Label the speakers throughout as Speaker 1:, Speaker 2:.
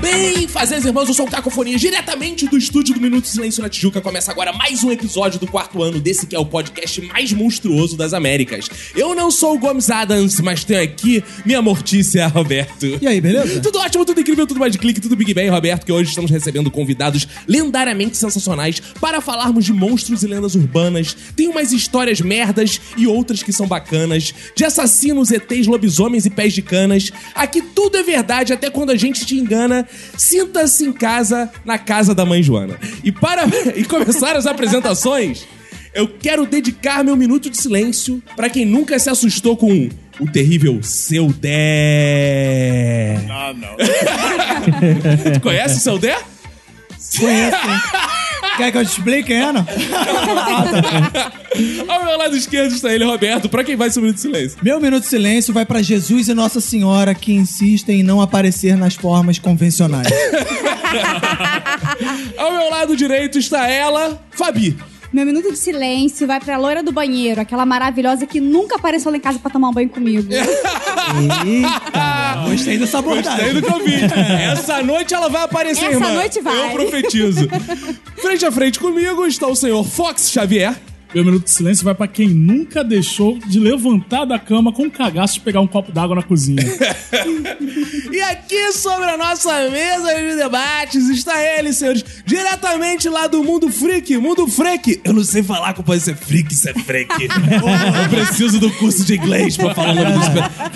Speaker 1: Bem, fazeres irmãos, eu sou o Cacofonia, diretamente do estúdio do Minuto de Silêncio na Tijuca. Começa agora mais um episódio do quarto ano desse que é o podcast mais monstruoso das Américas. Eu não sou o Gomes Adams, mas tenho aqui minha mortícia, Roberto.
Speaker 2: E aí, beleza?
Speaker 1: Tudo ótimo, tudo incrível, tudo mais de clique, tudo Big Bang, Roberto, que hoje estamos recebendo convidados lendariamente sensacionais para falarmos de monstros e lendas urbanas. Tem umas histórias merdas e outras que são bacanas, de assassinos, ETs, lobisomens e pés de canas. Aqui tudo é verdade, até quando a gente te engana. Sinta-se em casa, na casa da mãe Joana. E para e começar as apresentações, eu quero dedicar meu minuto de silêncio para quem nunca se assustou com o terrível Seu Dé.
Speaker 3: Ah, não.
Speaker 1: Tu conhece o Seu Dé?
Speaker 2: Quer que eu te explique quem é, não?
Speaker 1: Ao meu lado esquerdo está ele, Roberto, para quem vai seu minuto de silêncio.
Speaker 2: Meu minuto de silêncio vai pra Jesus e Nossa Senhora que insistem em não aparecer nas formas convencionais.
Speaker 1: Ao meu lado direito está ela, Fabi.
Speaker 4: Meu minuto de silêncio vai pra loira do banheiro, aquela maravilhosa que nunca apareceu lá em casa pra tomar um banho comigo.
Speaker 2: Eita, gostei dessa
Speaker 1: Gostei
Speaker 2: abordagem.
Speaker 1: do convite. Essa noite ela vai aparecer,
Speaker 4: Essa
Speaker 1: irmã.
Speaker 4: noite vai.
Speaker 1: Eu profetizo. frente a frente comigo está o senhor Fox Xavier.
Speaker 3: Meu minuto de silêncio vai pra quem nunca deixou de levantar da cama com um cagaço e pegar um copo d'água na cozinha.
Speaker 1: E aqui sobre a nossa mesa de debates está ele, senhores, diretamente lá do mundo freak, mundo freak. Eu não sei falar como pode ser freak, se é freak. Eu preciso do curso de inglês pra falar o nome dos...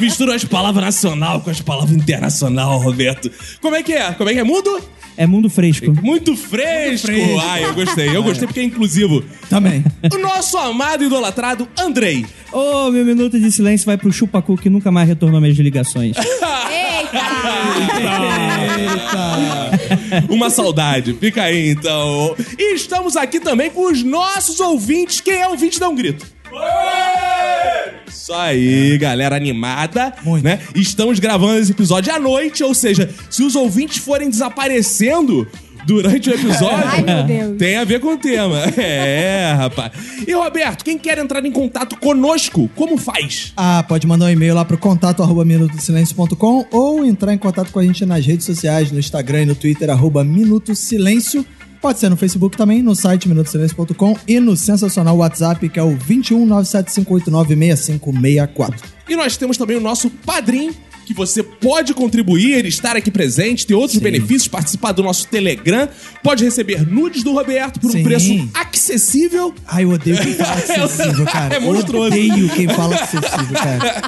Speaker 1: Misturo as palavras nacional com as palavras internacional, Roberto. Como é que é? Como é que é? Mundo?
Speaker 2: É mundo fresco.
Speaker 1: Muito fresco.
Speaker 2: fresco.
Speaker 1: Ai, eu gostei. Eu gostei porque é inclusivo.
Speaker 2: Também.
Speaker 1: O nosso amado e idolatrado Andrei.
Speaker 5: Ô, meu minuto de silêncio vai pro Chupacu que nunca mais retornou minhas ligações.
Speaker 4: Eita!
Speaker 1: Uma saudade. Fica aí, então. E estamos aqui também com os nossos ouvintes. Quem é ouvinte, dá um grito. Isso aí, galera animada,
Speaker 2: Muito.
Speaker 1: né? Estamos gravando esse episódio à noite, ou seja, se os ouvintes forem desaparecendo durante o episódio,
Speaker 4: Ai, meu Deus.
Speaker 1: tem a ver com o tema. É, rapaz. E Roberto, quem quer entrar em contato conosco, como faz?
Speaker 2: Ah, pode mandar um e-mail lá pro contato arroba minutosilencio.com ou entrar em contato com a gente nas redes sociais, no Instagram e no Twitter, arroba Minuto Silêncio. Pode ser no Facebook também, no site minutosilêncio.com e no sensacional WhatsApp, que é o 21 975896564.
Speaker 1: E nós temos também o nosso padrinho. Que você pode contribuir, estar aqui presente, ter outros benefícios, participar do nosso Telegram, pode receber nudes do Roberto por um
Speaker 2: Sim.
Speaker 1: preço acessível.
Speaker 2: Ai, eu odeio quem fala acessível, cara.
Speaker 1: É monstruoso.
Speaker 2: Odeio quem fala acessível, cara.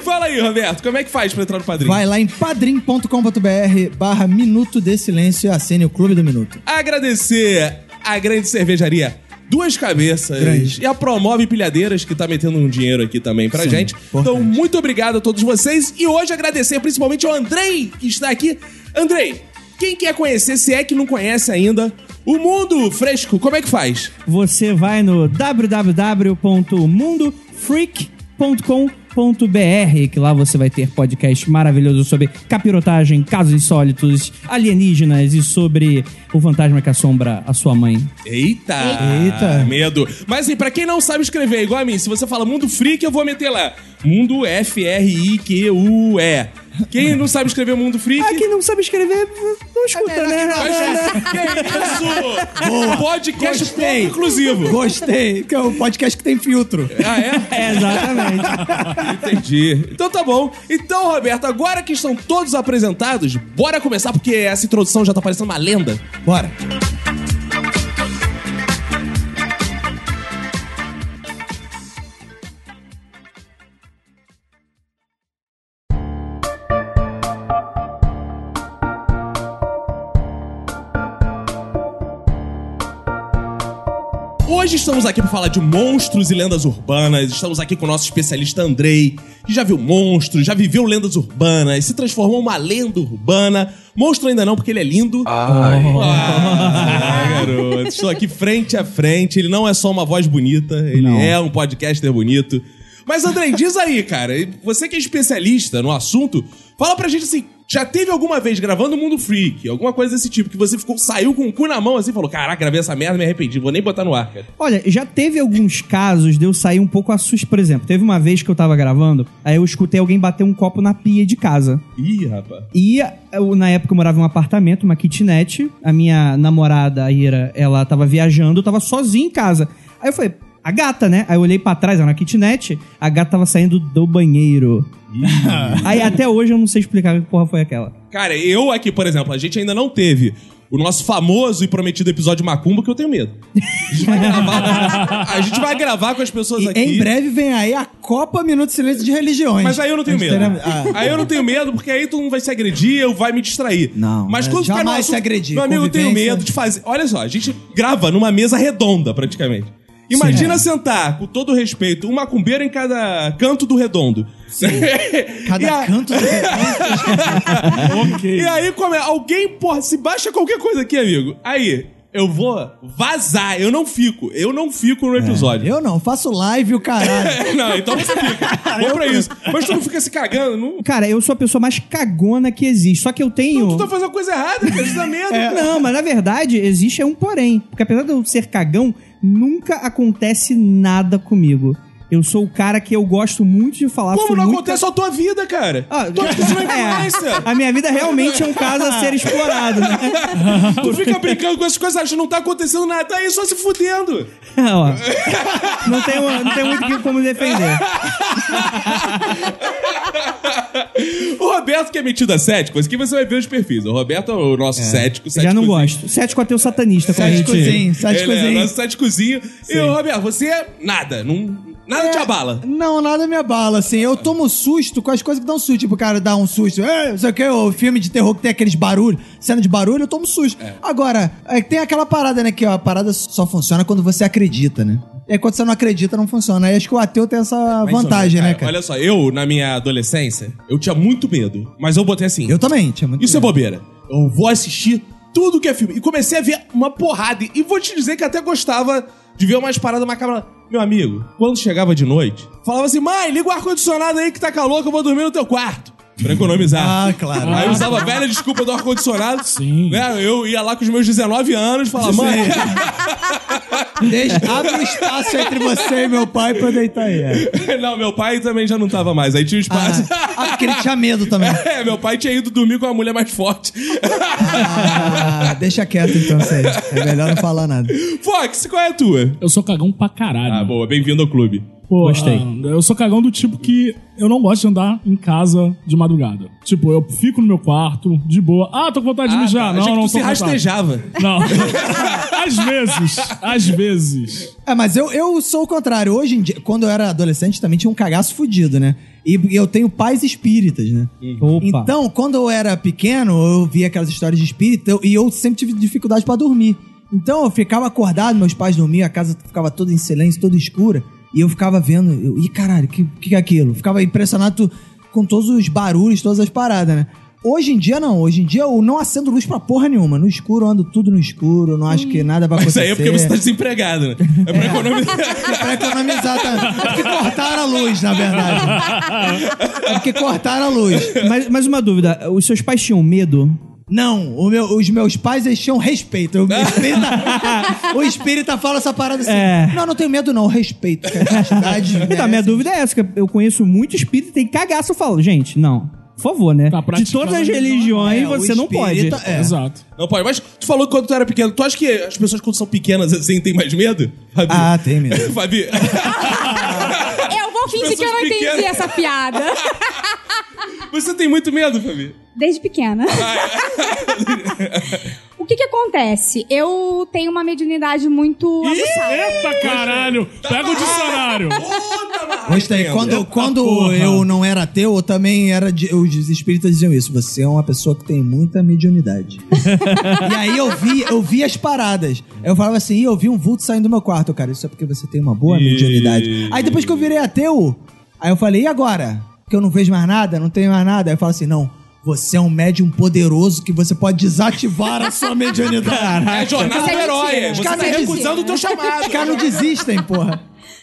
Speaker 1: Fala aí, Roberto, como é que faz pra entrar no padrinho?
Speaker 2: Vai lá em padrim.com.br barra Minuto de Silêncio e assine o Clube do Minuto.
Speaker 1: Agradecer a grande cervejaria Duas Cabeças
Speaker 2: Grande.
Speaker 1: e a Promove Pilhadeiras, que tá metendo um dinheiro aqui também pra
Speaker 2: Sim,
Speaker 1: gente. Então,
Speaker 2: importante.
Speaker 1: muito obrigado a todos vocês. E hoje agradecer principalmente ao Andrei, que está aqui. Andrei, quem quer conhecer, se é que não conhece ainda, o Mundo Fresco, como é que faz?
Speaker 5: Você vai no www.mundofreak.com.br, que lá você vai ter podcast maravilhoso sobre capirotagem, casos insólitos, alienígenas e sobre o fantasma que assombra a sua mãe.
Speaker 1: Eita!
Speaker 2: Eita.
Speaker 1: Medo. Mas assim, pra quem não sabe escrever, igual a mim, se você fala Mundo Freak, eu vou meter lá. Mundo F-R-I-Q-U-E. Quem não sabe escrever Mundo Freak...
Speaker 5: Ah, quem não sabe escrever, não escuta,
Speaker 1: Mas, é,
Speaker 5: né?
Speaker 1: que isso? Podcast
Speaker 2: Gostei.
Speaker 1: pouco inclusivo.
Speaker 2: Gostei, que é um podcast que tem filtro.
Speaker 1: Ah, é?
Speaker 5: É, exatamente.
Speaker 1: Entendi. Então tá bom. Então, Roberto, agora que estão todos apresentados, bora começar, porque essa introdução já tá parecendo uma lenda.
Speaker 2: Bora.
Speaker 1: Hoje estamos aqui para falar de monstros e lendas urbanas. Estamos aqui com o nosso especialista Andrei, que já viu monstros, já viveu lendas urbanas, se transformou em uma lenda urbana. Monstro ainda não, porque ele é lindo. Ah, garoto. Estou aqui frente a frente. Ele não é só uma voz bonita, ele
Speaker 5: Não.
Speaker 1: é um podcaster bonito. Mas, Andrei, diz aí, cara, você que é especialista no assunto, fala pra gente assim: já teve alguma vez gravando Mundo Freak, alguma coisa desse tipo, que você ficou, saiu com o cu na mão assim e falou: Caraca, gravei essa merda, me arrependi, vou nem botar no ar, cara.
Speaker 5: Olha, já teve alguns casos de eu sair um pouco assustado. Por exemplo, teve uma vez que eu tava gravando, aí eu escutei alguém bater um copo na pia de casa.
Speaker 1: Ih, rapaz.
Speaker 5: E eu, na época eu morava em um apartamento, uma kitnet. A minha namorada, a Ira, ela tava viajando, eu tava sozinha em casa. Aí eu falei, a gata, né? Aí eu olhei pra trás, era na kitnet, a gata tava saindo do banheiro. Aí até hoje eu não sei explicar que porra foi aquela.
Speaker 1: Cara, eu aqui, por exemplo, a gente ainda não teve o nosso famoso e prometido episódio Macumba, que eu tenho medo. A gente vai gravar, a gente vai gravar com as pessoas
Speaker 2: E
Speaker 1: aqui.
Speaker 2: em breve vem aí a Copa Minuto de Silêncio de Religiões.
Speaker 1: Mas aí eu não tenho
Speaker 2: A gente
Speaker 1: medo.
Speaker 2: terá- Ah.
Speaker 1: Aí eu não tenho medo, porque aí todo mundo vai se agredir, eu vai me distrair.
Speaker 2: Não,
Speaker 1: mas
Speaker 2: é,
Speaker 1: quando ficar no
Speaker 2: jamais
Speaker 1: assunto-
Speaker 2: se agredir,
Speaker 1: Meu amigo, eu tenho
Speaker 2: convivência.
Speaker 1: medo de fazer. Olha só, a gente grava numa mesa redonda, praticamente. Imagina sentar, com todo respeito, um macumbeiro em cada canto do redondo. E
Speaker 2: Cada
Speaker 1: a-
Speaker 2: canto do
Speaker 3: ok.
Speaker 1: E aí, como é? Alguém, porra, se baixa qualquer coisa aqui, amigo. Aí, eu vou vazar. Eu não fico. Eu não fico
Speaker 5: É.
Speaker 1: no episódio.
Speaker 2: Eu não, faço live o caralho.
Speaker 1: Não, então você fica. Vou pra isso. Mas tu não fica se cagando, não.
Speaker 5: Cara, eu sou a pessoa mais cagona que existe. Só que eu tenho. É.
Speaker 1: Tu tá fazendo coisa errada, cara. Isso dá medo.
Speaker 5: Não, mas na verdade existe é um porém. Porque apesar de eu ser cagão, nunca acontece nada comigo. Eu sou o cara que eu gosto muito de falar.
Speaker 1: Como
Speaker 5: sou
Speaker 1: não
Speaker 5: muito...
Speaker 1: acontece a tua vida, cara?
Speaker 5: Ah,
Speaker 1: tu acha que isso não é
Speaker 5: é.
Speaker 1: ignorância?
Speaker 5: A minha vida realmente é um caso a ser explorado, né?
Speaker 1: Tu fica brincando com essas coisas, acha que não tá acontecendo nada. Tá aí só se fudendo.
Speaker 5: Ó, não, tem, não tem muito que- como defender.
Speaker 1: O Roberto, que é metido a cético, esse aqui você vai ver os perfis. O Roberto é o nosso cético.
Speaker 5: Já não
Speaker 1: céticozinho.
Speaker 5: gosto. Cético ateu um satanista, como a gente...
Speaker 2: Céticozinho,
Speaker 1: Ele é
Speaker 2: céticozinho.
Speaker 1: nosso céticozinho. E o Roberto, você é nada. Não, nada
Speaker 2: É,
Speaker 1: te abala.
Speaker 2: Não, nada me abala, assim. Eu tomo susto com as coisas que dão susto. Tipo, o cara dá um susto. É, não sei o que, o filme de terror que tem aqueles barulhos, cena de barulho, eu tomo susto. Agora, é, tem aquela parada, né? Que ó, a parada só funciona quando você acredita, né? E aí, quando você não acredita, não funciona. Aí acho que o ateu tem essa vantagem, né, cara?
Speaker 1: é, Olha só, eu, na minha adolescência, eu tinha muito medo. Mas eu botei assim.
Speaker 2: Eu também, tinha muito.
Speaker 1: Isso é bobeira. Eu vou assistir tudo que é filme. E comecei a ver uma porrada. E vou te dizer que até gostava de ver umas paradas macabras. Meu amigo, quando chegava de noite, falava assim: mãe, liga o ar-condicionado aí que tá calor que eu vou dormir no teu quarto. Pra economizar.
Speaker 2: Ah, claro.
Speaker 1: Aí eu usava a velha desculpa do ar-condicionado.
Speaker 3: Sim.
Speaker 1: Né? Eu ia lá com os meus 19 anos, falava, mãe,
Speaker 2: Deixa, abre um espaço entre você e meu pai pra eu deitar aí. é.
Speaker 1: não, meu pai também já não tava mais. Aí tinha o
Speaker 2: Ah,
Speaker 1: espaço.
Speaker 2: ah, porque ele tinha medo também.
Speaker 1: É, meu pai tinha ido dormir com uma mulher mais forte.
Speaker 2: Ah, deixa quieto então, Sérgio. É melhor não falar nada.
Speaker 1: Fox, qual é a tua?
Speaker 3: Eu sou cagão pra caralho.
Speaker 1: Ah, boa, bem-vindo ao clube.
Speaker 3: Pô,
Speaker 5: Gostei.
Speaker 3: ah, eu sou cagão do tipo que eu não gosto de andar em casa de madrugada. Tipo, eu fico no meu quarto, de boa. Ah, tô com vontade de mijar.
Speaker 1: tá. Achei que
Speaker 3: Não, não,
Speaker 1: tu se
Speaker 3: tô com vontade.
Speaker 1: rastejava.
Speaker 3: Não. às vezes. Às vezes.
Speaker 2: É, mas eu, eu sou o contrário. Hoje em dia, quando eu era adolescente, também tinha um cagaço fudido, né? E eu tenho pais espíritas, né?
Speaker 1: Uhum.
Speaker 5: Opa.
Speaker 2: Então, quando eu era pequeno, eu via aquelas histórias de espírito eu- e eu sempre tive dificuldade pra dormir. Então, eu ficava acordado, meus pais dormiam, a casa ficava toda em silêncio, toda escura. E eu ficava vendo, eu, ih, caralho, o que, que é aquilo? Ficava impressionado com todos os barulhos, todas as paradas, né? Hoje em dia, não. Hoje em dia, eu não acendo luz pra porra nenhuma. No escuro, eu ando tudo no escuro, não acho que nada vai
Speaker 1: Isso
Speaker 2: acontecer.
Speaker 1: aí é porque você tá desempregado, né? É pra economizar.
Speaker 2: É pra economizar também. É porque cortaram a luz, na verdade. É porque cortaram a luz.
Speaker 5: Mas, mas uma dúvida, os seus pais tinham medo?
Speaker 2: Não, o meu- os meus pais eles tinham respeito. O espírita, o espírita fala essa parada assim.
Speaker 5: É.
Speaker 2: Não, não tenho medo, não. Respeito. Que a entidade
Speaker 5: Então, a minha
Speaker 2: merece."
Speaker 5: dúvida é essa, que eu conheço muito espírito e tem cagaço. Eu falo, gente, não. Por favor, né?
Speaker 3: Tá
Speaker 5: De todas as
Speaker 3: praticando a religião,
Speaker 5: religiões,
Speaker 2: É, o
Speaker 5: você não pode.
Speaker 2: espírita- É.
Speaker 3: Exato.
Speaker 1: Não pode. Mas tu falou que quando tu era pequeno, tu acha que as pessoas quando são pequenas assim têm mais medo? Fabi?
Speaker 2: Ah, tem medo.
Speaker 1: Fabi,
Speaker 4: Eu vou fingir que eu não
Speaker 1: pessoas
Speaker 4: entendi
Speaker 1: pequenas.
Speaker 4: essa piada.
Speaker 1: você tem muito medo, Fabi.
Speaker 4: Desde pequena. o o que que acontece? Eu tenho uma mediunidade muito
Speaker 1: é?
Speaker 4: aguçada.
Speaker 3: Eita caralho! Pega o dicionário!
Speaker 2: Gostei. Quando, quando
Speaker 3: porra.
Speaker 2: eu não era ateu, eu também era. de- Os espíritas diziam isso. Você é uma pessoa que tem muita mediunidade. e aí eu vi, eu vi as paradas. Eu falava assim, "Ih, eu vi um vulto saindo do meu quarto, cara. Isso é porque você tem uma boa mediunidade. Aí depois que eu virei ateu, aí eu falei, e agora? Que eu não vejo mais nada, não tenho mais nada. Aí eu falo assim, não. Você é um médium poderoso que você pode desativar a sua mediunidade.
Speaker 1: É a jornada
Speaker 4: Isso é
Speaker 1: do herói.
Speaker 4: mentira.
Speaker 1: Você
Speaker 4: Isso
Speaker 1: tá
Speaker 4: é mentira.
Speaker 1: recusando o teu chamado.
Speaker 2: Os caras não desistem, porra.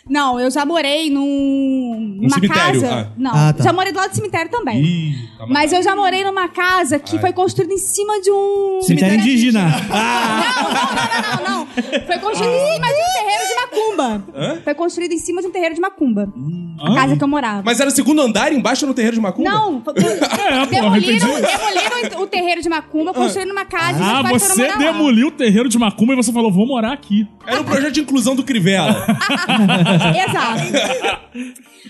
Speaker 4: Não, eu já morei num, numa
Speaker 1: Um cemitério,
Speaker 4: casa.
Speaker 1: ah. tá
Speaker 4: Não,
Speaker 2: Ah, tá.
Speaker 4: já morei do lado do cemitério também. Mas eu já morei numa casa que foi construída em cima de um.
Speaker 5: Cemitério indígena.
Speaker 4: Não, não, não, não. Foi construída em cima de um terreiro de macumba. Foi construída em cima de um terreiro de macumba.
Speaker 3: Hum.
Speaker 4: A casa que eu morava.
Speaker 1: Mas era segundo andar embaixo no terreiro de Macumba?
Speaker 4: Não, foi-
Speaker 3: É, porra,
Speaker 4: demoliram,
Speaker 3: entendi.
Speaker 4: demoliram o terreiro de macumba, construíram uma casa. e meus
Speaker 3: Ah,
Speaker 4: pais foram
Speaker 3: você
Speaker 4: morar lá.
Speaker 3: demoliu o terreiro de Macumba e você falou, vou morar aqui.
Speaker 1: Era um projeto de inclusão do Crivella.
Speaker 4: Exato.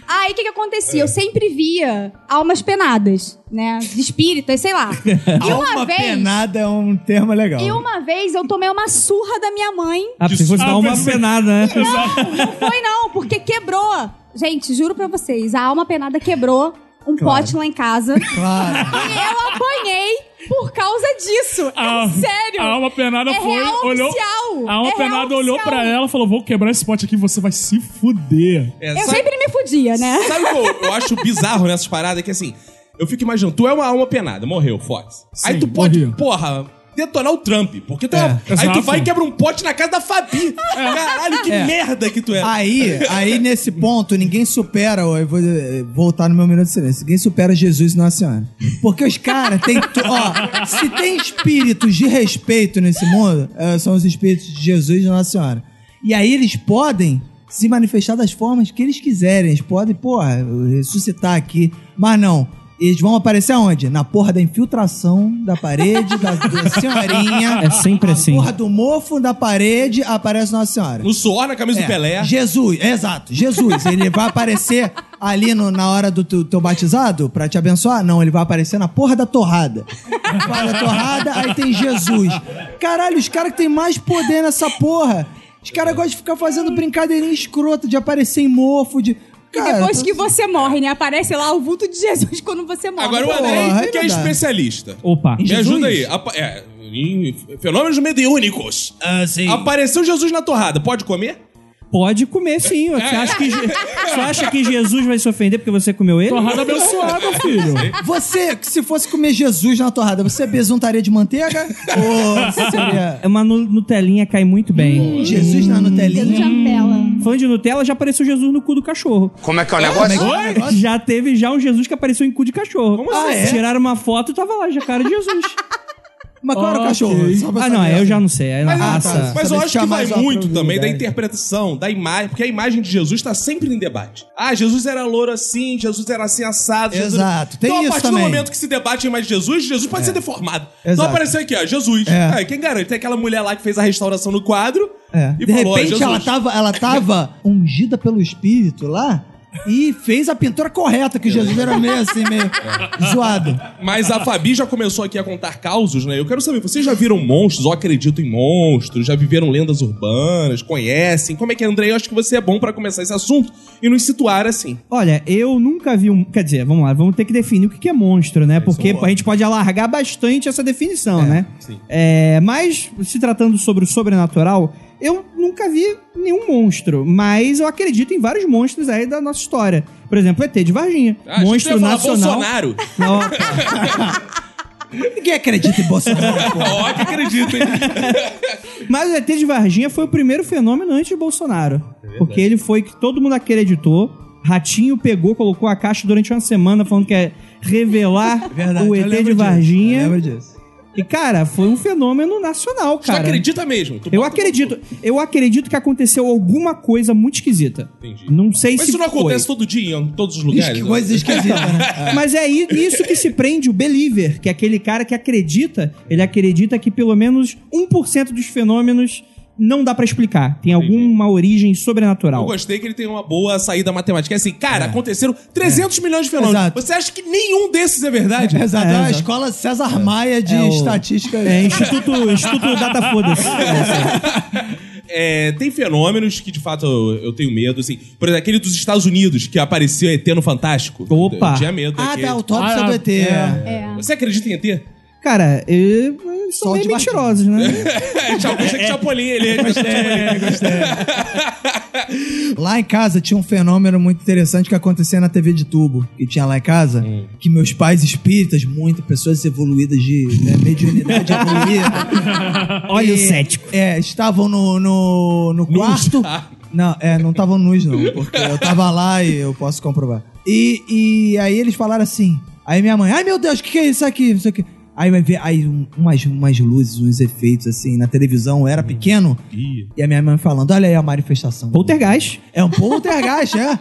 Speaker 4: Aí o que, que acontecia? Eu sempre via almas penadas, né? De espíritas, sei lá. E uma
Speaker 2: Alma
Speaker 4: vez.
Speaker 2: penada é um termo legal.
Speaker 4: E uma vez eu tomei uma surra da minha mãe.
Speaker 5: Ah, se fosse
Speaker 3: Ah,
Speaker 5: dar uma
Speaker 3: pensei-
Speaker 5: penada, né?
Speaker 4: Não, não foi não, porque quebrou. Gente, juro pra vocês, a alma penada quebrou um
Speaker 2: Claro.
Speaker 4: pote lá em casa. E
Speaker 2: Claro.
Speaker 4: eu apanhei por causa disso.
Speaker 3: A-
Speaker 4: é sério.
Speaker 3: A alma penada
Speaker 4: É
Speaker 3: foi.
Speaker 4: real
Speaker 3: olhou,
Speaker 4: oficial.
Speaker 3: A alma
Speaker 4: É real
Speaker 3: penada olhou
Speaker 4: oficial.
Speaker 3: pra ela e falou: vou quebrar esse pote aqui, você vai se fuder.
Speaker 1: É,
Speaker 4: Eu
Speaker 1: sabe-
Speaker 4: sempre me fudia, né?
Speaker 1: Sabe o que eu, eu acho bizarro nessas paradas? É Que assim, eu fico imaginando, tu é uma alma penada, morreu, Fox. Aí
Speaker 3: Sim,
Speaker 1: tu pode,
Speaker 3: morri.
Speaker 1: porra, detonar o Trump. Porque tu é, uma- Aí
Speaker 3: exato.
Speaker 1: tu vai e quebra um pote na casa da Fabi.
Speaker 2: É.
Speaker 1: Caralho, que merda que tu é.
Speaker 2: Aí, aí nesse ponto, ninguém supera. ó, Eu vou eh, voltar no meu minuto de silêncio. Ninguém supera Jesus e Nossa Senhora. Porque os caras têm. tu- Ó, se tem espíritos de respeito nesse mundo, eh, são os espíritos de Jesus e Nossa Senhora. E aí eles podem se manifestar das formas que eles quiserem. Eles podem, porra, ressuscitar aqui. Mas não. Eles vão aparecer aonde? Na porra da infiltração da parede, da, da senhorinha.
Speaker 5: É sempre
Speaker 2: a
Speaker 5: assim.
Speaker 2: Porra do mofo da parede aparece Nossa Senhora.
Speaker 1: No suor, na camisa
Speaker 2: É,
Speaker 1: do Pelé.
Speaker 2: Jesus, exato. Jesus, ele vai aparecer ali no- na hora do teu, teu batizado pra te abençoar? Não, ele vai aparecer na porra da torrada. Porra da torrada, aí tem Jesus. Caralho, os caras que tem mais poder nessa porra. Os caras gostam de ficar fazendo brincadeirinha escrota, de aparecer em mofo, de.
Speaker 4: E
Speaker 2: Cara,
Speaker 4: depois que você morre, né? Aparece lá o vulto de Jesus quando você morre.
Speaker 1: Agora o
Speaker 2: Porra,
Speaker 1: André,
Speaker 2: é
Speaker 1: que é
Speaker 2: verdade.
Speaker 1: especialista.
Speaker 5: Opa.
Speaker 1: Me
Speaker 2: Jesus?
Speaker 1: ajuda aí. Apa- é, em fenômenos mediúnicos.
Speaker 2: Ah, sim.
Speaker 1: Apareceu Jesus na torrada, pode comer?
Speaker 5: Pode comer sim. Você acha, que, Je- você acha que Jesus vai se ofender porque você comeu ele?
Speaker 3: Torrada abençoada, filho.
Speaker 2: Você, se fosse comer Jesus na torrada, você besuntaria de manteiga? Ou seria.
Speaker 5: É Uma nu- Nutelinha cai muito bem.
Speaker 2: Jesus na
Speaker 4: Jesus de
Speaker 2: Nutelinha?
Speaker 4: Antela.
Speaker 2: Hum.
Speaker 5: Fã de Nutella, já apareceu Jesus no cu do cachorro. Ah,
Speaker 6: Como é que é o negócio?
Speaker 5: Já teve já um Jesus que apareceu em cu de cachorro. Como
Speaker 2: assim? Ah, é?
Speaker 5: Tiraram uma foto e tava lá, já cara de Jesus.
Speaker 2: Mas qual era o
Speaker 3: Ok.
Speaker 2: cachorro? Só pra
Speaker 5: ah, não,
Speaker 2: saber. assim.
Speaker 5: eu já não sei. É na raça.
Speaker 1: Mas eu
Speaker 2: Saber
Speaker 1: acho que
Speaker 2: chamar
Speaker 1: vai
Speaker 2: mais né? uma
Speaker 1: muito também da
Speaker 2: probabilidade.
Speaker 1: interpretação, da imagem, porque a imagem de Jesus tá sempre em debate. Ah, Jesus era louro assim, Jesus era assim assado. Jesus...
Speaker 2: Exato, tem
Speaker 1: então, a
Speaker 2: isso
Speaker 1: partir
Speaker 2: também. É.
Speaker 1: do momento que se debate a imagem de Jesus, Jesus pode ser deformado. Então
Speaker 2: Exato.
Speaker 1: apareceu aqui, ó, Jesus.
Speaker 2: É.
Speaker 1: Ah, quem garante? Tem aquela mulher lá que fez a restauração no quadro
Speaker 2: É.
Speaker 1: e
Speaker 2: de
Speaker 1: falou, ó,
Speaker 2: repente
Speaker 1: Jesus.
Speaker 2: ela tava, ela tava ungida pelo espírito lá e fez a pintura correta, que Jesus era meio assim, meio
Speaker 1: É.
Speaker 2: zoado.
Speaker 1: Mas a Fabi já começou aqui a contar causos, né? Eu quero saber, vocês já viram monstros? Ou acreditam em monstros? Já viveram lendas urbanas? Conhecem? Como é que é, André? Eu acho que você é bom pra começar esse assunto e nos situar assim.
Speaker 5: Olha, eu nunca vi um. Quer dizer, vamos lá, vamos ter que definir o que que é monstro, né? Porque a gente pode alargar bastante essa definição, né?
Speaker 1: sim.
Speaker 5: É, mas, se tratando sobre o sobrenatural, eu nunca vi nenhum monstro. Mas eu acredito em vários monstros aí da nossa história. Por exemplo, ET de Varginha.
Speaker 1: Ah, achei que tu
Speaker 5: monstro
Speaker 1: ia falar
Speaker 5: nacional.
Speaker 1: Bolsonaro.
Speaker 5: Não,
Speaker 2: Ninguém acredita em Bolsonaro, pô.
Speaker 1: Ó, que acredito, hein?
Speaker 5: Mas o ET de Varginha foi o primeiro fenômeno antes de Bolsonaro.
Speaker 1: É
Speaker 5: porque ele foi que todo mundo acreditou. Ratinho pegou, colocou a caixa durante uma semana falando que é revelar
Speaker 2: Verdade,
Speaker 5: o
Speaker 2: eu
Speaker 5: ET
Speaker 2: lembro
Speaker 5: de
Speaker 2: disso, eu
Speaker 5: Varginha.
Speaker 2: lembro disso.
Speaker 5: E, cara, foi um fenômeno nacional,
Speaker 1: Tu
Speaker 5: cara.
Speaker 1: acredita mesmo? Tu
Speaker 5: Eu
Speaker 1: bota-
Speaker 5: acredito. Eu acredito que aconteceu alguma coisa muito esquisita.
Speaker 1: Entendi.
Speaker 5: Não sei
Speaker 1: Mas
Speaker 5: se
Speaker 1: isso não
Speaker 5: foi.
Speaker 1: acontece todo dia, em todos os
Speaker 2: Diz
Speaker 1: lugares.
Speaker 2: que
Speaker 1: né?
Speaker 2: coisa esquisita, né?
Speaker 5: Mas é i- isso que se prende o believer, um que é aquele cara que acredita, ele acredita que pelo menos 1% dos fenômenos não dá pra explicar. Tem alguma origem
Speaker 1: Eu
Speaker 5: sobrenatural.
Speaker 1: gostei que ele tem uma boa saída matemática. É assim, cara, aconteceram 300 milhões de fenômenos.
Speaker 2: Exato.
Speaker 1: Você acha que nenhum desses é verdade?
Speaker 2: Exato,
Speaker 5: É,
Speaker 2: é a
Speaker 5: exato.
Speaker 2: escola César Maia de
Speaker 5: É o-
Speaker 2: estatística.
Speaker 5: É, Instituto, Instituto Data Foda-se.
Speaker 1: É, tem fenômenos que, de fato, eu, eu tenho medo, assim. Por exemplo, aquele dos Estados Unidos, que apareceu ET no Fantástico.
Speaker 5: Opa.
Speaker 1: Eu tinha medo
Speaker 2: ah,
Speaker 1: daquele.
Speaker 2: da autópsia
Speaker 3: Ah,
Speaker 2: do ET.
Speaker 3: é.
Speaker 4: É.
Speaker 1: Você acredita em ET?
Speaker 5: Cara, eu- eles são
Speaker 2: Sol
Speaker 5: meio
Speaker 2: de Martim.
Speaker 5: mentirosos, né?
Speaker 1: É, tchau, gostei que Chapolin, ele...
Speaker 2: Lá em casa tinha um fenômeno muito interessante que acontecia na TV de tubo que tinha lá em casa, que meus pais espíritas, muito, pessoas evoluídas de né, mediunidade evoluída.
Speaker 5: Olha
Speaker 2: e-
Speaker 5: o cético.
Speaker 2: É, estavam no, no, no quarto. Não, é, não estavam nus, não, porque eu tava lá e eu posso comprovar. E, e aí eles falaram assim. Aí minha mãe, ai meu Deus, o que, que é isso aqui? Não sei o que. Aí vai ver aí um- umas, umas luzes, uns efeitos assim na televisão, eu era pequeno. E a minha mãe falando: olha aí a manifestação.
Speaker 5: Poltergeist.
Speaker 2: É um poltergeist, é.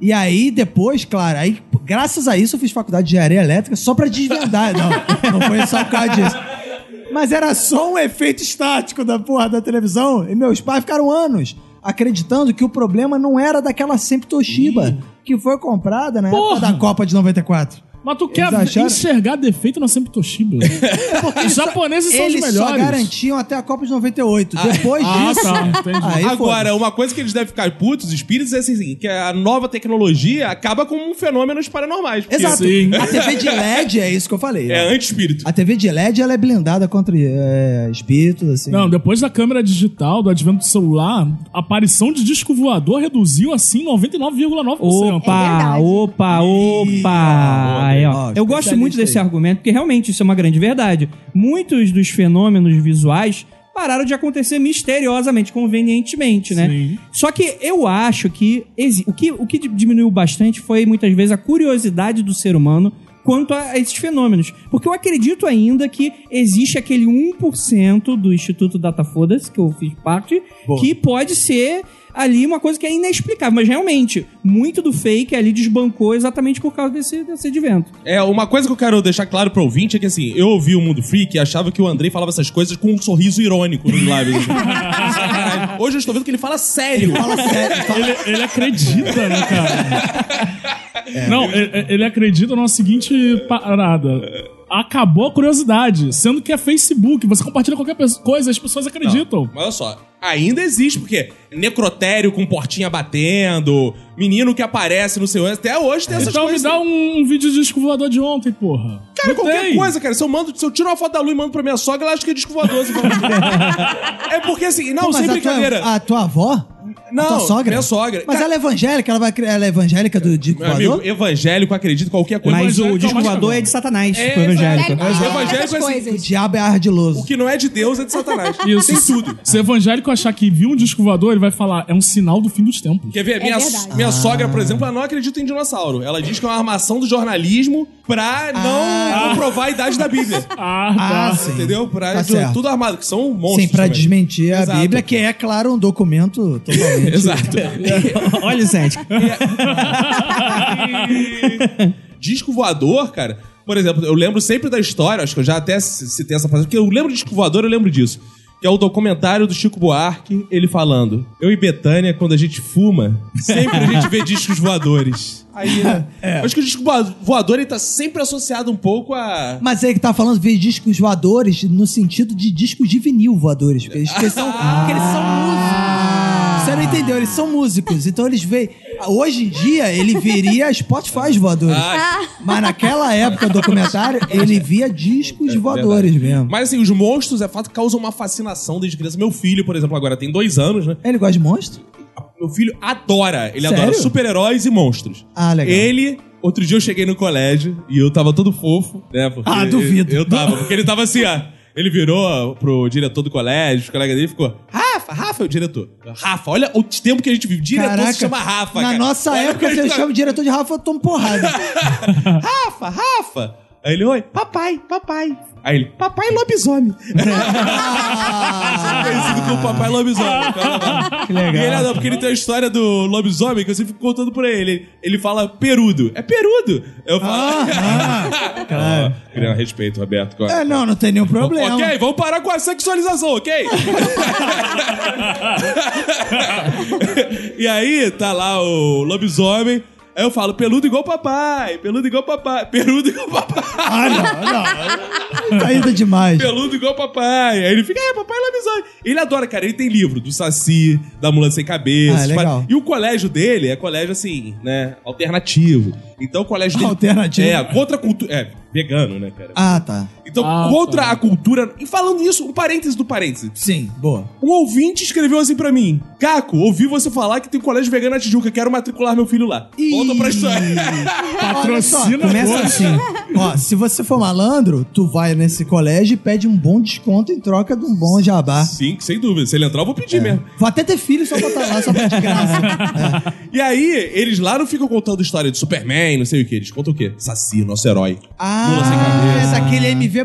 Speaker 2: E aí, depois, claro, aí, p- graças a isso eu fiz faculdade de engenharia elétrica só pra desvendar. Não, não foi só por causa disso. Mas era só um efeito estático da porra da televisão. E meus pais ficaram anos acreditando que o problema não era daquela sempre Toshiba, que foi comprada na época
Speaker 3: Porra!
Speaker 2: da Copa de 94.
Speaker 3: Mas tu quer
Speaker 2: Eles acharam-
Speaker 3: enxergar defeito na Sempre Toshiba? Os japoneses são os
Speaker 2: Eles
Speaker 3: melhores.
Speaker 2: só garantiam até a Copa de 98. Depois
Speaker 3: Ah,
Speaker 2: disso...
Speaker 3: tá, entendi.
Speaker 2: Aí, é
Speaker 1: Agora, uma coisa que eles devem ficar putos, os espíritos, é assim, que a nova tecnologia acaba com fenômenos paranormais. porque
Speaker 2: Exato.
Speaker 3: Sim.
Speaker 2: A TV de LED é isso que eu falei.
Speaker 1: É anti-espírito.
Speaker 2: A TV de LED ela é blindada contra é, espíritos, assim.
Speaker 3: Não, depois da câmera digital, do advento do celular, a aparição de disco voador reduziu assim 99,9%.
Speaker 4: É
Speaker 5: Opa,
Speaker 4: verdade.
Speaker 5: opa, opa. Aí, ó.
Speaker 2: Ó,
Speaker 5: Eu gosto muito
Speaker 2: especialista
Speaker 5: desse
Speaker 2: aí.
Speaker 5: argumento, porque realmente isso é uma grande verdade. Muitos dos fenômenos visuais pararam de acontecer misteriosamente, convenientemente, né?
Speaker 3: Sim.
Speaker 5: Só que eu acho que, exi- o que o que di- diminuiu bastante foi muitas vezes a curiosidade do ser humano quanto a esses fenômenos. Porque eu acredito ainda que existe aquele 1% do Instituto Data Foda-se, que eu fiz parte, que pode ser ali uma coisa que é inexplicável. Mas realmente, muito do fake ali desbancou exatamente por causa desse, desse advento.
Speaker 1: É, uma coisa que eu quero deixar claro pro ouvinte é que assim, eu ouvi o Mundo Freak e achava que o Andrei falava essas coisas com um sorriso irônico nos lábios. assim. Caralho. Hoje eu estou vendo que ele fala sério.
Speaker 2: Fala sério. fala-
Speaker 3: Ele, ele acredita, né, cara?
Speaker 1: É,
Speaker 3: Não, é, ele, ele acredita na seguinte parada. Acabou a curiosidade, sendo que é Facebook, você compartilha qualquer pe- coisa, as pessoas acreditam.
Speaker 1: Mas olha só, ainda existe, porque necrotério com portinha batendo, menino que aparece no seu até hoje tem essas
Speaker 3: Então me
Speaker 1: coisas.
Speaker 3: dá um, um vídeo de disco voador de ontem, porra.
Speaker 1: Cara,
Speaker 3: Não
Speaker 1: qualquer
Speaker 3: tem.
Speaker 1: coisa, cara. Se eu, mando, se eu tiro uma foto da lua e mando pra minha sogra, ela acha que é disco voador. assim, pra- é porque assim, não,
Speaker 2: Mas
Speaker 1: sem
Speaker 2: a
Speaker 1: brincadeira.
Speaker 2: tua, a tua avó?
Speaker 1: Não,
Speaker 2: a tua sogra?
Speaker 1: minha sogra.
Speaker 2: Mas
Speaker 1: Cara-
Speaker 2: ela é evangélica, ela, vai, cre- ela é evangélica do Dico
Speaker 1: Meu amigo,
Speaker 2: Voador?
Speaker 1: evangélico acredita em qualquer coisa.
Speaker 5: Mas o
Speaker 3: evangélico é
Speaker 5: disco
Speaker 3: mais
Speaker 5: voador
Speaker 3: cagão.
Speaker 5: é de Satanás,
Speaker 1: É,
Speaker 5: pro evangélico.
Speaker 4: Evangélico,
Speaker 1: Mas
Speaker 4: ah,
Speaker 1: evangélico
Speaker 4: essas
Speaker 1: é assim,
Speaker 2: O
Speaker 4: coisas.
Speaker 2: diabo é ardiloso.
Speaker 1: O que não é de Deus é de Satanás.
Speaker 3: Isso.
Speaker 1: Tem tudo.
Speaker 3: Se evangélico achar que viu um disco voador, ele vai falar, é um sinal do fim dos tempos.
Speaker 1: Quer ver?
Speaker 4: É
Speaker 1: minha
Speaker 4: verdade.
Speaker 2: Ah.
Speaker 1: minha sogra, por exemplo, ela não acredita em dinossauro. Ela diz que é uma armação do jornalismo pra não comprovar a idade da Bíblia.
Speaker 3: Ah, tá.
Speaker 2: Ah, sim.
Speaker 1: Entendeu? Pra
Speaker 2: Tá certo.
Speaker 1: tudo armado, que são monstros.
Speaker 2: Sim, pra
Speaker 1: também.
Speaker 2: desmentir a
Speaker 1: Exato.
Speaker 2: Bíblia, que é, claro, um documento totalmente...
Speaker 1: Exato.
Speaker 5: Olha o Sete.
Speaker 1: disco voador, cara. Por exemplo, eu lembro sempre da história, acho que eu já até c- citei essa frase, porque eu lembro de disco voador, eu lembro disso. Que é o documentário do Chico Buarque, ele falando: Eu e Betânia, quando a gente fuma, sempre a gente vê discos voadores. Aí, né?
Speaker 2: É.
Speaker 1: Acho que o disco voa- voador ele tá sempre associado um pouco a.
Speaker 2: Mas aí que tá falando de discos voadores no sentido de discos de vinil voadores. Porque eles, porque são, porque eles são
Speaker 1: Ah.
Speaker 2: músicos. Você não entendeu? Eles são músicos. Então eles veem. Hoje em dia, ele viria Spotify voadores. Mas naquela época do documentário, ele via discos voadores mesmo.
Speaker 1: É Mas assim, os monstros é fato que causam uma fascinação desde criança. Meu filho, por exemplo, agora tem dois anos, né?
Speaker 2: Ele gosta de monstro?
Speaker 1: Meu filho adora. Ele
Speaker 2: Sério?
Speaker 1: adora super-heróis e monstros.
Speaker 2: Ah, legal.
Speaker 1: Ele. Outro dia eu cheguei no colégio e eu tava todo fofo, né? Porque
Speaker 2: Ah, duvido.
Speaker 1: Eu, eu tava, porque ele tava assim, ó. Ele virou pro diretor do colégio, os colegas dele e ficou: Rafa, Rafa é o diretor. Rafa, olha o tempo que a gente vive. Diretor se chama Rafa.
Speaker 2: Na
Speaker 1: cara.
Speaker 2: nossa
Speaker 1: Olha o
Speaker 2: época,
Speaker 1: que a
Speaker 2: você
Speaker 1: gente tá-
Speaker 2: chama o diretor de Rafa, eu tomo porrada.
Speaker 1: Rafa, Rafa. Aí ele, oi, papai, papai. Aí ele, papai lobisomem. Sou conhecido como papai lobisomem. né,
Speaker 5: Que
Speaker 1: E ele, ah,
Speaker 5: legal.
Speaker 1: não, porque ele tem a história do lobisomem que eu sempre fico contando pra ele. Ele fala perudo. É perudo. Eu falo. Ah, Queria respeito, Roberto.
Speaker 2: É, não, É, não tem nenhum problema.
Speaker 1: Ok, vamos parar com a sexualização, ok? e aí tá lá o lobisomem. Aí eu falo, peludo igual papai, peludo igual papai, peludo igual papai,
Speaker 2: Ah, não, não. Tá indo demais.
Speaker 1: peludo igual papai. Aí ele fica, é, papai lobisomem. Ele adora, cara, ele tem livro do Saci, da Mula Sem Cabeça.
Speaker 2: Ah, legal.
Speaker 1: E o colégio dele é colégio, assim, né, alternativo. Então o colégio dele...
Speaker 2: Alternativo.
Speaker 1: É, contra a cultura... É, vegano, né, cara?
Speaker 2: Ah, tá.
Speaker 1: Então,
Speaker 3: Ah,
Speaker 1: contra
Speaker 3: tá.
Speaker 1: a cultura... E falando nisso, um parênteses do parênteses.
Speaker 2: Sim, boa.
Speaker 1: Um ouvinte escreveu assim pra mim: Caco, ouvi você falar que tem um colégio vegano na Tijuca, quero matricular meu filho lá. Volta pra história.
Speaker 3: Patrocina
Speaker 5: Começa
Speaker 3: agora.
Speaker 5: assim.
Speaker 2: Ó, se você for malandro, tu vai nesse colégio e pede um bom desconto em troca de um bom jabá.
Speaker 1: Sim, sem dúvida. Se ele entrar, eu vou pedir mesmo.
Speaker 2: Vou até ter filho só pra estar lá, só pra de graça.
Speaker 1: E aí, eles lá não ficam contando história de Superman, não sei o que. Eles contam o quê? Saci, nosso herói. Lula sem
Speaker 2: Ah,
Speaker 1: cabeça.
Speaker 2: é daquele MV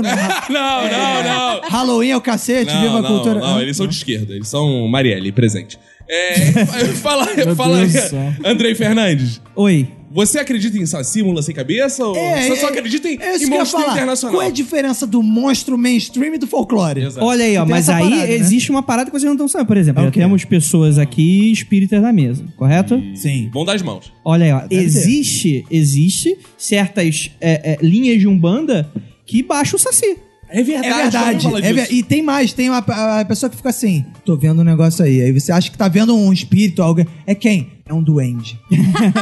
Speaker 2: né?
Speaker 1: Não, não, não.
Speaker 2: Halloween é o cacete,
Speaker 1: Não,
Speaker 2: viva a
Speaker 1: não,
Speaker 2: cultura.
Speaker 1: não, eles são de esquerda, eles são Marielle, presente. É, fala, fala
Speaker 3: Deus do céu.
Speaker 1: Andrei Fernandes.
Speaker 5: Oi.
Speaker 1: Você acredita em Saci, Mula Sem Cabeça? Ou você só acredita em,
Speaker 2: é isso
Speaker 1: em
Speaker 2: que eu ia
Speaker 1: monstro
Speaker 2: falar.
Speaker 1: internacional?
Speaker 2: Qual é a diferença do monstro mainstream e do folclore?
Speaker 1: Exato.
Speaker 5: Olha aí, ó,
Speaker 2: Tem
Speaker 5: mas
Speaker 2: essa
Speaker 5: aí
Speaker 2: parada, né?
Speaker 5: existe uma parada que vocês não estão sabendo. Por exemplo,
Speaker 2: É o
Speaker 5: já
Speaker 2: quê?
Speaker 5: temos pessoas aqui espíritas na mesa, correto?
Speaker 2: Sim.
Speaker 1: Vão das mãos.
Speaker 5: Olha aí, ó.
Speaker 2: Deve
Speaker 5: Existe, existe certas é, é, linhas de umbanda que baixam o saci. um
Speaker 1: É verdade.
Speaker 2: É verdade.
Speaker 1: fala
Speaker 2: é
Speaker 1: disso.
Speaker 2: ver- E tem mais, tem uma a- a pessoa que fica assim, tô vendo um negócio aí. Aí você acha que tá vendo um espírito, alguém. É quem? É um duende.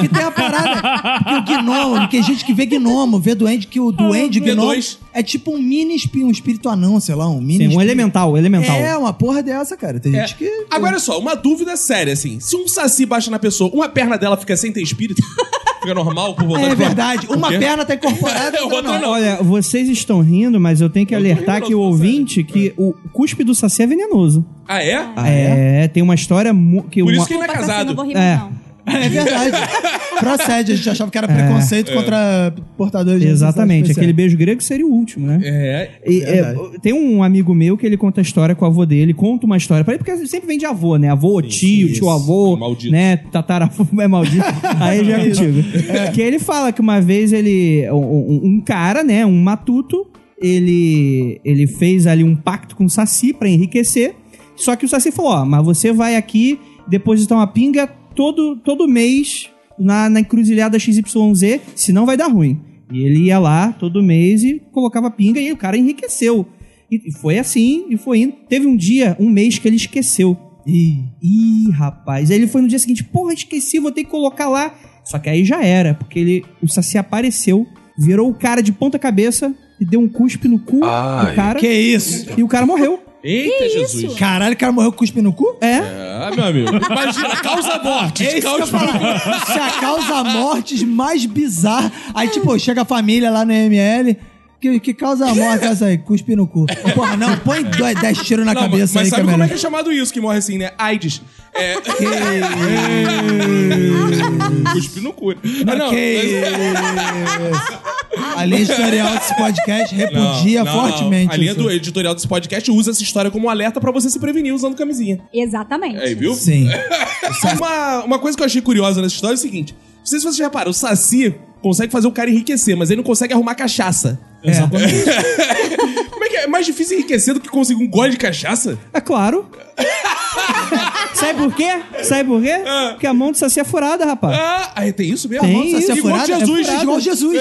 Speaker 2: que tem a parada que o gnomo, porque tem gente que vê gnomo, vê duende, que o duende
Speaker 1: Vê
Speaker 2: gnomo
Speaker 1: dois.
Speaker 2: é tipo um mini espírito, um espírito anão, sei lá, um mini
Speaker 5: Tem um
Speaker 2: espírito.
Speaker 5: elemental, elemental.
Speaker 2: É, uma porra dessa, cara. Tem
Speaker 1: É.
Speaker 2: gente que.
Speaker 1: Agora olha só, uma dúvida séria, assim. Se um saci baixa na pessoa, uma perna dela fica sem ter espírito? fica normal? Por vontade
Speaker 2: É
Speaker 1: própria?
Speaker 2: verdade. Uma
Speaker 1: O quê?
Speaker 2: perna tá incorporada.
Speaker 1: É,
Speaker 2: outra
Speaker 1: outra não.
Speaker 5: Olha, vocês estão rindo, mas eu tenho que
Speaker 1: Eu tô
Speaker 5: alertar
Speaker 1: rindo,
Speaker 5: que o
Speaker 1: não, tô
Speaker 5: ouvinte que
Speaker 1: É.
Speaker 5: o cuspe do saci é venenoso.
Speaker 1: Ah, é?
Speaker 5: é? tem uma história mu- que
Speaker 1: Por
Speaker 5: uma-
Speaker 1: isso que ele não é
Speaker 4: Opa, Cassino,
Speaker 1: casado.
Speaker 4: Não vou rir,
Speaker 5: É.
Speaker 4: mais, tá não.
Speaker 2: É verdade. Procede, a gente achava que era preconceito
Speaker 1: É.
Speaker 2: contra portadores de
Speaker 5: Exatamente,
Speaker 2: necessidade
Speaker 5: aquele beijo grego seria o último, né?
Speaker 1: É.
Speaker 5: E, é,
Speaker 2: Verdade.
Speaker 5: tem um amigo meu que ele conta a história com o avô dele, conta uma história pra ele, porque sempre vem de avô, né? Avô, tio,
Speaker 1: isso. É
Speaker 5: tio avô,
Speaker 1: Maldito.
Speaker 5: né? Tataravô é maldito. Aí já é contigo. Que ele fala que uma vez ele. Um, um- um cara, né? Um matuto, ele, ele fez ali um pacto com o Saci pra enriqucer. Só que o Saci falou: ó, mas você vai aqui depositar uma pinga todo, todo mês na, na encruzilhada XYZ, senão vai dar ruim. E ele ia lá todo mês e colocava pinga e o cara enriqueceu. E e foi assim, e foi indo. Teve um dia, um mês que ele esqueceu. Ih, ih, rapaz. Aí ele foi no dia seguinte, porra, esqueci, vou ter que colocar lá. Só que aí já era, porque ele, o Saci apareceu, virou o cara de ponta cabeça e deu um cuspe no cu do
Speaker 7: Ai.
Speaker 5: cara.
Speaker 2: Que isso?
Speaker 5: E o cara morreu.
Speaker 1: Eita, Jesus.
Speaker 2: Caralho, o cara morreu com cuspe no cu?
Speaker 5: É.
Speaker 1: Ah, meu amigo. Imagina, causa morte.
Speaker 2: É isso que eu
Speaker 1: causa...
Speaker 2: falo. Se a causa mortes mais bizarra. Aí, tipo, chega a família lá no ML. Que, que causa a morte é essa aí? Cuspe no cu. Porra, não, põe dois, dez tiros na
Speaker 1: Não, mas,
Speaker 2: cabeça
Speaker 1: mas
Speaker 2: aí,
Speaker 1: sabe como é que
Speaker 2: câmera.
Speaker 1: é chamado isso que morre assim, né? AIDS. É. Cuspe no cu. Ah, não. é-
Speaker 2: A linha editorial desse podcast repudia
Speaker 1: não, não.
Speaker 2: fortemente.
Speaker 1: A linha
Speaker 2: isso.
Speaker 1: do editorial desse podcast usa essa história como alerta pra você se prevenir usando camisinha.
Speaker 4: Exatamente.
Speaker 1: Aí, viu?
Speaker 2: Sim.
Speaker 1: Uma, uma coisa que eu achei curiosa nessa história é o seguinte: não sei se vocês reparam, o Saci consegue fazer o cara enriquecer, mas ele não consegue arrumar cachaça.
Speaker 2: É. Exatamente.
Speaker 1: Como é que é? É mais difícil enriquecer do que conseguir um gole de cachaça?
Speaker 5: É claro. Sabe por quê? Sabe por quê? Porque a mão do Saci é furada, rapaz.
Speaker 1: Ah, aí tem isso mesmo?
Speaker 5: Tem
Speaker 1: Nossa,
Speaker 5: isso.
Speaker 1: igual
Speaker 2: furada,
Speaker 1: Jesus.
Speaker 2: é furada. igual Jesus.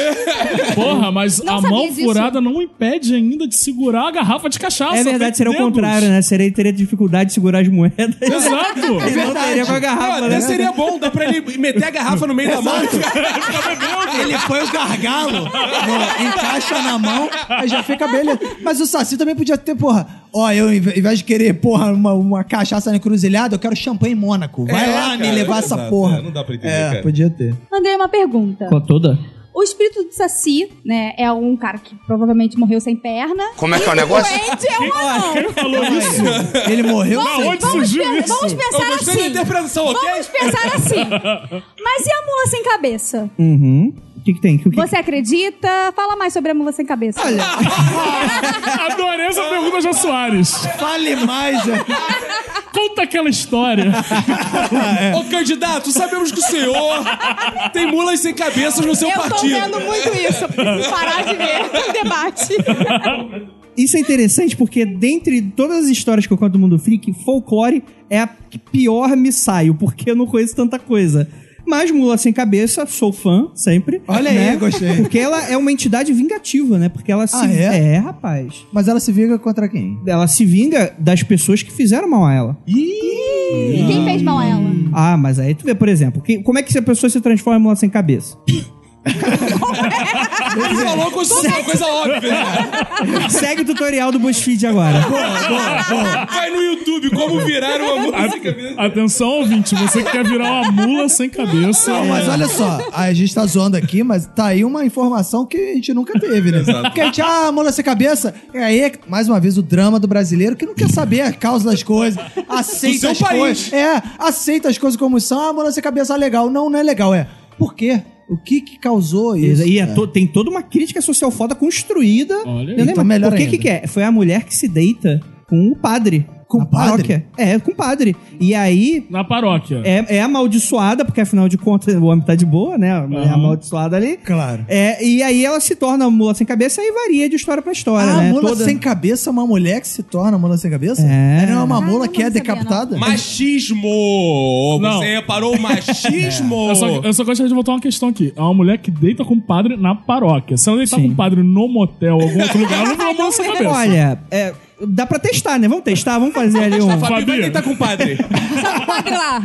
Speaker 3: Porra, mas
Speaker 4: Não
Speaker 3: a
Speaker 4: sabia
Speaker 3: mão
Speaker 4: disso.
Speaker 3: furada não impede ainda de segurar a garrafa de cachaça.
Speaker 5: é verdade,
Speaker 3: feito
Speaker 5: seria o
Speaker 3: dedos.
Speaker 5: contrário, né? Seria teria dificuldade de segurar as moedas.
Speaker 3: Exato.
Speaker 5: Ele não teria com a
Speaker 1: Ah,
Speaker 5: garrafa,
Speaker 1: até
Speaker 5: né?
Speaker 1: seria bom, dá pra ele meter a garrafa no meio da mão e ficar ficar bebendo.
Speaker 2: Ele foi o gargalo, pô, encaixa na mão, aí já fica beleza. Mas o Saci também podia ter, porra. Ó, eu, em ve- em vez de querer, porra, uma, uma cachaça na encruzilhada, eu quero champanhe em Mônaco. Vai
Speaker 1: É,
Speaker 2: lá
Speaker 1: cara,
Speaker 2: me levar
Speaker 1: exato,
Speaker 2: essa porra.
Speaker 1: é, não dá pra entender,
Speaker 2: É,
Speaker 1: cara.
Speaker 2: podia ter.
Speaker 4: Andrei, uma pergunta.
Speaker 5: Com toda?
Speaker 4: O espírito do Saci, né, é um cara que provavelmente morreu sem perna.
Speaker 6: Como é que é o
Speaker 4: E
Speaker 6: negócio?
Speaker 4: doente é um anão.
Speaker 3: Quem falou isso?
Speaker 2: Ele morreu
Speaker 3: Da
Speaker 2: sem...
Speaker 3: onde surgiu
Speaker 4: Pe-
Speaker 3: isso?
Speaker 4: Vamos
Speaker 1: Eu
Speaker 4: pensar
Speaker 1: gostei da
Speaker 4: assim.
Speaker 1: interpretação, ok?
Speaker 4: Vamos pensar assim. Mas e a mula sem cabeça?
Speaker 5: Uhum. que, que tem? Que, o que-
Speaker 4: Você acredita? Fala mais sobre amor você em cabeça. Olha.
Speaker 3: Adorei essa pergunta, Jô Soares.
Speaker 2: Fale mais, é.
Speaker 3: Conta aquela história.
Speaker 1: É. Ô, candidato, sabemos que o senhor tem mulas sem cabeças no seu
Speaker 4: Eu tô
Speaker 1: partido.
Speaker 4: vendo muito isso. Preciso parar de ver o debate.
Speaker 5: Isso é interessante porque, dentre todas as histórias que eu conto do mundo freak, folclore é a que pior me saio, porque eu não conheço tanta coisa. Mas Mula Sem Cabeça, sou fã, sempre.
Speaker 2: Olha aí,
Speaker 5: né?
Speaker 2: gostei.
Speaker 5: Porque ela é uma entidade vingativa, né? Porque ela se.
Speaker 2: Ah, é?
Speaker 5: é, rapaz.
Speaker 2: Mas ela se vinga contra quem?
Speaker 5: Ela se vinga das pessoas que fizeram mal a ela.
Speaker 4: E quem fez mal a ela?
Speaker 5: Ah, mas aí tu vê, por exemplo, que- como é que se a pessoa se transforma em mula sem cabeça?
Speaker 1: Ele
Speaker 4: assim.
Speaker 1: falou como se fosse uma coisa óbvia. né?
Speaker 5: Segue o tutorial do BuzzFeed agora.
Speaker 1: Vai no YouTube, como virar uma mula sem cabeça.
Speaker 3: Atenção, ouvinte, você que quer virar uma mula sem cabeça.
Speaker 2: Não,
Speaker 1: É.
Speaker 2: mas olha só, a gente tá zoando aqui, mas tá aí uma informação que a gente nunca teve, né? Porque a gente, ah, mula sem cabeça. E aí, mais uma vez, o drama do brasileiro que não quer saber a causa das coisas. Aceita
Speaker 1: seu
Speaker 2: as
Speaker 1: país.
Speaker 2: coisas. É, aceita as coisas como são. Ah, mula sem cabeça, ah, legal. Não, não é legal, é. Por quê? O que que causou isso?
Speaker 5: E é
Speaker 2: cara?
Speaker 5: to- tem toda uma crítica social foda construída.
Speaker 3: Olha aí.
Speaker 5: Eu lembro,
Speaker 2: Então, melhor
Speaker 5: por que,
Speaker 2: ainda.
Speaker 5: que que é? Foi a mulher que se deita com o padre.
Speaker 2: Com
Speaker 5: na
Speaker 2: o padre?
Speaker 5: paróquia. É, com o padre. E aí
Speaker 3: Na paróquia.
Speaker 5: é, é amaldiçoada, porque afinal de contas o homem tá de boa, né? A mulher
Speaker 3: Aham.
Speaker 5: amaldiçoada ali.
Speaker 2: Claro.
Speaker 5: É, e aí ela se torna mula sem cabeça e varia de história pra história,
Speaker 2: Ah,
Speaker 5: né?
Speaker 2: mula
Speaker 5: Toda-
Speaker 2: sem cabeça é uma mulher que se torna mula sem cabeça?
Speaker 5: É.
Speaker 2: Não é uma mula
Speaker 4: Caramba,
Speaker 2: que é
Speaker 4: Ah, não sabia,
Speaker 2: decapitada?
Speaker 1: Machismo!
Speaker 3: Não.
Speaker 1: Você reparou o machismo?
Speaker 3: Eu só, eu só gostaria de voltar uma questão aqui. É uma mulher que deita com o padre na paróquia. Se ela deitar com o padre no motel ou algum outro lugar, ela não vai mula sem cabeça.
Speaker 5: Olha, é, dá pra testar, né? Vamos testar, vamos fazer ali um.
Speaker 1: Fabi, vai
Speaker 3: Fabi.
Speaker 1: tentar com o padre.
Speaker 4: Padre lá.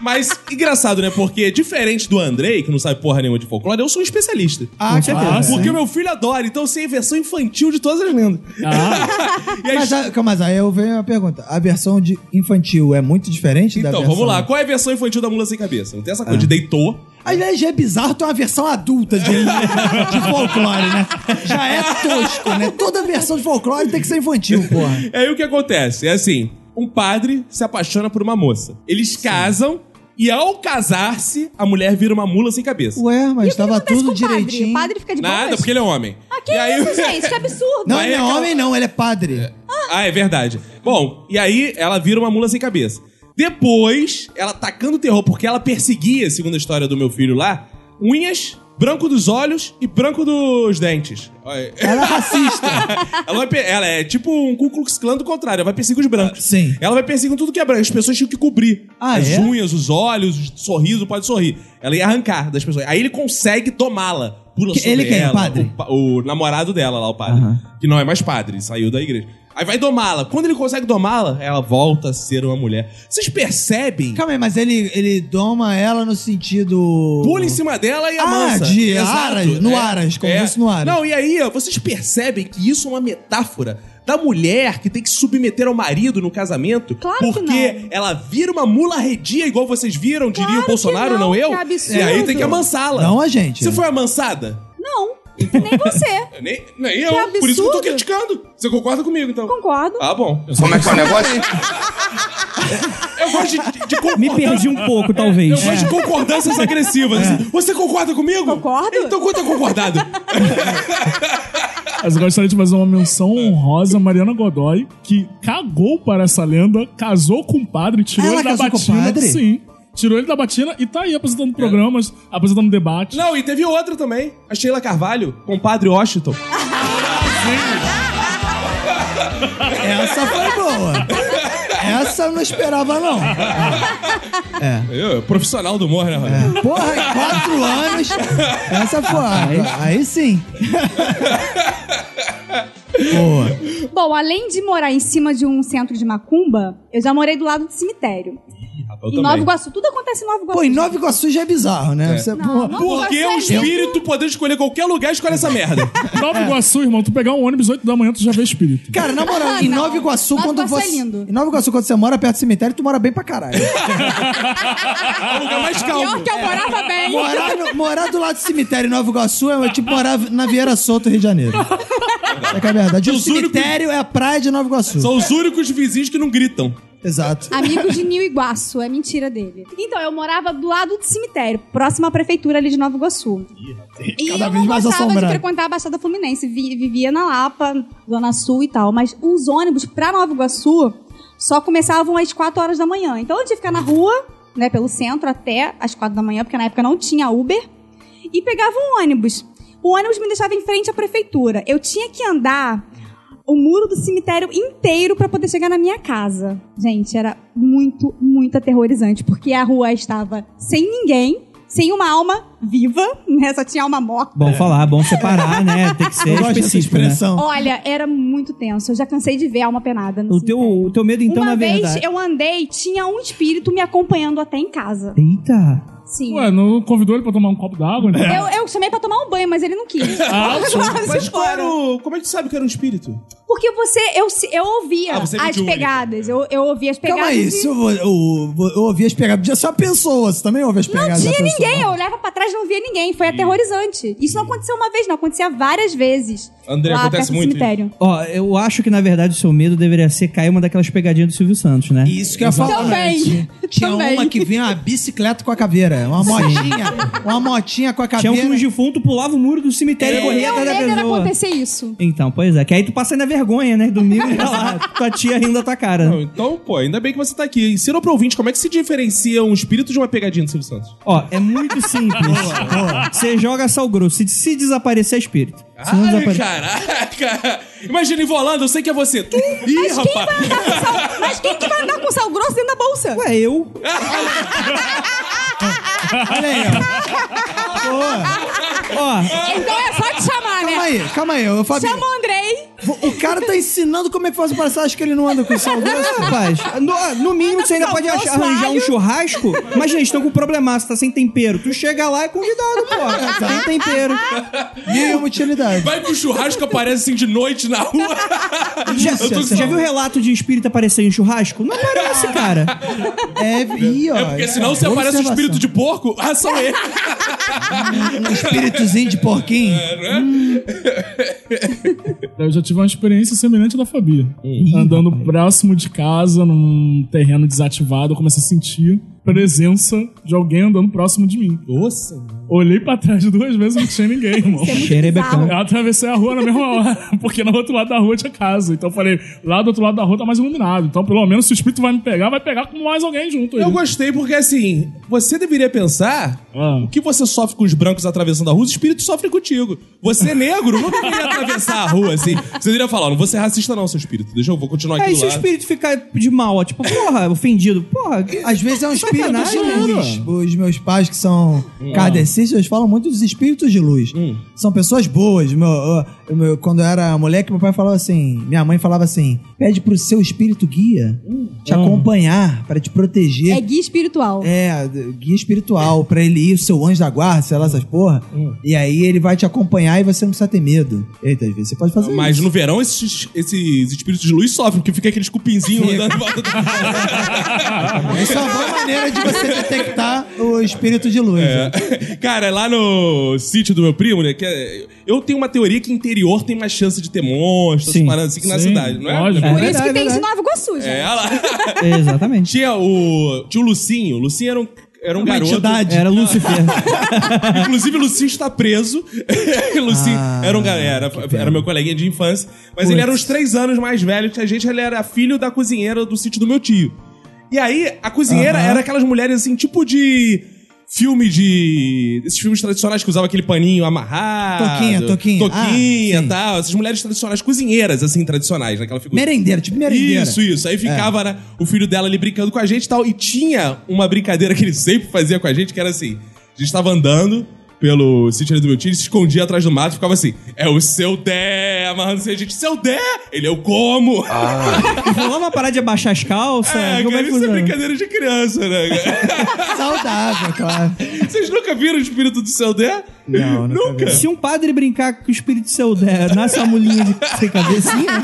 Speaker 1: Mas engraçado, né? Porque diferente do Andrei, que não sabe porra nenhuma de folclore, eu sou um especialista.
Speaker 2: Ah, claro.
Speaker 1: Porque o meu filho adora, então eu sei a versão infantil de todas as lendas. E aí,
Speaker 2: Mas, a- calma, mas aí eu venho a pergunta. A versão de infantil é muito diferente da
Speaker 1: então,
Speaker 2: versão... Ah.
Speaker 1: vamos lá. Qual é a versão infantil da mula sem cabeça? Não tem essa coisa de deitou.
Speaker 2: Aliás, já é bizarro ter uma versão adulta de, de folclore, né? Já é tosco, né? Toda versão de folclore tem que ser infantil, porra.
Speaker 1: E aí o que acontece? É assim: um padre se apaixona por uma moça. Eles casam e ao casar-se, a mulher vira uma mula sem cabeça.
Speaker 2: Ué,
Speaker 4: E o
Speaker 2: mas
Speaker 4: que
Speaker 2: estava
Speaker 4: acontece
Speaker 2: tudo
Speaker 4: com o padre?
Speaker 2: direitinho.
Speaker 4: O padre fica de
Speaker 1: Nada,
Speaker 4: boas?
Speaker 1: porque ele é homem.
Speaker 4: Ah, que
Speaker 1: E aí-
Speaker 4: isso, gente? Que absurdo.
Speaker 2: Não,
Speaker 1: Aí
Speaker 2: ele é
Speaker 1: acaba-
Speaker 2: homem, não, ele é padre.
Speaker 1: Ah, é verdade. Bom, e aí ela vira uma mula sem cabeça. Depois, ela tacando terror, porque ela perseguia, segundo a história do meu filho lá, unhas, branco dos olhos e branco dos dentes. Olha,
Speaker 2: Ela é racista.
Speaker 1: Ela, vai pe- ela é tipo um Ku Klux Klan do contrário, ela vai perseguir os brancos.
Speaker 2: Sim.
Speaker 1: Ela vai perseguindo tudo que é branco. As pessoas tinham que cobrir.
Speaker 2: Ah,
Speaker 1: As
Speaker 2: é?
Speaker 1: unhas, os olhos, o sorriso, pode sorrir. Ela ia arrancar das pessoas. Aí ele consegue domá-la. Pula
Speaker 2: Que-
Speaker 1: sobre
Speaker 2: ele quem? O
Speaker 1: ela,
Speaker 2: padre?
Speaker 1: pa- O, namorado dela lá, o padre. Que não é mais padre, saiu da igreja. Aí vai domá-la. Quando ele consegue domá-la, ela volta a ser uma mulher. Vocês percebem?
Speaker 2: Calma aí, mas ele, ele doma ela no sentido...
Speaker 1: Pula em cima dela e
Speaker 2: Ah,
Speaker 1: amansa.
Speaker 2: de
Speaker 1: Exato. É.
Speaker 2: aras, no aras, como fosse no aras.
Speaker 1: Não, e aí, ó, vocês percebem que isso é uma metáfora da mulher que tem que submeter ao marido no casamento
Speaker 4: Claro que
Speaker 1: porque
Speaker 4: não.
Speaker 1: ela vira uma mula redia, igual vocês viram, diria
Speaker 4: Claro
Speaker 1: o
Speaker 4: que
Speaker 1: Bolsonaro,
Speaker 4: não,
Speaker 1: não, eu?
Speaker 4: que absurdo.
Speaker 1: E aí tem que amansá-la.
Speaker 2: Não a gente.
Speaker 1: Você foi amansada?
Speaker 4: Não, nem você.
Speaker 1: Eu Nem, nem eu.
Speaker 4: absurdo.
Speaker 1: Por isso que eu tô criticando. Você concorda comigo, então?
Speaker 4: Concordo.
Speaker 1: Ah, bom.
Speaker 6: Como é que é o negócio?
Speaker 1: Eu gosto de, de concordância.
Speaker 5: Me perdi um pouco, talvez.
Speaker 1: Eu gosto de concordâncias agressivas.
Speaker 2: É.
Speaker 1: Você concorda comigo?
Speaker 4: Concordo.
Speaker 1: Então, quanto é concordado?
Speaker 3: Mas eu gostaria de fazer uma menção honrosa a Mariana Godoy, que cagou para essa lenda, casou com o padre, tirou
Speaker 2: Ela
Speaker 3: ele
Speaker 2: casou
Speaker 3: da
Speaker 2: com o
Speaker 3: batina.
Speaker 2: padre?
Speaker 3: Sim. Tirou ele da batina e tá aí apresentando programas, apresentando debate.
Speaker 1: É. Não, e teve outra também. A Sheila Carvalho, compadre Washington.
Speaker 2: Essa foi boa. Essa eu não esperava, não.
Speaker 1: Eu, profissional do humor, né, Rony?
Speaker 2: Porra, em quatro anos. Essa foi. a- Aí sim. Boa.
Speaker 4: Bom, além de morar em cima de um centro de macumba, eu já morei do lado do cemitério.
Speaker 1: Ah, Eu
Speaker 4: em Nova Iguaçu, tudo acontece em Nova Iguaçu.
Speaker 2: Pô, em Nova Iguaçu já é bizarro, né? Você, pô,
Speaker 4: não.
Speaker 1: Porque o espírito podendo escolher qualquer lugar, escolhe essa merda.
Speaker 3: Nova Iguaçu, irmão, tu pegar um ônibus 8 da manhã, tu já vê espírito.
Speaker 2: Cara, na moral, em
Speaker 4: Não.
Speaker 2: Nova Iguaçu,
Speaker 4: Nova
Speaker 2: quando
Speaker 4: Iguaçu é
Speaker 2: você.
Speaker 4: lindo.
Speaker 2: Em Nova Iguaçu, quando você mora perto do cemitério, tu mora bem pra caralho.
Speaker 1: É o lugar mais
Speaker 4: Pior
Speaker 1: calmo.
Speaker 4: que eu morava bem.
Speaker 2: Morar, no- morar do lado do cemitério em Nova Iguaçu é tipo morar na Vieira Solto, Rio de Janeiro. É que é verdade. O
Speaker 1: Os únicos-
Speaker 2: cemitério é a praia de Nova Iguaçu.
Speaker 1: São os únicos vizinhos que não gritam.
Speaker 2: Exato.
Speaker 4: Amigo de Nil Iguaçu, é mentira dele. Então, eu morava do lado do cemitério, próximo à prefeitura ali de Nova Iguaçu. E
Speaker 2: Cada
Speaker 4: eu
Speaker 2: vez
Speaker 4: não
Speaker 2: mais
Speaker 4: gostava
Speaker 2: assombrado.
Speaker 4: de frequentar a Baixada Fluminense, vi- vivia na Lapa, Zona Sul e tal, mas os ônibus pra Nova Iguaçu só começavam às 4 horas da manhã. Então eu tinha que ficar na rua, né, pelo centro até às 4 da manhã, porque na época não tinha Uber, e pegava um ônibus. O ônibus me deixava em frente à prefeitura. Eu tinha que andar o muro do cemitério inteiro pra poder chegar na minha casa. Gente, era muito, muito aterrorizante, porque a rua estava sem ninguém, sem uma alma viva, né? Só tinha alma morta.
Speaker 5: Bom falar, bom separar, né? Tem que ser
Speaker 2: Eu gosto dessa
Speaker 5: específico, né?
Speaker 2: expressão.
Speaker 4: Olha, era muito tenso. Eu já cansei de ver alma penada. No
Speaker 5: O teu,
Speaker 4: cemitério.
Speaker 5: o teu medo, então,
Speaker 4: uma
Speaker 5: na
Speaker 4: vez
Speaker 5: verdade.
Speaker 4: eu andei, tinha um espírito me acompanhando até em casa.
Speaker 5: Eita!
Speaker 4: Sim.
Speaker 3: Ué, não convidou ele pra tomar um copo d'água? né?
Speaker 4: Eu, eu chamei pra tomar um banho, mas ele não quis.
Speaker 3: Ah,
Speaker 4: Eu
Speaker 3: sim.
Speaker 4: quase
Speaker 1: Mas
Speaker 4: fora.
Speaker 1: claro, como é que tu sabe que era um espírito?
Speaker 4: Porque você, eu, se- eu ouvia
Speaker 1: Ah, você é
Speaker 4: as
Speaker 1: mediúnica.
Speaker 4: pegadas. Eu, eu ouvia as pegadas.
Speaker 2: Calma aí,
Speaker 4: e-
Speaker 2: se Então é eu, vou- eu, eu ouvi as pegadas, podia ser uma pessoa, você também ouve as
Speaker 4: Não
Speaker 2: pegadas da
Speaker 4: tinha
Speaker 2: pessoa.
Speaker 4: ninguém, eu olhava pra trás e não via ninguém. Foi aterrorizante. Isso não aconteceu uma vez, não. Acontecia várias vezes.
Speaker 1: André,
Speaker 4: lá
Speaker 1: acontece
Speaker 4: perto do
Speaker 1: muito
Speaker 4: cemitério.
Speaker 5: Ó, eu acho que, na verdade, o seu medo deveria ser cair uma daquelas pegadinhas do Silvio Santos, né?
Speaker 2: Isso que eu ia falar.
Speaker 4: Também.
Speaker 2: Tinha- Tinha
Speaker 4: Também.
Speaker 2: uma que vinha uma bicicleta com a caveira. Uma motinha. uma motinha com a
Speaker 5: Tinha
Speaker 2: caveira.
Speaker 5: um que os defuntos pulava o muro do cemitério e
Speaker 4: O
Speaker 5: corria
Speaker 4: meu
Speaker 5: atrás da
Speaker 4: medo era
Speaker 5: pessoa.
Speaker 4: acontecer isso.
Speaker 5: Então, pois é. Que aí tu passa ainda vergonha, né? Domingo tá lá, tua tia rindo da tua cara.
Speaker 1: Não, então, pô, ainda bem que você tá aqui. Ensina pro ouvinte como é que se diferencia um espírito de uma pegadinha do Silvio Santos.
Speaker 5: Ó, é muito simples. Você joga sal grosso. Se, se desaparecer, é espírito. Se não
Speaker 1: Ai,
Speaker 5: desaparecer...
Speaker 1: caraca! Imagina envolando, eu sei que é você. Tu... Ih, rapaz!
Speaker 4: Mas quem que vai andar com sal grosso dentro da bolsa?
Speaker 5: Ué, é eu?
Speaker 2: Olha aí, ó. Pô,
Speaker 5: Ó,
Speaker 4: Então é só te chamar,
Speaker 2: calma
Speaker 4: né?
Speaker 2: aí, calma aí. Eu, Fabinho,
Speaker 4: Chama o Andrei.
Speaker 2: o cara tá ensinando como é que faz o passagem, acho que ele não anda com sal grosso.
Speaker 5: rapaz, no, ah, no mínimo você ainda pode achar- arranjar um churrasco. Imagina, estão com um problemaço, tá sem tempero. Tu chega lá e é convidado, pô. Sem tempero.
Speaker 2: Nenhuma utilidade.
Speaker 1: Vai pro churrasco, aparece assim de noite na rua.
Speaker 5: Já,
Speaker 1: Eu tô
Speaker 5: você já viu o relato de espírito aparecer em churrasco? Não aparece, cara.
Speaker 2: É, ih, ó.
Speaker 1: É porque senão se
Speaker 2: boa
Speaker 1: aparece um
Speaker 2: observação.
Speaker 1: espírito de porco, ah, são ele.
Speaker 2: Um espíritozinho de
Speaker 1: É.
Speaker 2: porquinho.
Speaker 3: Eu já tive uma experiência semelhante à da Fabi. Andando próximo de casa, num terreno desativado, eu comecei a sentir presença de alguém andando próximo de mim.
Speaker 1: Nossa!
Speaker 3: Olhei pra trás duas vezes e não tinha ninguém, irmão.
Speaker 4: é
Speaker 5: Xerebecão.
Speaker 3: Eu atravessei a rua na mesma hora, porque no outro lado da rua tinha casa. Então eu falei, lá do outro lado da rua tá mais iluminado. Então, pelo menos, se o espírito vai me pegar, vai pegar com mais alguém junto. aí.
Speaker 1: Eu gostei porque, assim, você deveria pensar
Speaker 3: Ah.
Speaker 1: o que você sofre com os brancos atravessando a rua, os espíritos sofrem contigo. Você, negro, não deveria atravessar a rua, assim. Você deveria falar, não vou ser racista não, seu espírito. Deixa eu, vou continuar aqui
Speaker 5: Aí
Speaker 1: do
Speaker 5: se o
Speaker 1: lado.
Speaker 5: espírito ficar de mal, ó, tipo, porra, ofendido, porra, que-
Speaker 2: Às vezes é um espírito de
Speaker 5: Sacanagem,
Speaker 2: luz. Os meus pais que são kardecistas, eles falam muito dos espíritos de luz. São pessoas boas. Meu, ó, eu- meu- quando eu era moleque, meu pai falava assim, minha mãe falava assim, pede pro seu espírito guia te acompanhar, pra te proteger.
Speaker 4: É guia espiritual.
Speaker 2: É, guia espiritual, pra ele ir, o seu anjo da guarda, sei lá, essas porra. E aí ele vai te acompanhar e você não precisa ter medo. Eita, às vezes você pode fazer
Speaker 1: Mas
Speaker 2: isso.
Speaker 1: no verão, esses, esses espíritos de luz sofrem, porque fica aqueles cupinzinhos andando em volta da
Speaker 2: Isso é uma boa maneira de você detectar o espírito de luz. né?
Speaker 1: Cara, é lá no sítio do meu primo, né? Que é- eu tenho uma teoria que interior tem mais chance de ter monstros,
Speaker 5: Sim.
Speaker 1: paradas assim que na
Speaker 3: Sim,
Speaker 1: cidade, não é?
Speaker 3: lógico.
Speaker 4: Por isso
Speaker 5: verdade,
Speaker 4: que tem
Speaker 5: verdade.
Speaker 4: isso em Nova Iguaçu, gente.
Speaker 1: É, olha lá.
Speaker 5: Exatamente.
Speaker 1: Tinha o. Tinha o Lucinho. O Lucinho era um, era um
Speaker 2: Uma
Speaker 1: garoto.
Speaker 2: entidade.
Speaker 5: Era Lucifer.
Speaker 1: Inclusive, o Lucinho está preso. o Lucinho
Speaker 2: Ah,
Speaker 1: era um ga- era, era meu coleguinha de infância. Mas ele era uns três anos mais velho que a gente. Ele era filho da cozinheira do sítio do meu tio. E aí, a cozinheira era aquelas mulheres assim, tipo de. Filme de. Esses filmes tradicionais que usava aquele paninho amarrado.
Speaker 2: Toquinha, toquinha.
Speaker 1: Toquinha
Speaker 2: Ah, sim.
Speaker 1: tal. Essas mulheres tradicionais, cozinheiras, assim, tradicionais, naquela figura.
Speaker 2: Merendeira, tipo merendeira.
Speaker 1: Isso, isso. Aí ficava
Speaker 2: É.
Speaker 1: né, o filho dela ali brincando com a gente e tal. E tinha uma brincadeira que ele sempre fazia com a gente, que era assim: a gente tava andando pelo sítio ali do meu tio, ele se escondia atrás do mato e ficava assim: é o seu Dé, amarrando-se a gente, seu Dé, ele eu como.
Speaker 5: Rolou uma parada de abaixar as calças.
Speaker 1: é,
Speaker 5: como
Speaker 1: cara,
Speaker 5: é
Speaker 1: isso
Speaker 5: que
Speaker 1: é
Speaker 5: funciona?
Speaker 1: brincadeira de criança, né? cara?
Speaker 2: Saudável, é claro.
Speaker 1: Vocês nunca viram o espírito do seu Dé?
Speaker 2: Não, nunca
Speaker 1: nunca.
Speaker 5: Se um padre brincar com o espírito seu der, nasce uma mulinha de sem né? cabecinha?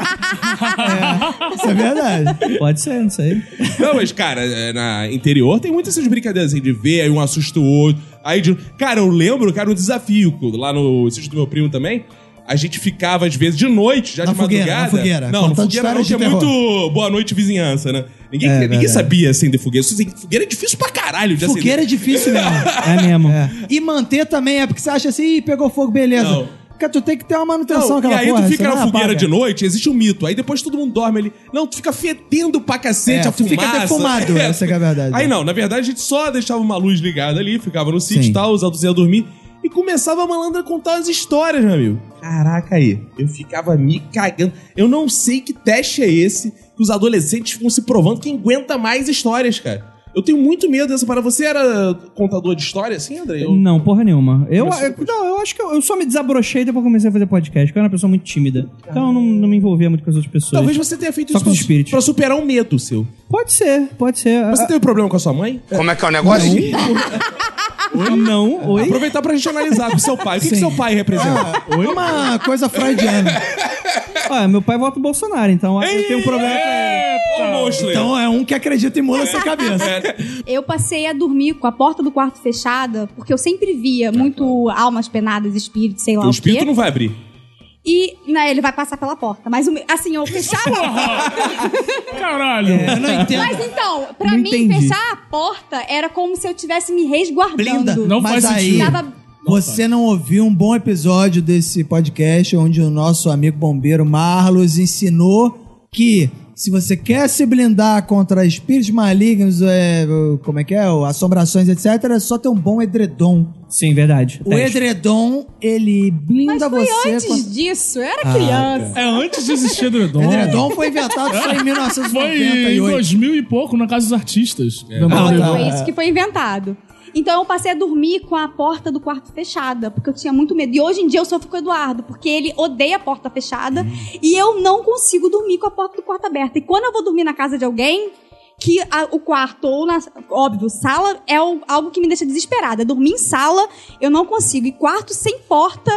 Speaker 2: Isso é verdade.
Speaker 5: Pode ser, não sei.
Speaker 1: Não, mas, cara, é, na interior tem muitas essas brincadeiras assim de ver, aí um assusta o outro. Aí de... Cara, eu lembro, cara, um desafio co- lá no sítio do meu primo também. A gente ficava, às vezes, de noite, já
Speaker 2: Na
Speaker 1: de
Speaker 2: fogueira, na
Speaker 1: madrugada.
Speaker 2: fogueira,
Speaker 1: Não, no
Speaker 2: contando
Speaker 1: fogueira não,
Speaker 2: histórias
Speaker 1: que é
Speaker 2: de terror.
Speaker 1: muito boa noite vizinhança, né? Ninguém,
Speaker 5: É,
Speaker 1: ninguém
Speaker 5: verdade.
Speaker 1: sabia acender fogueira. Assim, Fogueira é difícil pra caralho de
Speaker 2: Fogueira é
Speaker 1: acender.
Speaker 2: difícil mesmo.
Speaker 5: É mesmo.
Speaker 2: E manter também, é porque você acha assim, "Ih, pegou fogo, beleza.
Speaker 1: Não.
Speaker 2: Porque tu tem que ter uma manutenção
Speaker 1: Não,
Speaker 2: aquela
Speaker 1: e aí
Speaker 2: porra.
Speaker 1: tu
Speaker 2: você
Speaker 1: fica na
Speaker 2: não é
Speaker 1: fogueira
Speaker 2: apaga.
Speaker 1: de noite, existe um mito. Aí depois todo mundo dorme ali. Não, tu fica fedendo pra cacete
Speaker 2: É,
Speaker 1: a
Speaker 2: tu fica
Speaker 1: fumaça.
Speaker 2: defumado, essa que é a verdade.
Speaker 1: Aí não, na verdade a gente só deixava uma luz ligada ali, ficava no sítio
Speaker 2: Sim.
Speaker 1: e tal, os adultos iam dormir. E começava a malandra a contar as histórias, meu amigo. Caraca aí, eu ficava me cagando. Eu não sei que teste é esse que os adolescentes ficam se provando quem aguenta mais histórias, cara. Eu tenho muito medo dessa parada. Você era contador de história assim, André? Eu-
Speaker 5: Não, porra nenhuma. Eu,
Speaker 1: Começou
Speaker 5: eu- não, eu acho que eu, eu só me desabrochei depois que eu comecei a fazer podcast, porque eu era uma pessoa muito tímida. Então eu não, não me envolvia muito com as outras pessoas.
Speaker 1: Talvez você tenha feito
Speaker 5: Só
Speaker 1: isso
Speaker 5: com os
Speaker 1: pra-
Speaker 5: espíritos.
Speaker 1: pra superar um medo seu. Ah.
Speaker 5: Pode ser, pode ser. Ah,
Speaker 1: Você teve problema com a sua mãe?
Speaker 6: Como é que é o negócio?
Speaker 5: Oi? Ah, Não, oi.
Speaker 1: Aproveitar pra gente analisar com seu pai. O que, que seu pai representa?
Speaker 2: Uma coisa freudiana.
Speaker 5: Ah, meu pai vota o Bolsonaro, então eu tenho um problema com ele.
Speaker 1: Ô, monstro aí.
Speaker 2: Então é um que acredita e mula essa cabeça.
Speaker 4: Eu passei a dormir com a porta do quarto fechada, porque eu sempre via muito almas penadas, espíritos, sei lá o,
Speaker 1: Tá, o espírito
Speaker 5: Então,
Speaker 4: quê.
Speaker 1: não vai abrir.
Speaker 4: E né, ele vai passar pela porta. Mas o me- assim, eu fechava.
Speaker 3: Caralho.
Speaker 2: Eu não entendo.
Speaker 4: mas então, pra
Speaker 5: Não
Speaker 4: mim,
Speaker 5: entendi.
Speaker 4: fechar a porta era como se eu tivesse me resguardando.
Speaker 2: Blinda.
Speaker 3: Não
Speaker 2: mas
Speaker 3: faz
Speaker 2: aí,
Speaker 3: sentido.
Speaker 4: Tava-
Speaker 2: você não ouviu um bom episódio desse podcast onde o nosso amigo bombeiro Marlos ensinou que se você quer se blindar contra espíritos malignos, é, como é que é? Assombrações, etc., é só ter um bom edredom.
Speaker 5: Sim, verdade.
Speaker 2: O
Speaker 5: Teste.
Speaker 2: edredom, ele
Speaker 4: Mas
Speaker 2: blinda
Speaker 4: foi
Speaker 2: você. Ah,
Speaker 4: antes
Speaker 2: contra-
Speaker 4: disso, eu era criança.
Speaker 3: É antes de existir
Speaker 2: É,
Speaker 3: edredom.
Speaker 2: Edredom foi inventado só em
Speaker 3: Foi em
Speaker 2: 1998.
Speaker 3: 2000 e pouco, na casa dos artistas. É.
Speaker 4: Foi, foi isso que foi inventado. Então eu passei a dormir com a porta do quarto fechada, porque eu tinha muito medo. E hoje em dia eu sofro com o Eduardo, porque ele odeia a porta fechada e eu não consigo dormir com a porta do quarto aberta. E quando eu vou dormir na casa de alguém, que a- o quarto ou, na, óbvio, sala é o- algo que me deixa desesperada. Dormir em sala eu não consigo. E quarto sem porta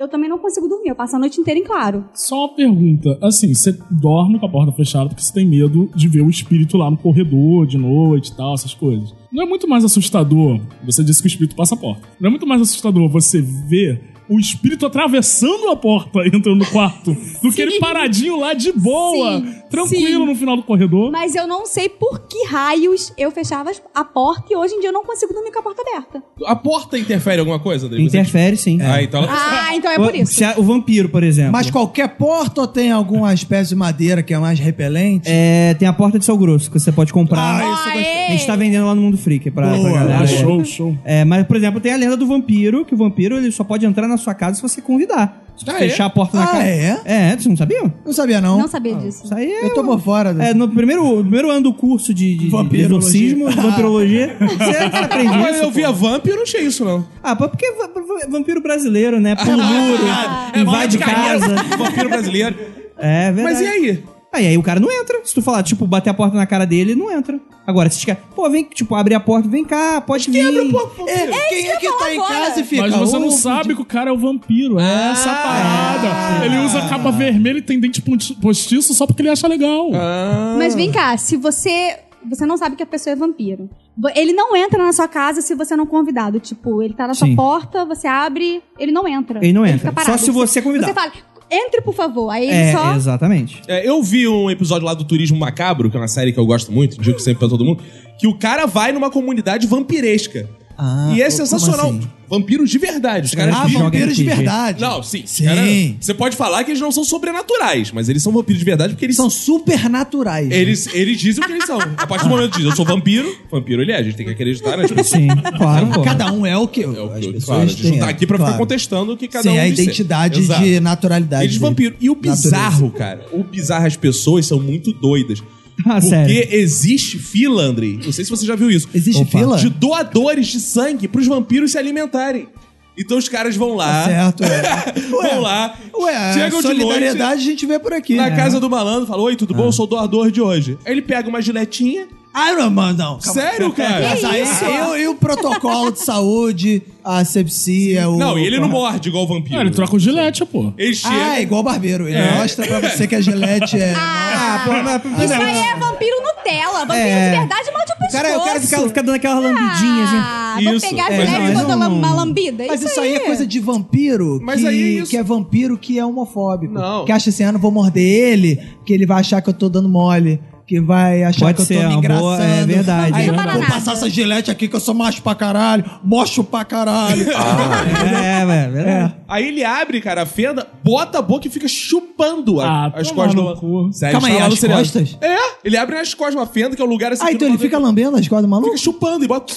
Speaker 4: eu também não consigo dormir. Eu passo a noite inteira em claro.
Speaker 3: Só uma pergunta. Assim, você dorme com a porta fechada porque você tem medo de ver o espírito lá no corredor de noite e tal, essas coisas. Não é muito mais assustador. Você disse que o espírito passa a porta. Não é muito mais assustador você ver o espírito atravessando a porta e entrando no quarto do que ele paradinho lá de boa,
Speaker 4: Sim,
Speaker 3: tranquilo
Speaker 4: sim.
Speaker 3: no final do corredor.
Speaker 4: Mas eu não sei por que raios eu fechava as- a porta e hoje em dia eu não consigo dormir com a porta aberta.
Speaker 1: A porta interfere em alguma coisa, David?
Speaker 5: Interfere, sim.
Speaker 1: Ah, então.
Speaker 4: Ah, então é
Speaker 5: O-
Speaker 4: por isso.
Speaker 5: se a- o vampiro, por exemplo.
Speaker 2: Mas qualquer porta ou tem alguma espécie de madeira que é mais repelente?
Speaker 5: É, tem a porta de sal grosso que você pode comprar.
Speaker 2: Ah, isso eu
Speaker 5: A gente tá vendendo lá no Mundo Freak pra, pra
Speaker 2: Boa,
Speaker 5: galera.
Speaker 3: Ah, show, show.
Speaker 5: É, mas, por exemplo, tem a lenda do vampiro, que o vampiro ele só pode entrar na sua casa se você convidar. Se você
Speaker 1: Ah, é?
Speaker 5: fechar a porta na
Speaker 2: Ah,
Speaker 5: casa.
Speaker 2: é?
Speaker 5: É, você não sabia?
Speaker 2: Não sabia, não.
Speaker 4: Não sabia disso.
Speaker 5: Isso aí é.
Speaker 2: Eu tô por fora. dessa.
Speaker 5: É, no primeiro, no primeiro ano do curso de, de, de
Speaker 2: Vampirologia. Ah.
Speaker 5: exorcismo, de vampirologia, você, você aprende
Speaker 1: Mas
Speaker 5: Ah, isso.
Speaker 1: Ah, eu via Vamp e eu não achei isso, não.
Speaker 5: Ah, pô, porque é va- va- vampiro brasileiro, né? Pula o muro,
Speaker 1: Ah, é
Speaker 5: invade casa.
Speaker 1: Vampiro brasileiro.
Speaker 5: É verdade.
Speaker 1: Mas e aí?
Speaker 5: Aí, aí o cara não entra. Se tu falar, tipo, bater a porta na cara dele, ele não entra. Agora, se tiver, pô, vem, tipo, abre a porta, vem cá, pode vir.
Speaker 2: É, quem é que tá em
Speaker 4: agora.
Speaker 2: casa e fica?
Speaker 3: Mas você
Speaker 2: "Ô,
Speaker 3: não sabe que o cara é o vampiro. É
Speaker 5: Ah.
Speaker 3: essa a parada. Ele usa capa vermelha e tem dente ponti- postiço só porque ele acha legal.
Speaker 5: Ah.
Speaker 4: Mas vem cá, se você. Você não sabe que a pessoa é vampiro. Vo- Ele não entra na sua casa se você não convidar. Do Tipo, ele tá na sua
Speaker 5: Sim.
Speaker 4: porta, você abre, ele não entra.
Speaker 5: Ele não
Speaker 4: fica
Speaker 5: entra.
Speaker 4: parado.
Speaker 5: Só se você convidar.
Speaker 4: Você fala, entre por favor. Aí ele
Speaker 5: é,
Speaker 4: só.
Speaker 5: exatamente.
Speaker 1: É, eu vi um episódio lá do Turismo Macabro, que é uma série que eu gosto muito, digo sempre pra todo mundo, que o cara vai numa comunidade vampiresca.
Speaker 2: Ah,
Speaker 1: e é
Speaker 2: como
Speaker 1: sensacional.
Speaker 2: assim?
Speaker 1: Vampiros de verdade. Os caras
Speaker 2: Ah,
Speaker 5: Joga
Speaker 2: vampiros de
Speaker 5: RPG.
Speaker 2: verdade.
Speaker 1: Não, sim.
Speaker 2: Sim.
Speaker 1: cara, você pode falar que eles não são sobrenaturais, mas eles são vampiros de verdade porque eles
Speaker 2: São supernaturais.
Speaker 1: Eles, eles dizem o que eles são. A partir do momento que diz, eu sou vampiro, vampiro ele é, a gente tem que acreditar nas pessoas.
Speaker 5: Sim, claro, pô.
Speaker 2: Cada um é o que.
Speaker 1: É o
Speaker 2: as
Speaker 1: que eu,
Speaker 2: pessoas
Speaker 1: claro, a gente não
Speaker 2: têm,
Speaker 1: tá aqui pra
Speaker 2: claro.
Speaker 1: ficar contestando o que cada
Speaker 2: Sim,
Speaker 1: um
Speaker 2: é a
Speaker 1: diz ser.
Speaker 2: identidade
Speaker 1: Exato.
Speaker 2: de naturalidade.
Speaker 1: Eles
Speaker 2: dele.
Speaker 1: vampiro. E o
Speaker 2: Natureza.
Speaker 1: bizarro, cara, o bizarro, as pessoas são muito doidas.
Speaker 5: Ah,
Speaker 1: porque
Speaker 5: sério.
Speaker 1: existe fila, Andrei. Não sei se você já viu isso.
Speaker 2: Existe
Speaker 5: Opa.
Speaker 2: fila?
Speaker 1: De doadores de sangue pros vampiros se alimentarem. Então os caras vão lá.
Speaker 2: Tá certo, é.
Speaker 1: Vão lá.
Speaker 2: Ué,
Speaker 1: chegam de noite.
Speaker 2: solidariedade né? Ah. a gente vê por aqui. É.
Speaker 1: Na casa do malandro, fala: Oi, tudo bom? Eu sou o doador de hoje. Aí ele pega uma giletinha.
Speaker 2: Iron Man, não. Calma.
Speaker 1: Sério, cara?
Speaker 2: Mas aí, eu- e o protocolo de saúde, a asepsia, o.
Speaker 1: Não, e ele não morde igual o vampiro.
Speaker 3: Ah, ele troca o gilete, pô.
Speaker 1: Ele chega.
Speaker 2: Ah, é igual barbeiro. Ele mostra pra você que a gilete é.
Speaker 4: Ah,
Speaker 5: Ah, pô, mas-
Speaker 4: isso aí é vampiro Nutella. Nutella, banquinho
Speaker 5: É.
Speaker 4: de verdade, mal de um
Speaker 5: O cara,
Speaker 4: pescoço.
Speaker 5: o cara fica, fica dando aquela lambidinha, assim.
Speaker 4: Ah, vou
Speaker 3: Isso.
Speaker 4: pegar
Speaker 3: É,
Speaker 4: filé
Speaker 5: não,
Speaker 4: e
Speaker 5: mas
Speaker 4: botar uma,
Speaker 5: não-
Speaker 4: uma lambida.
Speaker 2: Mas isso aí é coisa de vampiro,
Speaker 1: Mas
Speaker 2: que,
Speaker 1: aí é isso.
Speaker 2: que é vampiro que é homofóbico.
Speaker 1: Não.
Speaker 2: Que acha assim, ah, não vou morder ele, que ele vai achar que eu tô dando mole. Que vai achar
Speaker 5: Pode
Speaker 2: que
Speaker 5: ser,
Speaker 2: eu tô me
Speaker 5: é uma
Speaker 2: engraçando.
Speaker 5: boa- é verdade,
Speaker 2: Aí
Speaker 5: é
Speaker 2: eu vou
Speaker 4: verdade.
Speaker 2: passar essa gilete aqui que eu sou macho pra caralho, mocho pra caralho.
Speaker 1: Ah,
Speaker 5: É, velho. É.
Speaker 1: Aí ele abre, cara, a fenda, bota a boca e fica chupando a-
Speaker 3: Ah,
Speaker 1: as costas
Speaker 3: do...
Speaker 1: do.
Speaker 3: cu.
Speaker 1: Sério,
Speaker 2: Calma aí,
Speaker 1: isso tá lá no
Speaker 2: as
Speaker 1: seriado.
Speaker 2: costas?
Speaker 1: É, ele abre nas costas uma fenda, que é o lugar assim.
Speaker 2: Ah,
Speaker 1: que
Speaker 2: então
Speaker 1: não
Speaker 2: ele
Speaker 1: vai-
Speaker 2: fica lambendo as costas do maluco?
Speaker 1: fica chupando e bota.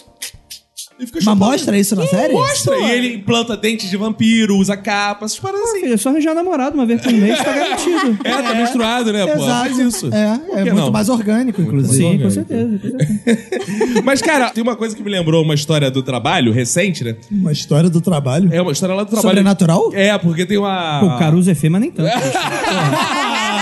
Speaker 1: E fica
Speaker 2: Mas
Speaker 1: chupando.
Speaker 2: mostra é isso na série?
Speaker 1: Mostra! E ele implanta dentes de vampiro, usa capa, essas paradas assim.
Speaker 5: Filho, é só arranjar um namorado uma vez por mês, tá garantido.
Speaker 1: É, tá menstruado, né, pô?
Speaker 2: Exato.
Speaker 1: Faz isso.
Speaker 2: É, é
Speaker 1: que
Speaker 2: muito
Speaker 1: não?
Speaker 2: mais orgânico, inclusive.
Speaker 5: Sim, com certeza. com certeza.
Speaker 1: Mas, cara, tem uma coisa que me lembrou uma história do trabalho recente, né?
Speaker 2: Uma história do trabalho.
Speaker 1: É uma história lá do trabalho.
Speaker 2: Sobrenatural?
Speaker 1: É, porque tem uma.
Speaker 5: Pô, Caruso é feio, mas nem tanto.
Speaker 1: Ah.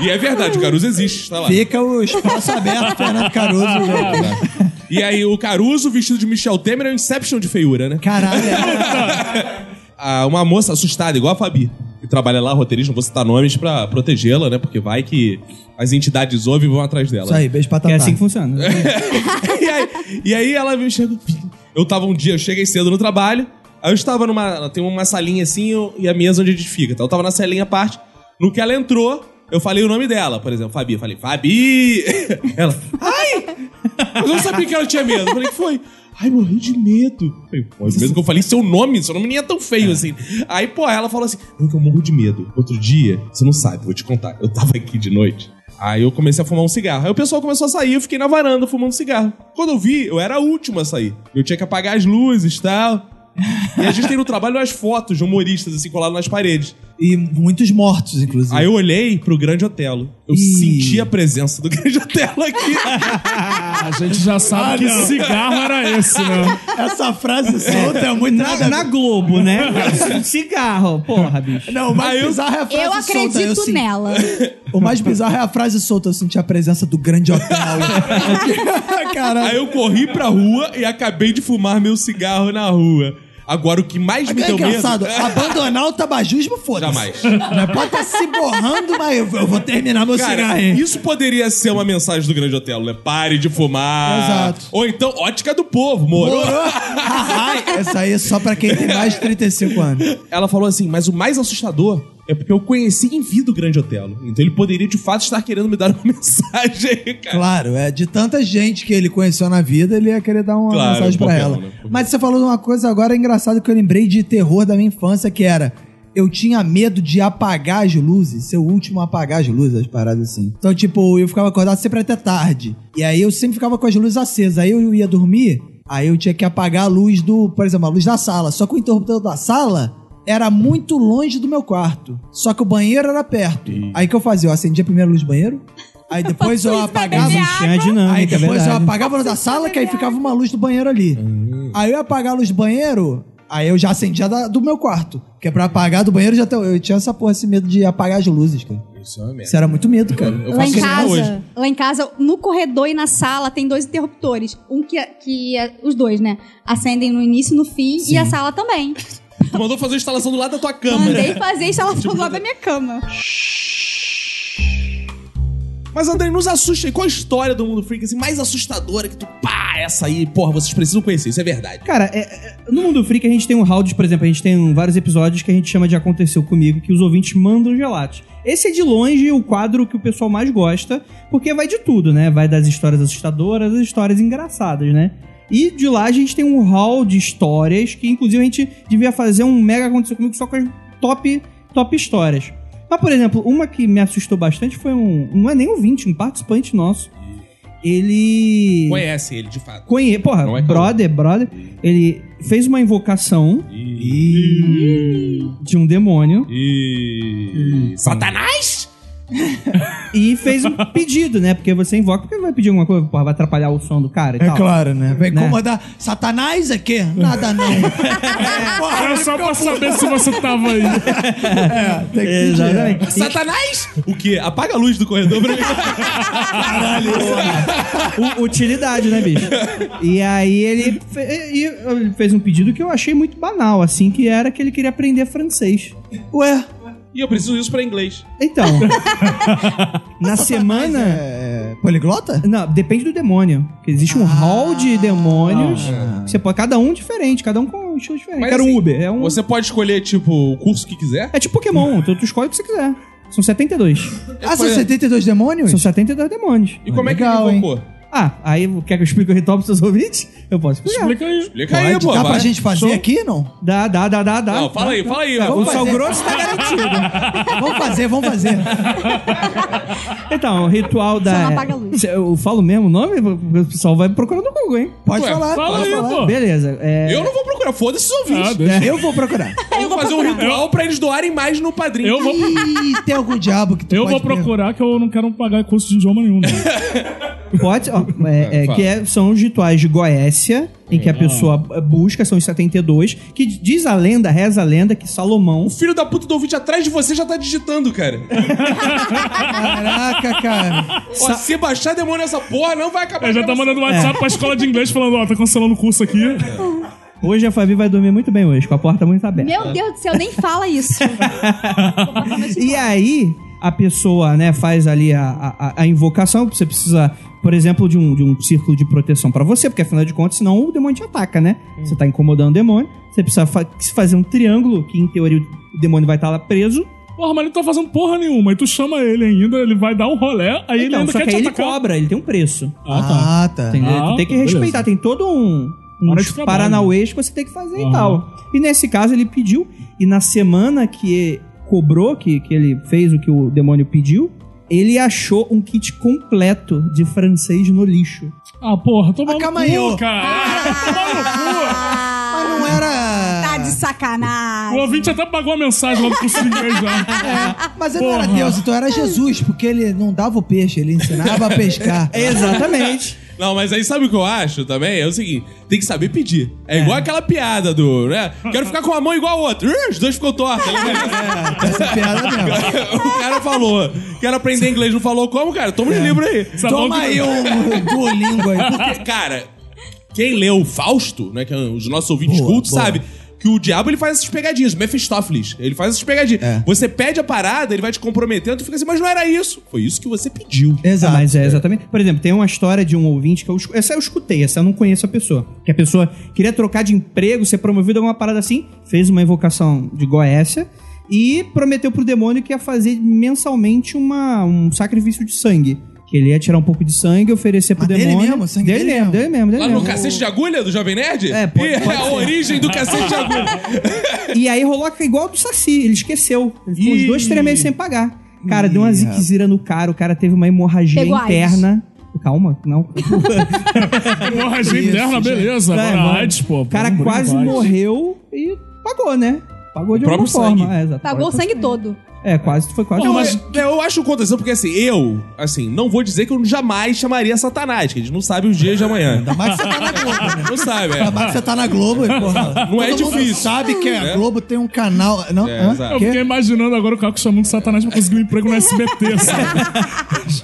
Speaker 1: E é verdade, o Caruso existe, tá lá.
Speaker 2: Fica o espaço aberto, Fernando Caruso. velho.
Speaker 1: E aí, o Caruso vestido de Michel Temer é o Inception de feiura, né?
Speaker 2: Caralho. é.
Speaker 1: Ah, uma moça assustada, igual a Fabi, que trabalha lá, roteirista, não vou citar nomes pra protegê-la, né? Porque vai que as entidades ouvem e vão atrás dela.
Speaker 2: Isso aí, beijo pra
Speaker 5: É
Speaker 2: Tatá.
Speaker 5: assim que funciona.
Speaker 1: e, aí, e aí ela me chega. Eu tava um dia, eu cheguei cedo no trabalho. Aí eu estava numa. Tem uma salinha assim eu- e a mesa onde a gente fica. Então eu tava na salinha à parte. No que ela entrou, eu falei o nome dela, por exemplo, Fabi. Eu falei, Fabi! Ela, ai! Mas eu não sabia que ela tinha medo. Eu falei, que foi? Ai, morri de medo. Eu Falei, pô, é mesmo que eu falei seu nome, seu nome nem é tão feio assim. Aí, pô, ela falou assim: não, que eu morro de medo. Outro dia, você não sabe, vou te contar. Eu tava aqui de noite. Aí eu comecei a fumar um cigarro. Aí o pessoal começou a sair, eu fiquei na varanda fumando cigarro. Quando eu vi, eu era a última a sair. Eu tinha que apagar as luzes e tal. E a gente tem no trabalho umas fotos de humoristas assim coladas nas paredes.
Speaker 2: E muitos mortos, inclusive.
Speaker 1: Aí eu olhei pro Grande Otelo. Eu
Speaker 2: Ih.
Speaker 1: senti a presença do Grande Otelo aqui.
Speaker 3: A gente já sabe que cigarro era esse, né?
Speaker 2: Essa frase solta é muito
Speaker 5: Na, na Globo, né? Cigarro, porra, bicho.
Speaker 2: Não, o mais bizarro é a frase
Speaker 4: Eu
Speaker 2: solta.
Speaker 4: acredito
Speaker 2: senti-
Speaker 4: nela.
Speaker 2: O mais bizarro é a frase solta. Eu senti a presença do grande hotel.
Speaker 1: Aí
Speaker 2: Caralho.
Speaker 1: eu corri pra rua e acabei de fumar meu cigarro na rua. Agora o que mais me
Speaker 2: É
Speaker 1: deu medo.
Speaker 2: engraçado, abandonar o tabagismo, foda-se.
Speaker 1: Jamais.
Speaker 2: Não pode estar se borrando, mas eu, eu vou terminar meu cigarro,
Speaker 1: Cara,
Speaker 2: hein?
Speaker 1: isso poderia ser uma mensagem do Grande Otelo, né? Pare de fumar.
Speaker 2: Exato.
Speaker 1: Ou então, ótica do povo, moro.
Speaker 2: Morou? Ai, Essa aí é só pra quem tem mais de 35 anos.
Speaker 1: Ela falou assim, mas o mais assustador é porque eu conheci em vida o Grande Otelo. Então ele poderia, de fato, estar querendo me dar uma mensagem, cara.
Speaker 2: Claro, é de tanta gente que ele conheceu na vida, ele ia querer dar uma
Speaker 1: Claro,
Speaker 2: mensagem pra
Speaker 1: qualquer
Speaker 2: ela.
Speaker 1: um, né?
Speaker 2: Mas você falou de uma coisa agora engraçada que eu lembrei de terror da minha infância, que era eu tinha medo de apagar as luzes, ser o último a apagar as luzes, as paradas assim. Então, tipo, eu ficava acordado sempre até tarde. E aí eu sempre ficava com as luzes acesas. Aí eu ia dormir, aí eu tinha que apagar a luz do, por exemplo, a luz da sala. Só que o interruptor da sala era muito longe do meu quarto. Só que o banheiro era perto. Aí o que eu fazia? Eu acendia primeiro a luz do banheiro, aí depois eu
Speaker 4: Isso vai
Speaker 2: apagava.
Speaker 4: beber
Speaker 5: Tinha a dinâmica, é
Speaker 2: Aí depois eu
Speaker 5: verdade.
Speaker 2: apagava a luz da sala, que aí ficava uma luz do banheiro ali. Aí eu ia apagar a luz do banheiro, aí eu já acendia da- do meu quarto. Porque pra apagar do banheiro já tem- eu tinha essa porra, esse medo de apagar as luzes, cara.
Speaker 1: Isso é uma merda.
Speaker 2: Isso era muito medo, cara.
Speaker 1: Eu
Speaker 4: Lá
Speaker 1: faço
Speaker 4: em
Speaker 1: isso até
Speaker 4: casa,
Speaker 1: hoje.
Speaker 4: lá em casa, no corredor e na sala, tem dois interruptores. Um que, que os dois, né? Acendem no início e no fim, e a sala também.
Speaker 1: Tu mandou fazer a instalação do lado da tua cama, né?
Speaker 4: Mandei fazer instalação do lado da minha cama.
Speaker 1: Mas, André, nos assusta aí. Qual a história do mundo freak assim, mais assustadora que tu. Pá, essa aí, porra, vocês precisam conhecer, isso é verdade.
Speaker 5: Cara, é- é- no Mundo Freak a gente tem um round, por exemplo, a gente tem um- vários episódios que a gente chama de Aconteceu Comigo, que os ouvintes mandam relatos. Esse é de longe o quadro que o pessoal mais gosta, porque vai de tudo, né? Vai das histórias assustadoras às histórias engraçadas, né? E de lá a gente tem um hall de histórias que, inclusive, a gente devia fazer um mega Aconteceu Comigo só com as top, top histórias. Mas, por exemplo, uma que me assustou bastante foi um... Não é nem ouvinte, um participante nosso. Ele...
Speaker 1: Conhece ele, de fato.
Speaker 5: Conhe... Porra,
Speaker 1: Não é calor.
Speaker 5: brother, brother. Ele fez uma invocação de um demônio
Speaker 1: E. Satanás?
Speaker 5: e fez um pedido, né? Porque você invoca, porque vai pedir alguma coisa, porra, vai atrapalhar o som do cara e
Speaker 2: É
Speaker 5: tal.
Speaker 2: claro, né? Vai
Speaker 5: Né?
Speaker 2: incomodar. Satanás aqui? Nada não.
Speaker 1: É,
Speaker 2: Porra,
Speaker 3: Era É só pra saber se você tava aí.
Speaker 2: tem que pedir.
Speaker 5: Exatamente. E
Speaker 1: Satanás? O quê? Apaga a luz do corredor pra mim.
Speaker 5: u- utilidade, né, bicho? E aí ele, fe- e- ele fez um pedido que eu achei muito banal, assim, que era que ele queria aprender francês.
Speaker 2: Ué,
Speaker 1: E eu preciso disso pra inglês.
Speaker 5: Então. na semana.
Speaker 2: É, poliglota?
Speaker 5: Não, depende do demônio. Porque existe um hall de demônios.
Speaker 2: Ah.
Speaker 5: Você pode, cada um diferente, cada um com um estilo diferente.
Speaker 1: Mas
Speaker 5: Quero um
Speaker 1: assim,
Speaker 5: Uber. É, um,
Speaker 1: Você pode escolher, tipo, o curso que quiser.
Speaker 5: é tipo Pokémon, tu, tu escolhe o que você quiser. São 72.
Speaker 2: Ah, são 72 demônios?
Speaker 5: São 72 demônios.
Speaker 1: E como é que
Speaker 2: legal,
Speaker 1: ele
Speaker 2: hein?
Speaker 1: invocou?
Speaker 5: Ah, aí quer que eu explique o ritual pros seus ouvintes? Eu posso explicar.
Speaker 3: Explica aí.
Speaker 1: Explica aí,
Speaker 2: Pode,
Speaker 1: pô.
Speaker 2: dá
Speaker 1: vai.
Speaker 2: pra gente fazer aqui, não?
Speaker 5: Dá, dá, dá, dá, dá.
Speaker 1: Não, fala aí, fala
Speaker 2: É,
Speaker 1: aí.
Speaker 5: O
Speaker 1: Vamos
Speaker 5: sal
Speaker 2: fazer.
Speaker 5: grosso tá garantido.
Speaker 2: Vamos fazer, vamos fazer.
Speaker 5: Então, o ritual da.
Speaker 4: não apaga a luz.
Speaker 5: Eu falo mesmo o nome? O pessoal vai procurando no Google, hein?
Speaker 2: Pode
Speaker 1: Ué,
Speaker 2: falar,
Speaker 3: Fala
Speaker 2: pode
Speaker 3: aí,
Speaker 2: falar. É.
Speaker 3: pô.
Speaker 5: Beleza. É...
Speaker 1: Eu não vou procurar, foda-se os ouvintes.
Speaker 3: Ah, deixa.
Speaker 2: Eu vou procurar.
Speaker 1: Vamos fazer um ritual pra eles doarem mais no padrinho.
Speaker 3: Eu vou,
Speaker 2: Ih, tem algum diabo que tu
Speaker 3: eu
Speaker 2: pode
Speaker 3: vou
Speaker 2: ver?
Speaker 3: procurar que eu não quero pagar curso de idioma nenhum. né?
Speaker 5: Pode, ó, é, é,
Speaker 1: fala.
Speaker 5: que é- são os rituais de Goécia, em que a pessoa busca, são os 72, que diz a lenda, reza a lenda, que Salomão.
Speaker 1: O filho da puta do ouvinte atrás de você já tá digitando, cara.
Speaker 2: Caraca, cara.
Speaker 1: Ó, se baixar demônio nessa porra, não vai acabar.
Speaker 3: Eu já tá
Speaker 5: É.
Speaker 3: mandando WhatsApp pra escola de inglês falando, ó, tá cancelando o curso aqui.
Speaker 5: Hoje a Fabi vai dormir muito bem hoje, com a porta muito aberta.
Speaker 4: Meu Deus do céu, nem fala isso.
Speaker 5: E aí, a pessoa, né, faz ali a, a, a invocação, você precisa, por exemplo, de um, de um círculo de proteção pra você, porque afinal de contas, senão o demônio te ataca, né? Você tá incomodando o demônio, você precisa fa- fazer um triângulo, que em teoria o demônio vai estar lá preso.
Speaker 3: Porra, mas ele não tá fazendo porra nenhuma. E tu chama ele ainda, ele vai dar um rolé, aí ele é
Speaker 5: Então,
Speaker 3: ainda
Speaker 5: só
Speaker 3: quer
Speaker 5: que
Speaker 3: te
Speaker 5: aí ele
Speaker 3: atacar.
Speaker 5: cobra, ele tem um preço.
Speaker 3: Ah,
Speaker 2: Ah, tá.
Speaker 5: Entendeu?
Speaker 3: Ah,
Speaker 5: tu tem que
Speaker 3: beleza.
Speaker 5: respeitar, tem todo um,
Speaker 3: Hora de
Speaker 5: uns
Speaker 3: trabalho.
Speaker 5: paranauês que você tem que fazer
Speaker 3: Aham.
Speaker 5: e tal. E nesse caso ele pediu, e na semana que cobrou, que, que ele fez o que o demônio pediu, ele achou um kit completo de francês no lixo.
Speaker 3: tá. Ah, porra, toma
Speaker 2: Ah,
Speaker 3: no
Speaker 2: calma aí,
Speaker 3: cu,
Speaker 2: ô.
Speaker 3: cara.
Speaker 2: Mas não
Speaker 4: Ah,
Speaker 3: Toma
Speaker 4: tá de
Speaker 2: era.
Speaker 3: no cu. O
Speaker 4: sacanagem.
Speaker 3: ouvinte até pagou a mensagem lá do curso de inglês já.
Speaker 2: Mas ele não era
Speaker 3: Porra.
Speaker 2: Deus, então era Jesus, porque ele não dava o peixe, ele ensinava a pescar.
Speaker 5: Exatamente.
Speaker 1: Não, mas aí sabe o que eu acho também? É o seguinte, tem que saber pedir. É, igual aquela piada do, né? Quero ficar com a mão igual a outra. Ih, Os dois ficou tortos.
Speaker 2: Essa é piada mesmo.
Speaker 1: o cara falou, quero aprender inglês, não falou como, cara?
Speaker 2: É.
Speaker 1: Toma os livros aí.
Speaker 2: Toma aí um duolingo aí.
Speaker 1: Porque, cara, quem leu Fausto, né, que é um- os nossos ouvintes
Speaker 2: Boa,
Speaker 1: cultos,
Speaker 2: boa.
Speaker 1: sabe que o diabo ele faz essas pegadinhas, Mephistófeles, ele faz essas pegadinhas.
Speaker 2: É.
Speaker 1: Você pede a parada, ele vai te comprometendo, tu fica assim, mas não era isso. Foi isso que você pediu.
Speaker 2: Exato.
Speaker 5: Mas é exatamente. Por exemplo, tem uma história de um ouvinte que eu escu- essa eu escutei, essa eu não conheço a pessoa. Que a pessoa queria trocar de emprego, ser promovida alguma parada assim, fez uma invocação de Goécia e prometeu pro demônio que ia fazer mensalmente uma, um sacrifício de sangue. Que ele ia tirar um pouco de sangue e oferecer pro
Speaker 2: Mas Ah, dele
Speaker 5: demônio.
Speaker 2: mesmo? Sangue
Speaker 5: dele,
Speaker 2: dele
Speaker 5: mesmo, dele mesmo, dele
Speaker 1: Lá
Speaker 5: mesmo.
Speaker 1: no cacete de agulha do Jovem Nerd?
Speaker 5: É, pode-
Speaker 1: Ih,
Speaker 5: pode
Speaker 1: a
Speaker 5: ser.
Speaker 1: origem do cacete de agulha.
Speaker 5: E aí rolou a- igual do Saci, ele esqueceu. Ele ficou uns
Speaker 1: Ih.
Speaker 5: dois, três meses sem pagar. Cara,
Speaker 2: Ih,
Speaker 5: deu uma
Speaker 2: rapaz.
Speaker 5: ziquezira no cara, o cara teve uma hemorragia
Speaker 4: Pegou AIDS.
Speaker 5: interna. Calma, não.
Speaker 3: Hemorragia
Speaker 2: Isso,
Speaker 3: interna,
Speaker 2: gente.
Speaker 3: beleza.
Speaker 5: É,
Speaker 3: Agora
Speaker 5: mano.
Speaker 3: AIDS, pô.
Speaker 5: O cara
Speaker 3: Vamos,
Speaker 5: quase
Speaker 3: vamos.
Speaker 5: morreu e pagou, né? Pagou de
Speaker 1: O próprio
Speaker 5: alguma forma.
Speaker 1: sangue.
Speaker 5: É, exato.
Speaker 4: Pagou o sangue todo.
Speaker 5: É, quase, foi quase.
Speaker 1: Eu,
Speaker 3: Porra, mas-
Speaker 1: é, eu acho contradição, porque assim, eu, assim, não vou dizer que eu jamais chamaria Satanás, que a gente não sabe os dias de amanhã.
Speaker 2: Ainda mais que você tá na Globo, né?
Speaker 1: Não sabe, é.
Speaker 2: Ainda mais que você tá na Globo, e, porra.
Speaker 1: Não é
Speaker 2: Todo mundo
Speaker 1: difícil.
Speaker 2: sabe que a
Speaker 1: É.
Speaker 2: Globo tem um canal. Não?
Speaker 1: É,
Speaker 2: Hã?
Speaker 1: exato.
Speaker 3: Eu
Speaker 2: Quê?
Speaker 3: fiquei imaginando agora o Caco chamando de Satanás pra conseguir um emprego no SBT, sabe?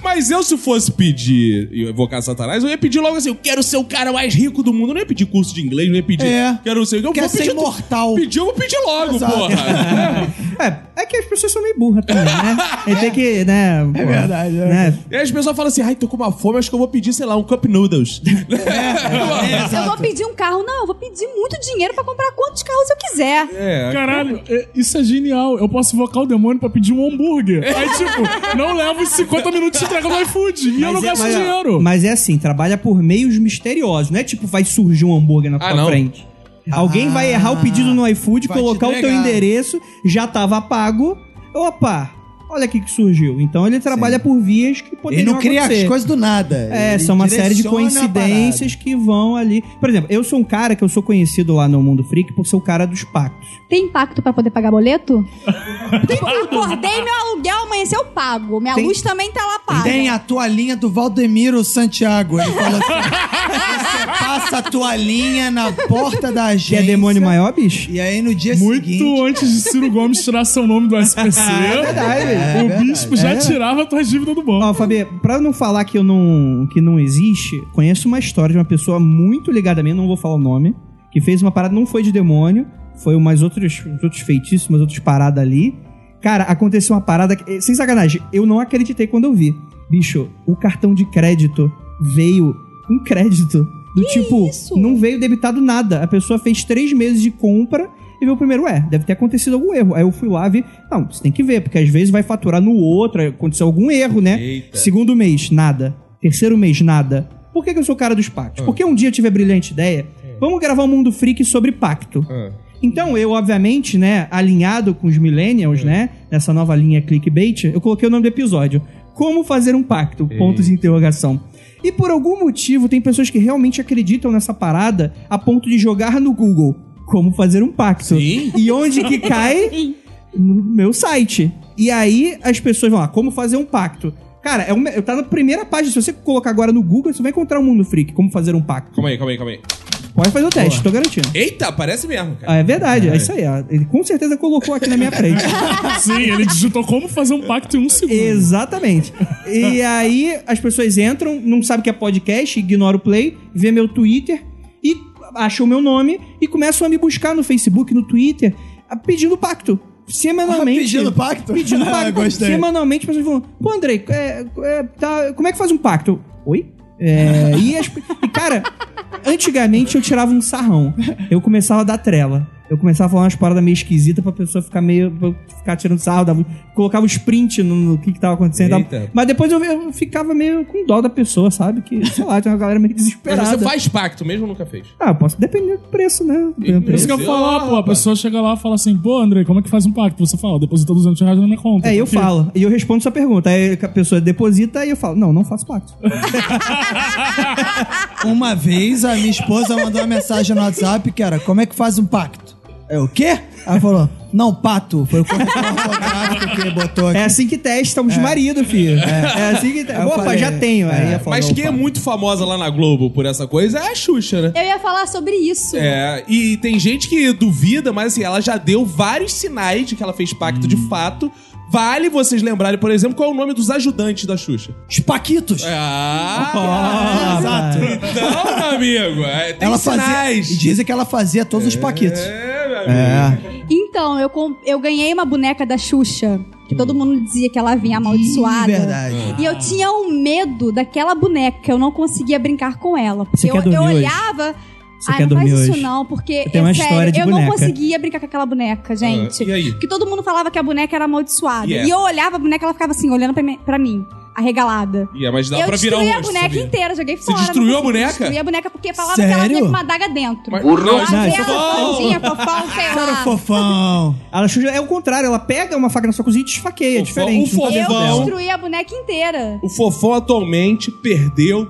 Speaker 1: Mas eu, se fosse pedir e invocar Satanás, eu ia pedir logo assim: eu quero ser o cara mais rico do mundo. Eu não ia pedir curso de inglês, não ia pedir.
Speaker 2: É.
Speaker 1: Quero ser. Eu
Speaker 2: Quer
Speaker 1: vou
Speaker 2: ser
Speaker 1: pedir.
Speaker 2: imortal.
Speaker 1: Pedir, eu vou pedir logo,
Speaker 2: Exato.
Speaker 1: porra.
Speaker 5: É, é que as pessoas são meio burras também, né? Ele tem que, né? É
Speaker 2: verdade, é.
Speaker 5: Né?
Speaker 1: e aí as pessoas falam assim: ai, tô com uma fome, acho que eu vou pedir, sei lá, um Cup Noodles.
Speaker 2: É,
Speaker 4: Eu vou pedir um carro. Não, eu vou pedir muito dinheiro pra comprar quantos carros eu quiser.
Speaker 1: É.
Speaker 3: Caralho, é- isso é genial. Eu posso invocar o demônio pra pedir um hambúrguer. Aí, tipo, não leva os 50 minutos de entrega no iFood. E eu não
Speaker 5: Mas é-
Speaker 3: gasto
Speaker 5: mas, ó,
Speaker 3: dinheiro.
Speaker 5: Mas é assim, trabalha por meios misteriosos. Não é tipo, vai surgir um hambúrguer na
Speaker 1: Ah,
Speaker 5: tua
Speaker 1: não.
Speaker 5: frente. Alguém Ah, vai errar o pedido no iFood,
Speaker 2: Vai te
Speaker 5: colocar o teu
Speaker 2: entregar.
Speaker 5: endereço, já tava pago. Opa, olha o que que surgiu. Então ele trabalha por vias que
Speaker 2: Ele
Speaker 5: poderiam
Speaker 2: não cria
Speaker 5: acontecer.
Speaker 2: as coisas do nada.
Speaker 5: É,
Speaker 2: Ele
Speaker 5: são uma série de
Speaker 2: direciona a
Speaker 5: coincidências que vão ali. Por exemplo, eu sou um cara que eu sou conhecido lá no Mundo Freak por ser o cara dos pactos.
Speaker 4: Tem impacto pra poder pagar boleto? tipo, acordei meu aluguel, amanheceu pago. Minha
Speaker 5: Tem-
Speaker 4: luz também tá lá
Speaker 2: parada.
Speaker 4: paga.
Speaker 2: Tem a toalhinha do Valdemiro Santiago. Ele falou assim: você passa a toalhinha na porta da
Speaker 5: Que
Speaker 2: agência.
Speaker 5: é demônio maior, bicho?
Speaker 2: E aí no dia
Speaker 3: Muito
Speaker 2: seguinte.
Speaker 3: antes de Ciro Gomes tirar seu nome do SPC,
Speaker 5: Ah, é verdade.
Speaker 2: né?
Speaker 3: o bispo já
Speaker 5: É.
Speaker 3: tirava a tua dívida do banco.
Speaker 5: Ó, Fabi, pra não falar que eu não que não existe, conheço uma história de uma pessoa muito ligada a mim, não vou falar o nome, que fez uma parada, não foi de demônio, foi umas outros, outros feitiços, umas outras paradas ali. Cara, aconteceu uma parada. que- eh, Sem sacanagem, eu não acreditei quando eu vi. Bicho, o cartão de crédito veio um crédito. Do tipo,
Speaker 4: isso?
Speaker 5: não veio debitado nada. A pessoa fez três meses de compra e veio o primeiro, ué, deve ter acontecido algum erro. Aí eu fui lá vi. Não, você tem que ver, porque às vezes vai faturar no outro, aí aconteceu algum erro, né?
Speaker 1: Eita.
Speaker 5: Segundo mês, nada. Terceiro mês, nada. Por que, que eu sou o cara dos pactos? Porque um dia eu tive a brilhante ideia. Vamos gravar um mundo freak sobre pacto. Então, eu, obviamente, né, alinhado com os millennials, né, nessa nova linha clickbait, eu coloquei o nome do episódio. Como fazer um pacto? Pontos de interrogação. E por algum motivo, tem pessoas que realmente acreditam nessa parada a ponto de jogar no Google como fazer um pacto.
Speaker 1: Sim.
Speaker 5: E onde que cai? No meu site. E aí as pessoas vão lá, como fazer um pacto? Cara, é uma, tá na primeira página. Se você colocar agora no Google, você vai encontrar o Mundo Freak, como fazer um pacto.
Speaker 1: Calma aí, calma aí, calma aí.
Speaker 5: Pode fazer o teste, tô garantindo.
Speaker 1: Eita, parece mesmo, cara.
Speaker 5: Ah, é verdade, é isso aí. ó. Ele com certeza colocou aqui na minha frente.
Speaker 3: Sim, ele digitou como fazer um pacto em um segundo.
Speaker 5: Exatamente. E aí as pessoas entram, não sabem que é podcast, ignora o play, vê meu Twitter e acham o meu nome e começam a me buscar no Facebook, no Twitter, a- pedindo pacto. Semanalmente.
Speaker 2: Pedindo pacto? Ah,
Speaker 5: Pedindo pacto.
Speaker 2: Gostei.
Speaker 5: Semanalmente, as pessoas falam: Pô, Andrei, é, é, tá, como é que faz um pacto? Oi? É, e, as- e, cara, antigamente eu tirava um sarrão. Eu começava a dar trela. Eu começava a falar umas paradas meio esquisitas pra pessoa ficar meio. pra eu ficar tirando sarro, dava, um, colocava os print no, no que, que tava acontecendo. e tal.
Speaker 1: Eita.
Speaker 5: Mas depois eu, eu ficava meio com dó da pessoa, sabe? Que, sei lá, tem uma galera meio desesperada.
Speaker 1: Mas você faz pacto mesmo ou nunca fez?
Speaker 5: Ah, posso depender do preço, né?
Speaker 3: Por isso que eu
Speaker 1: Sei
Speaker 3: falar,
Speaker 1: lá,
Speaker 3: pô. A
Speaker 1: rapaz.
Speaker 3: pessoa chega lá e fala assim, pô, André, como é que faz um pacto? Você fala, deposita 200 reais na minha conta.
Speaker 5: É, eu
Speaker 3: Porque-
Speaker 5: falo. E eu respondo sua pergunta. Aí a pessoa deposita e eu falo, não, não faço pacto.
Speaker 2: Uma vez a minha esposa mandou uma mensagem no WhatsApp que era: Como é que faz um pacto? É o quê? Ela falou: Não, pato. Foi o corretor ortográfico que botou aqui.
Speaker 5: É assim que testa os maridos, filho. É. assim que
Speaker 2: Eu
Speaker 5: testa. Opa,
Speaker 2: falei,
Speaker 5: já
Speaker 2: é.
Speaker 5: tenho. Aí eu falo,
Speaker 1: Mas quem é
Speaker 5: opa.
Speaker 1: muito famosa lá na Globo por essa coisa é a Xuxa, né?
Speaker 4: Eu ia falar sobre isso.
Speaker 1: É, e tem gente que duvida, mas assim, ela já deu vários sinais de que ela fez pacto de
Speaker 3: Hum.
Speaker 1: fato. Vale vocês lembrarem, por exemplo, qual é o nome dos ajudantes da Xuxa.
Speaker 2: Os paquitos.
Speaker 1: É. Ah!
Speaker 2: Exato.
Speaker 1: Então, meu amigo, é, tem
Speaker 2: Ela fazia.
Speaker 1: sinais.
Speaker 2: E dizem que ela fazia todos os paquitos.
Speaker 1: É, meu amigo.
Speaker 2: É.
Speaker 4: Então, eu, com- eu ganhei uma boneca da Xuxa, que todo mundo dizia que ela vinha amaldiçoada.
Speaker 2: Verdade.
Speaker 4: E eu tinha um medo daquela boneca, eu não conseguia brincar com ela. Porque
Speaker 5: Você
Speaker 4: eu,
Speaker 5: quer dormir
Speaker 4: eu
Speaker 5: hoje?
Speaker 4: olhava.
Speaker 5: Você
Speaker 4: Ai,
Speaker 5: quer
Speaker 4: não faz
Speaker 5: dormir
Speaker 4: isso
Speaker 5: hoje?
Speaker 4: não, porque
Speaker 5: Eu tenho uma
Speaker 4: é
Speaker 5: história
Speaker 4: sério,
Speaker 5: de
Speaker 4: eu
Speaker 5: boneca.
Speaker 4: não conseguia brincar com aquela boneca,
Speaker 3: É.
Speaker 4: gente.
Speaker 1: Ah, e aí?
Speaker 4: Porque todo mundo falava que a boneca era amaldiçoada.
Speaker 1: Yeah.
Speaker 4: E eu olhava a boneca, ela ficava assim, olhando pra mim, pra mim arregalada.
Speaker 1: Ia, mas dá
Speaker 4: eu
Speaker 1: pra virar o
Speaker 4: destruí
Speaker 1: rosto,
Speaker 4: a boneca
Speaker 1: sabia?
Speaker 4: inteira, joguei
Speaker 1: Você
Speaker 4: fora.
Speaker 1: destruiu
Speaker 4: não
Speaker 1: a boneca?
Speaker 4: Destruí a boneca porque falava que ela
Speaker 2: Sério?
Speaker 4: vinha com uma adaga dentro.
Speaker 1: Mas- Burro!
Speaker 4: Lá dentro,
Speaker 1: Fofão!
Speaker 4: fofão, fofão, sei
Speaker 2: Cara,
Speaker 4: lá.
Speaker 2: fofão.
Speaker 5: Ela Xuxa é o contrário, ela pega uma faca na sua cozinha e te esfaqueia. É
Speaker 1: O
Speaker 5: diferente.
Speaker 1: fo- o
Speaker 5: não tá
Speaker 4: Eu
Speaker 5: dentro
Speaker 1: fofão.
Speaker 5: dela.
Speaker 4: destruí a boneca inteira.
Speaker 1: O Fofão atualmente perdeu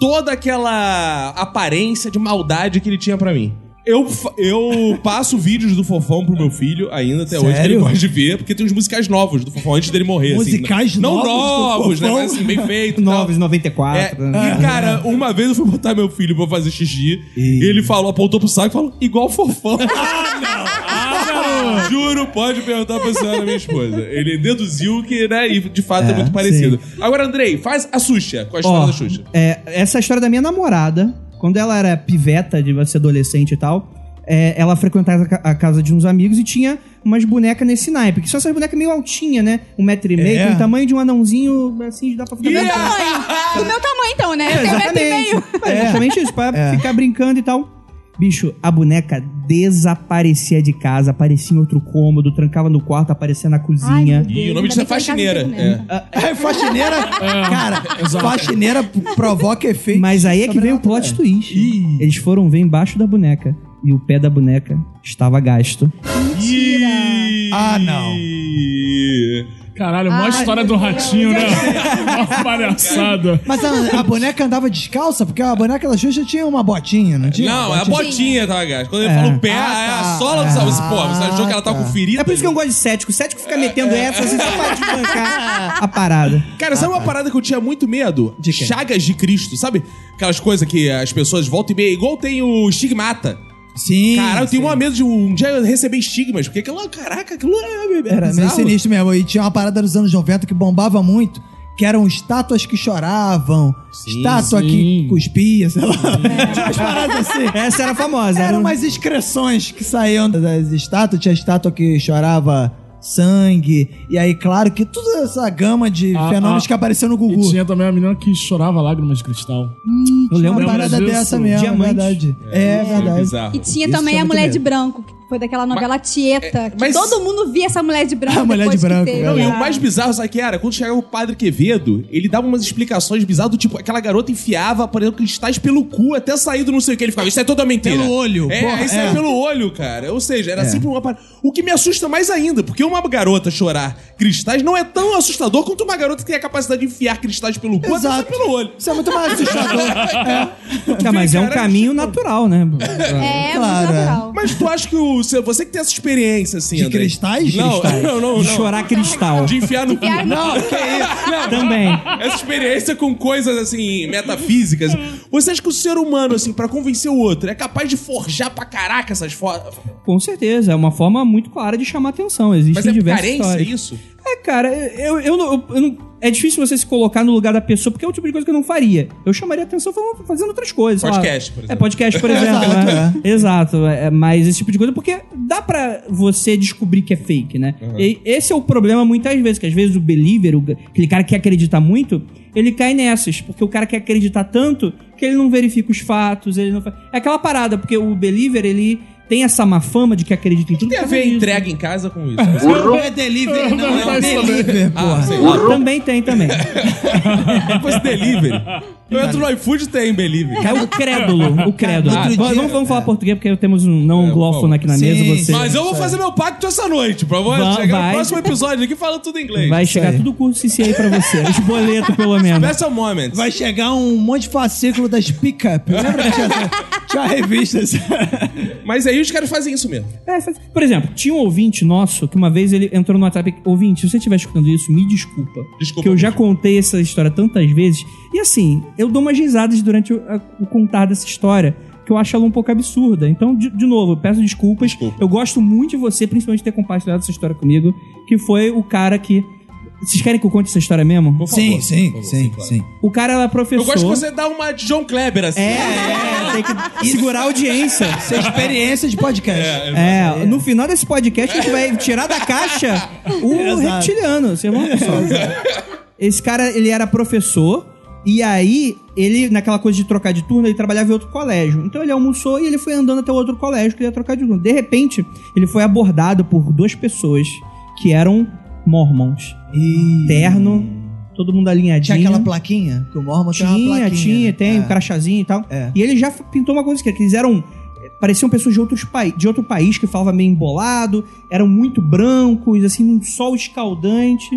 Speaker 1: toda aquela aparência de maldade que ele tinha pra mim. Eu, fa- eu passo vídeos do Fofão pro meu filho ainda até hoje, que ele
Speaker 2: Sério?
Speaker 1: gosta de ver, porque tem uns musicais novos do Fofão antes dele morrer. assim,
Speaker 2: Musicais
Speaker 1: né? Não
Speaker 2: novos do
Speaker 1: novos, né?
Speaker 2: Fofão?
Speaker 1: Mas assim, bem feito. e tal.
Speaker 5: 9,
Speaker 1: É,
Speaker 5: 94. né?
Speaker 1: e cara, uma vez eu fui botar meu filho pra fazer xixi, e ele falou, apontou pro saco e falou, igual o Fofão.
Speaker 5: Ah,
Speaker 1: Juro, pode perguntar pra senhora, minha esposa. Ele deduziu que, né, e de fato é,
Speaker 5: É,
Speaker 1: muito parecido. Agora, Andrei, faz a Xuxa. Qual a história
Speaker 5: Ó,
Speaker 1: da Xuxa?
Speaker 5: é, essa é a história da minha namorada. Quando ela era piveta, de ser adolescente e tal, é, ela frequentava a ca- a casa de uns amigos e tinha umas bonecas nesse naipe. Que são essas bonecas meio altinhas, né? Um metro e meio,
Speaker 2: É.
Speaker 5: tem o tamanho de um anãozinho, assim, dá pra ficar
Speaker 4: Do meu
Speaker 5: brincando.
Speaker 4: tamanho. Do meu tamanho, então, né? Eu tenho um metro e
Speaker 5: exatamente.
Speaker 4: meio.
Speaker 5: É exatamente isso, pra ficar brincando e tal. Bicho, a boneca desaparecia de casa, aparecia em outro cômodo, trancava no quarto, aparecia na cozinha.
Speaker 1: E o nome
Speaker 4: tá
Speaker 1: disso é faxineira.
Speaker 4: né?
Speaker 1: É.
Speaker 2: É, faxineira. Cara, faxineira provoca efeito.
Speaker 5: Mas aí é que veio o plot twist. Eles foram ver embaixo da boneca. E o pé da boneca estava gasto.
Speaker 1: Ih!
Speaker 2: Ah, não.
Speaker 3: Caralho, mó
Speaker 4: Ai,
Speaker 3: história
Speaker 4: meu
Speaker 3: do
Speaker 4: Deus.
Speaker 3: ratinho, né? Uma palhaçada.
Speaker 2: Mas a, a boneca andava descalça, porque a boneca da Xuxa tinha uma botinha, não tinha?
Speaker 1: Não, é a botinha, tá, gato? Quando ele
Speaker 5: É.
Speaker 1: fala o pé,
Speaker 2: Ah,
Speaker 1: é a
Speaker 2: tá.
Speaker 1: sola do sapato. Você, Pô,
Speaker 2: Ah,
Speaker 1: você achou que ela tá
Speaker 2: tá.
Speaker 1: com ferida?
Speaker 5: É por isso que eu não gosto de cético. Cético fica metendo
Speaker 1: É.
Speaker 5: essa, assim, só pra desbancar a parada.
Speaker 1: Cara, sabe
Speaker 2: Ah, tá.
Speaker 1: uma parada que eu tinha muito medo?
Speaker 5: De quê?
Speaker 1: Chagas de Cristo, sabe? Aquelas coisas que as pessoas voltam e meia, igual tem o estigmata.
Speaker 2: Sim.
Speaker 1: Cara, eu tenho maior medo de um dia eu receber estigmas, porque aquilo, ah, caraca, aquilo é, é
Speaker 2: Era meio
Speaker 1: bizarro.
Speaker 2: sinistro mesmo. E tinha uma parada dos anos 90 que bombava muito, que eram estátuas que choravam, estátua que cuspia, sei lá. Tinha umas paradas assim.
Speaker 5: Essa era famosa.
Speaker 2: Eram
Speaker 5: um-
Speaker 2: umas excreções que saíam das estátuas. Tinha estátua que chorava sangue. E aí, claro que toda essa gama de
Speaker 3: Ah,
Speaker 2: fenômenos
Speaker 3: ah.
Speaker 2: que apareceu no
Speaker 3: E
Speaker 2: Gugu.
Speaker 3: tinha também a menina que chorava lágrimas de cristal.
Speaker 5: Eu
Speaker 2: uma
Speaker 5: lembro
Speaker 2: parada
Speaker 3: disso.
Speaker 2: dessa mesmo,
Speaker 5: Diamante.
Speaker 2: é verdade. É, verdade.
Speaker 1: Bizarro.
Speaker 4: E tinha
Speaker 2: Isso
Speaker 4: também
Speaker 2: é
Speaker 4: a
Speaker 2: muito
Speaker 4: Mulher
Speaker 2: maneiro.
Speaker 4: de Branco, que foi daquela novela Tieta, que
Speaker 1: mas-
Speaker 4: todo mundo via essa Mulher de Branco
Speaker 2: A Mulher
Speaker 4: depois
Speaker 2: de Branco,
Speaker 4: que teve né?
Speaker 2: cara.
Speaker 1: Não, e
Speaker 4: a-
Speaker 1: o mais bizarro, sabe o que era? Quando chegava o padre Quevedo, ele dava umas explicações bizarras, do tipo, aquela garota enfiava, por exemplo, cristais pelo cu até sair do não sei o que. Ele ficava, isso é toda mentira.
Speaker 5: Pelo olho,
Speaker 1: É,
Speaker 5: porra,
Speaker 1: isso é.
Speaker 5: é.
Speaker 1: pelo olho, cara. Ou seja, era sempre uma parada. O que me assusta mais ainda, porque uma garota chorar cristais não é tão assustador quanto uma garota que tem a capacidade de enfiar cristais pelo cu até sair
Speaker 2: Exato.
Speaker 1: pelo olho.
Speaker 2: Isso é muito mais assustador.
Speaker 5: Tá, mas é um
Speaker 1: Cara,
Speaker 5: caminho natural, né?
Speaker 4: É,
Speaker 2: Claro,
Speaker 4: muito
Speaker 2: é.
Speaker 4: natural.
Speaker 1: Mas tu acha que o, seu- você que tem essa experiência, assim,
Speaker 2: De
Speaker 1: André?
Speaker 2: cristais?
Speaker 1: Não,
Speaker 2: Cristais.
Speaker 1: não, não,
Speaker 5: De
Speaker 1: não.
Speaker 5: chorar cristal.
Speaker 1: De enfiar no cu.
Speaker 4: Enfiar no
Speaker 1: Não, que isso. Não,
Speaker 5: Também.
Speaker 1: Essa experiência com coisas assim, metafísicas. Você acha que o ser humano, assim, pra convencer o outro, é capaz de forjar pra caraca essas fotos?
Speaker 5: Com certeza. É uma forma muito clara de chamar atenção.
Speaker 1: Mas
Speaker 5: Existem
Speaker 1: é
Speaker 5: diversas
Speaker 1: carência
Speaker 5: histórias.
Speaker 1: isso?
Speaker 5: É, cara, eu, eu, não- eu- eu não- É difícil você se colocar no lugar da pessoa, porque é o tipo de coisa que eu não faria. Eu chamaria atenção falando- fazendo outras coisas. sei lá.
Speaker 1: Podcast, por
Speaker 5: É,
Speaker 1: exemplo.
Speaker 5: podcast, por exemplo.
Speaker 2: Exato,
Speaker 5: né? Exato. é, mas esse tipo de coisa, porque dá pra você descobrir que é fake, né? E esse é o problema muitas vezes, que às vezes o believer, o- aquele cara que acredita muito, ele cai nessas, porque o cara quer acreditar tanto que ele não verifica os fatos, ele não fa- É aquela parada, porque o believer, ele tem essa má fama de que acredita em tudo.
Speaker 1: Tem a
Speaker 5: por causa
Speaker 1: ver
Speaker 5: disso.
Speaker 1: entrega em casa com isso. né?
Speaker 2: é delivery, não é delivery,
Speaker 1: Ah, sei.
Speaker 5: Ah, também tem, também.
Speaker 1: Se fosse delivery. Eu entro no iFood tem delivery.
Speaker 5: É o crédulo, o crédulo.
Speaker 2: Cara, outro
Speaker 5: Ah,
Speaker 2: dia-
Speaker 5: vamos, vamos falar português, porque temos um não
Speaker 1: por
Speaker 5: anglófono
Speaker 1: favor.
Speaker 5: aqui na
Speaker 2: Sim,
Speaker 5: mesa. Você
Speaker 1: Mas eu vou fazer meu pacto essa noite, pra vou
Speaker 5: Vai-
Speaker 1: chegar no
Speaker 5: vai.
Speaker 1: próximo episódio aqui falando tudo em inglês.
Speaker 5: vai chegar
Speaker 2: aí.
Speaker 5: tudo curso CC aí pra você. Os boletos, pelo menos.
Speaker 1: Special moments.
Speaker 2: Vai chegar um monte de fascículo das pick-up. né? Lembra que tinha, essa- tinha uma revista assim?
Speaker 1: Mas aí os caras fazem isso mesmo.
Speaker 5: É, faz- Por exemplo, tinha um ouvinte nosso que uma vez ele entrou no WhatsApp. e, Ouvinte, se você estiver escutando isso, me desculpa.
Speaker 1: Desculpa,
Speaker 5: Que eu já contei essa história tantas vezes. E assim, eu dou umas risadas durante o, a- o contar dessa história. Que eu acho ela um pouco absurda. Então, de, de novo, eu peço desculpas. Eu gosto muito de você, principalmente, ter compartilhado essa história comigo. Que foi o cara que. Vocês querem que eu conte essa história mesmo?
Speaker 1: Por favor.
Speaker 2: sim,
Speaker 1: Por favor, claro.
Speaker 5: O cara era professor.
Speaker 1: Eu gosto que você dá uma de John Kleber, assim.
Speaker 5: É, é, tem que segurar a audiência.
Speaker 2: Essa é experiência de podcast.
Speaker 5: É, no final desse podcast a gente vai tirar da caixa o
Speaker 2: Exato.
Speaker 5: reptiliano. Vocês vão ver só. Esse cara, ele era professor. E aí, ele, naquela coisa de trocar de turno, ele trabalhava em outro colégio. Então ele almoçou e ele foi andando até o outro colégio que ele ia trocar de turno. De repente, ele foi abordado por duas pessoas que eram mormons.
Speaker 2: E
Speaker 5: Terno, todo mundo alinhadinho.
Speaker 2: tinha aquela plaquinha? Que o Mormon tinha, uma
Speaker 5: Tinha,
Speaker 2: plaquinha.
Speaker 5: tinha,
Speaker 2: né?
Speaker 5: tem
Speaker 2: É.
Speaker 5: um crachazinho e tal.
Speaker 2: É.
Speaker 5: E ele já f- pintou uma coisa que eles eram. é, Pareciam pessoas de, outros pai, de outro país que falava meio embolado, eram muito brancos, assim, um sol escaldante.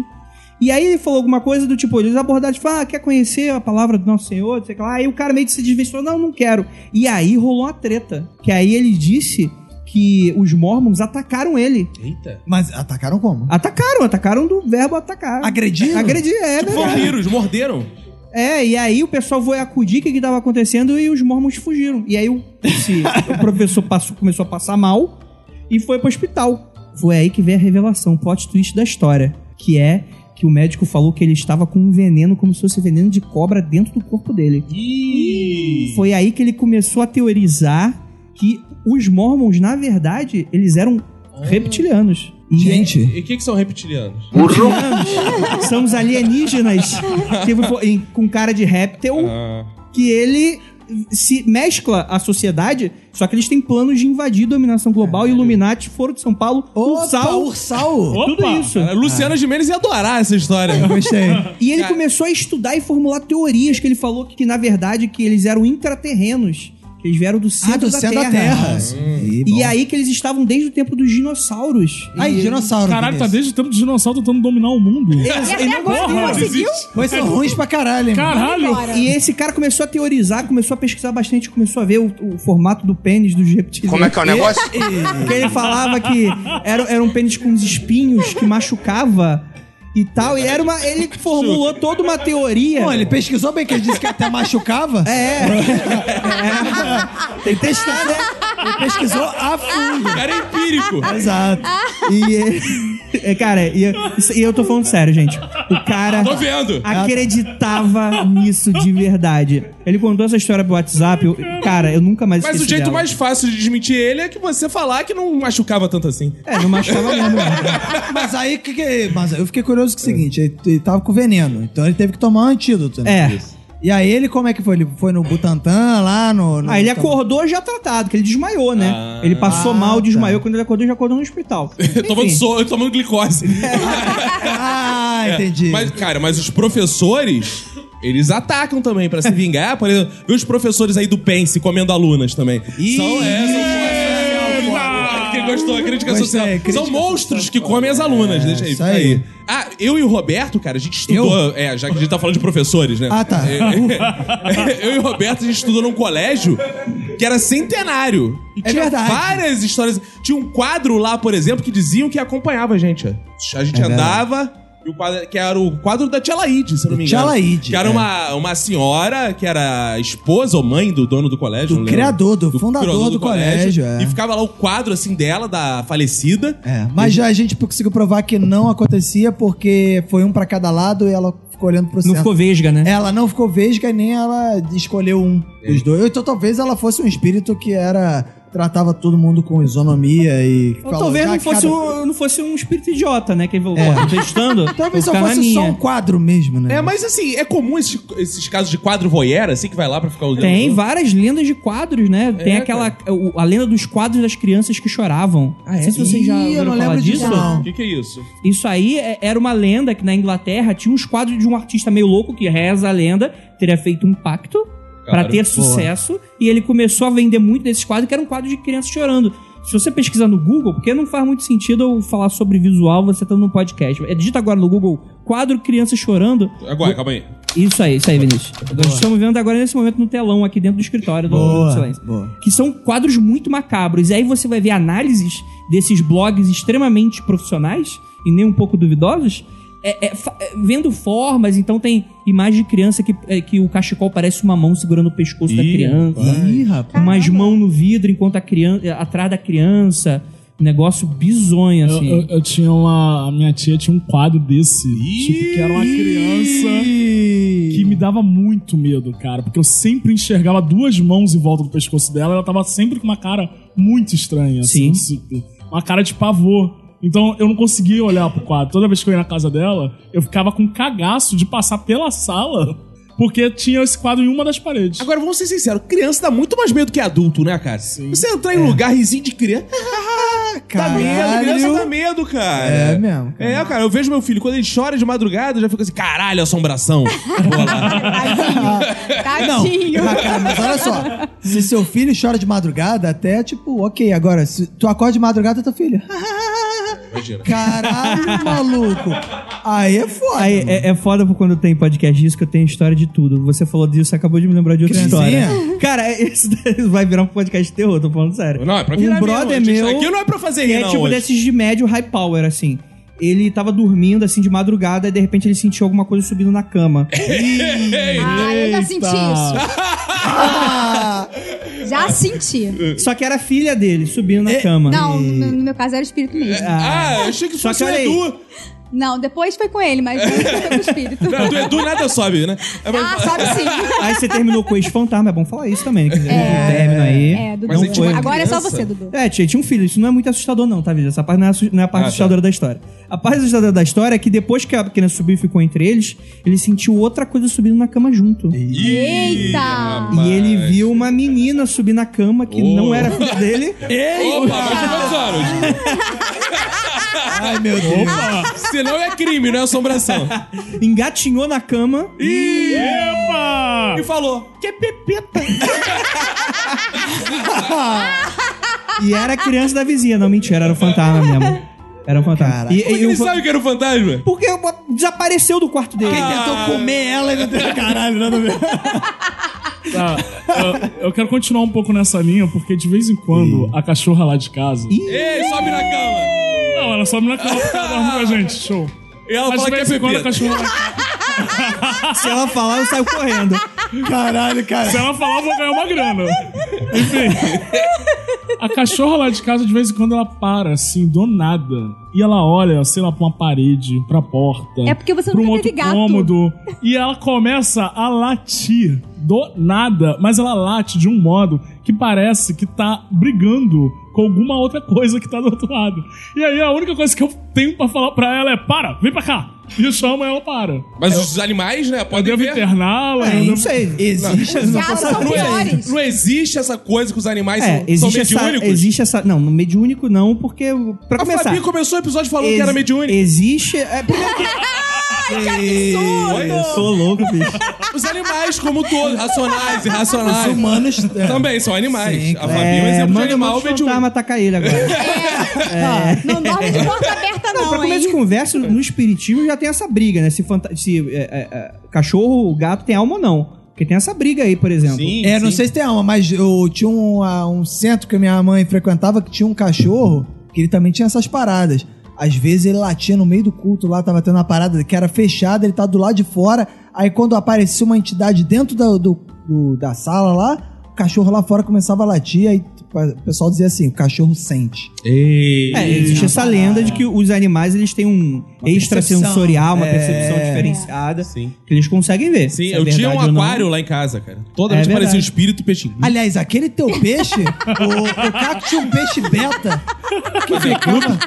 Speaker 5: E aí ele falou alguma coisa do tipo, eles abordaram, tipo, ah, quer conhecer a palavra do nosso Senhor? não Sei o que lá. Aí o cara meio que se desvencilhou, não, não quero. E aí rolou uma treta. Que aí ele disse que os mormons atacaram ele.
Speaker 1: Eita.
Speaker 2: Mas atacaram como?
Speaker 5: Atacaram, atacaram do verbo
Speaker 2: Ah,
Speaker 5: atacar.
Speaker 2: Agrediram?
Speaker 5: Agredir, é,
Speaker 1: Tipo,
Speaker 5: verdade.
Speaker 1: Vampiros, morderam.
Speaker 5: É, e aí o pessoal foi acudir o que, que tava acontecendo e os mormons fugiram. E aí o, esse- o professor passou- começou a passar mal e foi pro hospital. Foi aí que veio a revelação, o plot twist da história, que é que o médico falou que ele estava com um veneno, como se fosse veneno de cobra dentro do corpo dele.
Speaker 1: Ih.
Speaker 5: Foi aí que ele começou a teorizar que os mormons, na verdade, eles eram reptilianos. E
Speaker 2: Gente,
Speaker 1: E o que, que são reptilianos?
Speaker 5: reptilianos são os alienígenas que fo- em- com cara de réptil
Speaker 1: Ah.
Speaker 2: Ah.
Speaker 5: que ele se mescla à sociedade, só que eles têm planos de invadir dominação global, Illuminati, Foro de São Paulo,
Speaker 2: Opa,
Speaker 5: Ursal,
Speaker 2: Ursal.
Speaker 5: tudo
Speaker 3: Opa!
Speaker 5: isso.
Speaker 1: Cara, Luciano Gimenez ia adorar essa história.
Speaker 2: Ah, Gostei.
Speaker 5: E ele
Speaker 1: Cara.
Speaker 5: começou a estudar e formular teorias que ele falou que, na verdade, que eles eram intraterrenos, que eles vieram do centro,
Speaker 2: Ah, do
Speaker 5: da,
Speaker 2: céu
Speaker 5: terra.
Speaker 2: da Terra.
Speaker 5: E aí que eles estavam desde o tempo dos dinossauros.
Speaker 2: Aí, dinossauro.
Speaker 3: Caralho, tá
Speaker 2: Vinícius.
Speaker 3: desde o tempo do dinossauro tentando dominar o mundo.
Speaker 4: E até agora
Speaker 3: porra,
Speaker 4: não conseguiu.
Speaker 2: Pois são ruins pra caralho, hein, mano.
Speaker 3: Caralho!
Speaker 4: Bora.
Speaker 5: E esse cara começou a teorizar, começou a pesquisar bastante, começou a ver o, o formato do pênis dos reptilianos. Como é que é o negócio? Porque ele falava que era, era um pênis com uns espinhos que machucava e tal. E era uma. Ele formulou toda uma teoria.
Speaker 2: Bom, ele É. pesquisou bem que ele disse que até machucava.
Speaker 5: É. é. Tem que testar, né?
Speaker 2: Ele pesquisou a fundo.
Speaker 1: Cara é empírico.
Speaker 2: Exato.
Speaker 5: E, é, é, cara, e, eu- isso- e eu tô falando sério, gente. O cara
Speaker 1: Tô vendo.
Speaker 5: acreditava nisso de verdade. Ele contou essa história pro WhatsApp. eu- cara, eu nunca mais
Speaker 1: Mas o
Speaker 5: esqueci
Speaker 1: jeito
Speaker 5: dela.
Speaker 1: mais fácil de desmentir ele é que você falar que não machucava tanto assim.
Speaker 5: É, não machucava mesmo. né?
Speaker 2: Mas aí, que, que- mas aí eu fiquei curioso com o seguinte, ele, ele tava com veneno, então ele teve que tomar um antídoto. né?
Speaker 5: É.
Speaker 2: E aí ele, como é que foi? Ele foi no Butantan, lá no... no
Speaker 5: Ah, ele
Speaker 2: Butantan.
Speaker 5: acordou já tratado, que ele desmaiou, né? ele passou
Speaker 2: Ah,
Speaker 5: mal,
Speaker 2: tá.
Speaker 5: desmaiou. Quando ele acordou, já acordou no hospital.
Speaker 1: tomando
Speaker 5: Enfim.
Speaker 1: so, tomando glicose.
Speaker 2: Ah,
Speaker 5: É,
Speaker 2: entendi.
Speaker 1: Mas, cara, mas os professores, eles atacam também pra se vingar. Ah, Por exemplo, vê os professores aí do Pense comendo alunas também. São, é, são Quem gostou, a crítica
Speaker 2: é Gostei,
Speaker 1: social.
Speaker 2: crítica
Speaker 1: São monstros que comem as alunas. Deixa aí,
Speaker 2: isso
Speaker 1: fica aí.
Speaker 2: aí.
Speaker 1: Ah, eu e o Roberto, cara, a gente estudou. É, já que a gente tá falando de professores, né? é,
Speaker 2: Ah, tá.
Speaker 1: eu e o Roberto, a gente estudou num colégio que era centenário. E
Speaker 2: É
Speaker 1: tinha
Speaker 2: verdade.
Speaker 1: várias histórias. Tinha um quadro lá, por exemplo, que diziam que acompanhava a gente. ó. A gente
Speaker 2: É
Speaker 1: andava. E o quadro, que era o quadro da Tia Laide, se eu não me
Speaker 2: Tia
Speaker 1: engano.
Speaker 2: Laide,
Speaker 1: Que era
Speaker 2: é.
Speaker 1: uma, uma senhora que era esposa ou mãe do dono do colégio.
Speaker 2: Do
Speaker 1: não lembro.
Speaker 2: criador, do fundador do colégio, é.
Speaker 1: E ficava lá o quadro, assim, dela, da falecida.
Speaker 2: É, mas já a gente conseguiu provar que não acontecia porque foi um pra cada lado e ela ficou olhando pro
Speaker 5: Não
Speaker 2: centro.
Speaker 5: ficou vesga, né?
Speaker 2: Ela não ficou vesga e nem ela escolheu um dos dois. Ou Então talvez ela fosse um espírito que era tratava todo mundo com isonomia e
Speaker 5: Ou
Speaker 2: falou,
Speaker 5: talvez
Speaker 2: já
Speaker 5: não fosse,
Speaker 2: cada- É.
Speaker 5: um, não fosse um espírito idiota, né? Que ele falou, "Pô, tô testando.
Speaker 2: Talvez
Speaker 5: vou
Speaker 2: só
Speaker 5: ficar na
Speaker 2: fosse só
Speaker 5: minha."
Speaker 2: um quadro mesmo, né?
Speaker 1: É, mas assim, é comum esses, esses casos de quadro voyeur, assim, que vai lá pra ficar olhando.
Speaker 2: né?
Speaker 5: Tem várias lendas de quadros, né? Tem
Speaker 1: É,
Speaker 5: aquela. o- A lenda dos quadros das crianças que choravam.
Speaker 1: Ah, é?
Speaker 5: Não sei se vocês já
Speaker 2: Ih, eu
Speaker 5: ouviram
Speaker 2: não
Speaker 5: falar
Speaker 2: lembro disso, não.
Speaker 1: O que, que é isso?
Speaker 5: Isso aí é- era uma lenda que na Inglaterra tinha uns quadros de um artista meio louco que reza a lenda, teria feito um pacto pra
Speaker 1: Cara,
Speaker 5: ter sucesso e ele começou a vender muito desses quadros que eram quadros de crianças chorando. Se você pesquisar no Google, porque não faz muito sentido eu falar sobre visual você estando num podcast. É, Digita agora no Google quadro criança chorando.
Speaker 1: Agora, calma aí.
Speaker 5: Isso aí, isso aí, Vinícius. Nós estamos vendo agora nesse momento no telão aqui dentro do escritório do do
Speaker 2: Boa,
Speaker 5: Silêncio
Speaker 2: boa.
Speaker 5: que são quadros muito macabros. E aí você vai ver análises desses blogs extremamente profissionais e nem um pouco duvidosos, é- é fa- é, vendo formas. Então tem imagem de criança que, é, que o cachecol parece uma mão segurando o pescoço da
Speaker 1: Ih,
Speaker 5: criança,
Speaker 2: Ih, rapaz.
Speaker 5: umas mãos no vidro enquanto a criança é, atrás da criança, um negócio bizonho
Speaker 3: Eu,
Speaker 5: assim.
Speaker 3: eu- eu tinha uma. A minha tia tinha um quadro desse. Tipo, que era uma criança que me dava muito medo, cara. Porque eu sempre enxergava duas mãos em volta do pescoço dela. Ela tava sempre com uma cara muito estranha. assim, assim, uma cara de pavor. Então eu não conseguia olhar pro quadro. Toda vez que eu ia na casa dela, eu ficava com um cagaço de passar pela sala. Porque tinha esse quadro em uma das paredes.
Speaker 1: Agora, vamos ser sinceros, criança dá muito mais medo que adulto, né, cara? Você entrar em
Speaker 5: É.
Speaker 1: lugar risinho de criança. Dá medo, criança dá
Speaker 2: Caralho.
Speaker 1: medo, cara.
Speaker 2: É mesmo. cara.
Speaker 1: É, cara, eu vejo meu filho, quando ele chora de madrugada, eu já fico assim, caralho, assombração. Vou lá.
Speaker 4: Tadinho. Tadinho.
Speaker 2: Mas, cara, mas olha só, se seu filho chora de madrugada, até tipo, ok, agora, se tu acorda de madrugada, teu filho.
Speaker 1: Imagina.
Speaker 2: Caralho, maluco. Aí é foda.
Speaker 5: Aí,
Speaker 2: mano.
Speaker 5: é, é foda quando tem podcast disso que eu tenho história de tudo. Você falou disso, acabou de me lembrar de outra
Speaker 2: Criancinha?
Speaker 5: história. Cara, é- isso daí vai virar um podcast de terror, tô falando sério.
Speaker 1: Não, é pra
Speaker 5: Um
Speaker 1: virar
Speaker 5: brother
Speaker 1: mesmo. a gente tá
Speaker 5: meu-
Speaker 1: Aqui não é pra fazer
Speaker 5: Que
Speaker 1: rir,
Speaker 5: é
Speaker 1: não,
Speaker 5: tipo
Speaker 1: hoje.
Speaker 5: desses de médio high power, assim. Ele tava dormindo, assim, de madrugada, e de repente ele sentiu alguma coisa subindo na cama.
Speaker 4: Ah, eu já senti isso. Já senti.
Speaker 5: Só que era a filha dele subindo na cama.
Speaker 4: É, Não, no no meu caso era espírito mesmo.
Speaker 1: Ah, eu achei que
Speaker 5: Só
Speaker 1: fosse o
Speaker 5: que olha aí.
Speaker 1: Edu.
Speaker 4: Não, depois foi com ele, mas nunca foi com o espírito.
Speaker 1: Não, do Edu nada sobe, né? É, mas-
Speaker 4: Ah, sabe sim.
Speaker 5: Aí você terminou com o ex-fantasma, é bom falar isso também. né? Que é, término aí.
Speaker 4: É, Dudu.
Speaker 1: Mas a gente é uma
Speaker 4: Agora é só
Speaker 1: criança.
Speaker 4: você, Dudu.
Speaker 5: É, tia, tinha um filho. Isso não é muito assustador, não, tá, Vitor? Essa parte não é, assu- não é a parte
Speaker 1: Ah, tá.
Speaker 5: assustadora da história. A parte assustadora da história é que depois que a criança subiu e ficou entre eles, ele sentiu outra coisa subindo na cama junto. E,
Speaker 1: Ih,
Speaker 4: Eita!
Speaker 1: rapaz.
Speaker 5: ele viu uma menina subir na cama que
Speaker 1: Oh.
Speaker 5: não era filha dele.
Speaker 1: Opa, mas quantos anos?
Speaker 2: Ai, meu Deus.
Speaker 3: Opa!
Speaker 1: Senão é crime, não é assombração.
Speaker 5: engatinhou na cama
Speaker 1: Ih,
Speaker 3: Epa!
Speaker 1: e falou, que é pepeta.
Speaker 5: e era a criança da vizinha. Não, mentira, era o fantasma mesmo. Era um fantasma.
Speaker 2: Caraca.
Speaker 5: E,
Speaker 1: Como é que
Speaker 5: e o
Speaker 1: ele
Speaker 5: fa- Ah.
Speaker 1: sabe que era um fantasma?
Speaker 5: Porque o- desapareceu do quarto dele.
Speaker 2: Tentou comer ela e não teve caralho, nada a ver.
Speaker 3: Tá, eu, eu quero continuar um pouco nessa linha, porque de vez em quando
Speaker 1: Hum.
Speaker 3: a cachorra lá de casa.
Speaker 1: Ei, sobe na cama.
Speaker 3: Não, ela sobe na cama porque ela dorme com a gente. Show.
Speaker 1: E ela
Speaker 3: Mas
Speaker 1: fala
Speaker 3: de
Speaker 1: que é
Speaker 3: vez em quando a
Speaker 1: pepeta.
Speaker 3: cachorra lá de casa.
Speaker 5: Se ela falar, eu saio correndo.
Speaker 2: Caralho, cara.
Speaker 3: Se ela falar, eu vou ganhar uma grana. Enfim. A cachorra lá de casa, de vez em quando, ela para, assim, do nada. E ela olha, sei lá, pra uma parede, pra porta.
Speaker 4: É porque você
Speaker 3: pra um
Speaker 4: nunca
Speaker 3: outro
Speaker 4: teve gato.
Speaker 3: cômodo. E ela começa a latir do nada. Mas ela late de um modo que parece que tá brigando com alguma outra coisa que tá do outro lado. E aí a única coisa que eu tenho pra falar pra ela é: para, vem pra cá. E eu chamo e ela para.
Speaker 1: Mas os animais, né?
Speaker 3: Eu
Speaker 1: Podem
Speaker 3: devo
Speaker 1: ver.
Speaker 3: interná-la. eu
Speaker 5: É, não
Speaker 3: devo-
Speaker 5: sei.
Speaker 2: Existe
Speaker 4: Os
Speaker 2: essa
Speaker 4: gatos
Speaker 2: possibilidade.
Speaker 4: são
Speaker 1: Não, é-
Speaker 4: piores.
Speaker 1: não existe essa coisa que os animais
Speaker 5: É,
Speaker 1: são, são
Speaker 5: existe essa,
Speaker 1: mediúnicos?
Speaker 5: existe essa. Não, no mediúnico não, porque.
Speaker 1: A
Speaker 5: Pra começar.
Speaker 1: Fabi começou o episódio falando que era
Speaker 5: ex-
Speaker 1: mediúnico.
Speaker 5: Existe. É, primeiro que- Eu sou louco, bicho.
Speaker 1: Os animais, como todos, racionais,
Speaker 2: Os
Speaker 1: irracionais.
Speaker 2: humanos. é.
Speaker 1: Também são animais.
Speaker 2: Sim,
Speaker 1: a Fabi é um
Speaker 5: É,
Speaker 1: exemplo de
Speaker 5: manda o
Speaker 1: animal
Speaker 5: Monte
Speaker 1: mediúnico. É.
Speaker 5: Fantasma atacar ele agora. É.
Speaker 4: Não dorme de
Speaker 2: É,
Speaker 4: porta aberta,
Speaker 5: Não, pra
Speaker 4: não,
Speaker 5: começo de
Speaker 4: hein?
Speaker 5: conversa, no espiritismo já tem essa briga, né? Se, fanta- se é, é, é, cachorro ou gato tem alma ou não. Porque tem essa briga aí, por exemplo.
Speaker 1: Sim,
Speaker 2: É, não
Speaker 1: sim.
Speaker 2: sei se tem alma, mas eu tinha um, ah, um centro que minha mãe frequentava que tinha um cachorro que ele também tinha essas paradas. Às vezes ele latia no meio do culto lá, tava tendo uma parada que era fechada, ele tá do lado de fora. Aí quando aparecia uma entidade dentro da, do- do- da sala lá, o cachorro lá fora começava a latir. Aí o pessoal dizia assim: o cachorro sente.
Speaker 5: É, existe essa lenda de que os animais eles têm um
Speaker 2: Uma
Speaker 5: extrasensorial, uma
Speaker 2: percepção,
Speaker 5: percepção
Speaker 2: é.
Speaker 5: diferenciada, que eles conseguem ver.
Speaker 1: Sim,
Speaker 5: se é
Speaker 1: eu tinha um
Speaker 5: verdade ou não.
Speaker 1: aquário lá em casa, cara. Toda
Speaker 5: É
Speaker 1: vez que
Speaker 5: verdade.
Speaker 1: parecia um espírito peixinho.
Speaker 2: Aliás, aquele teu peixe, o, o Caco tinha um peixe beta que ficava.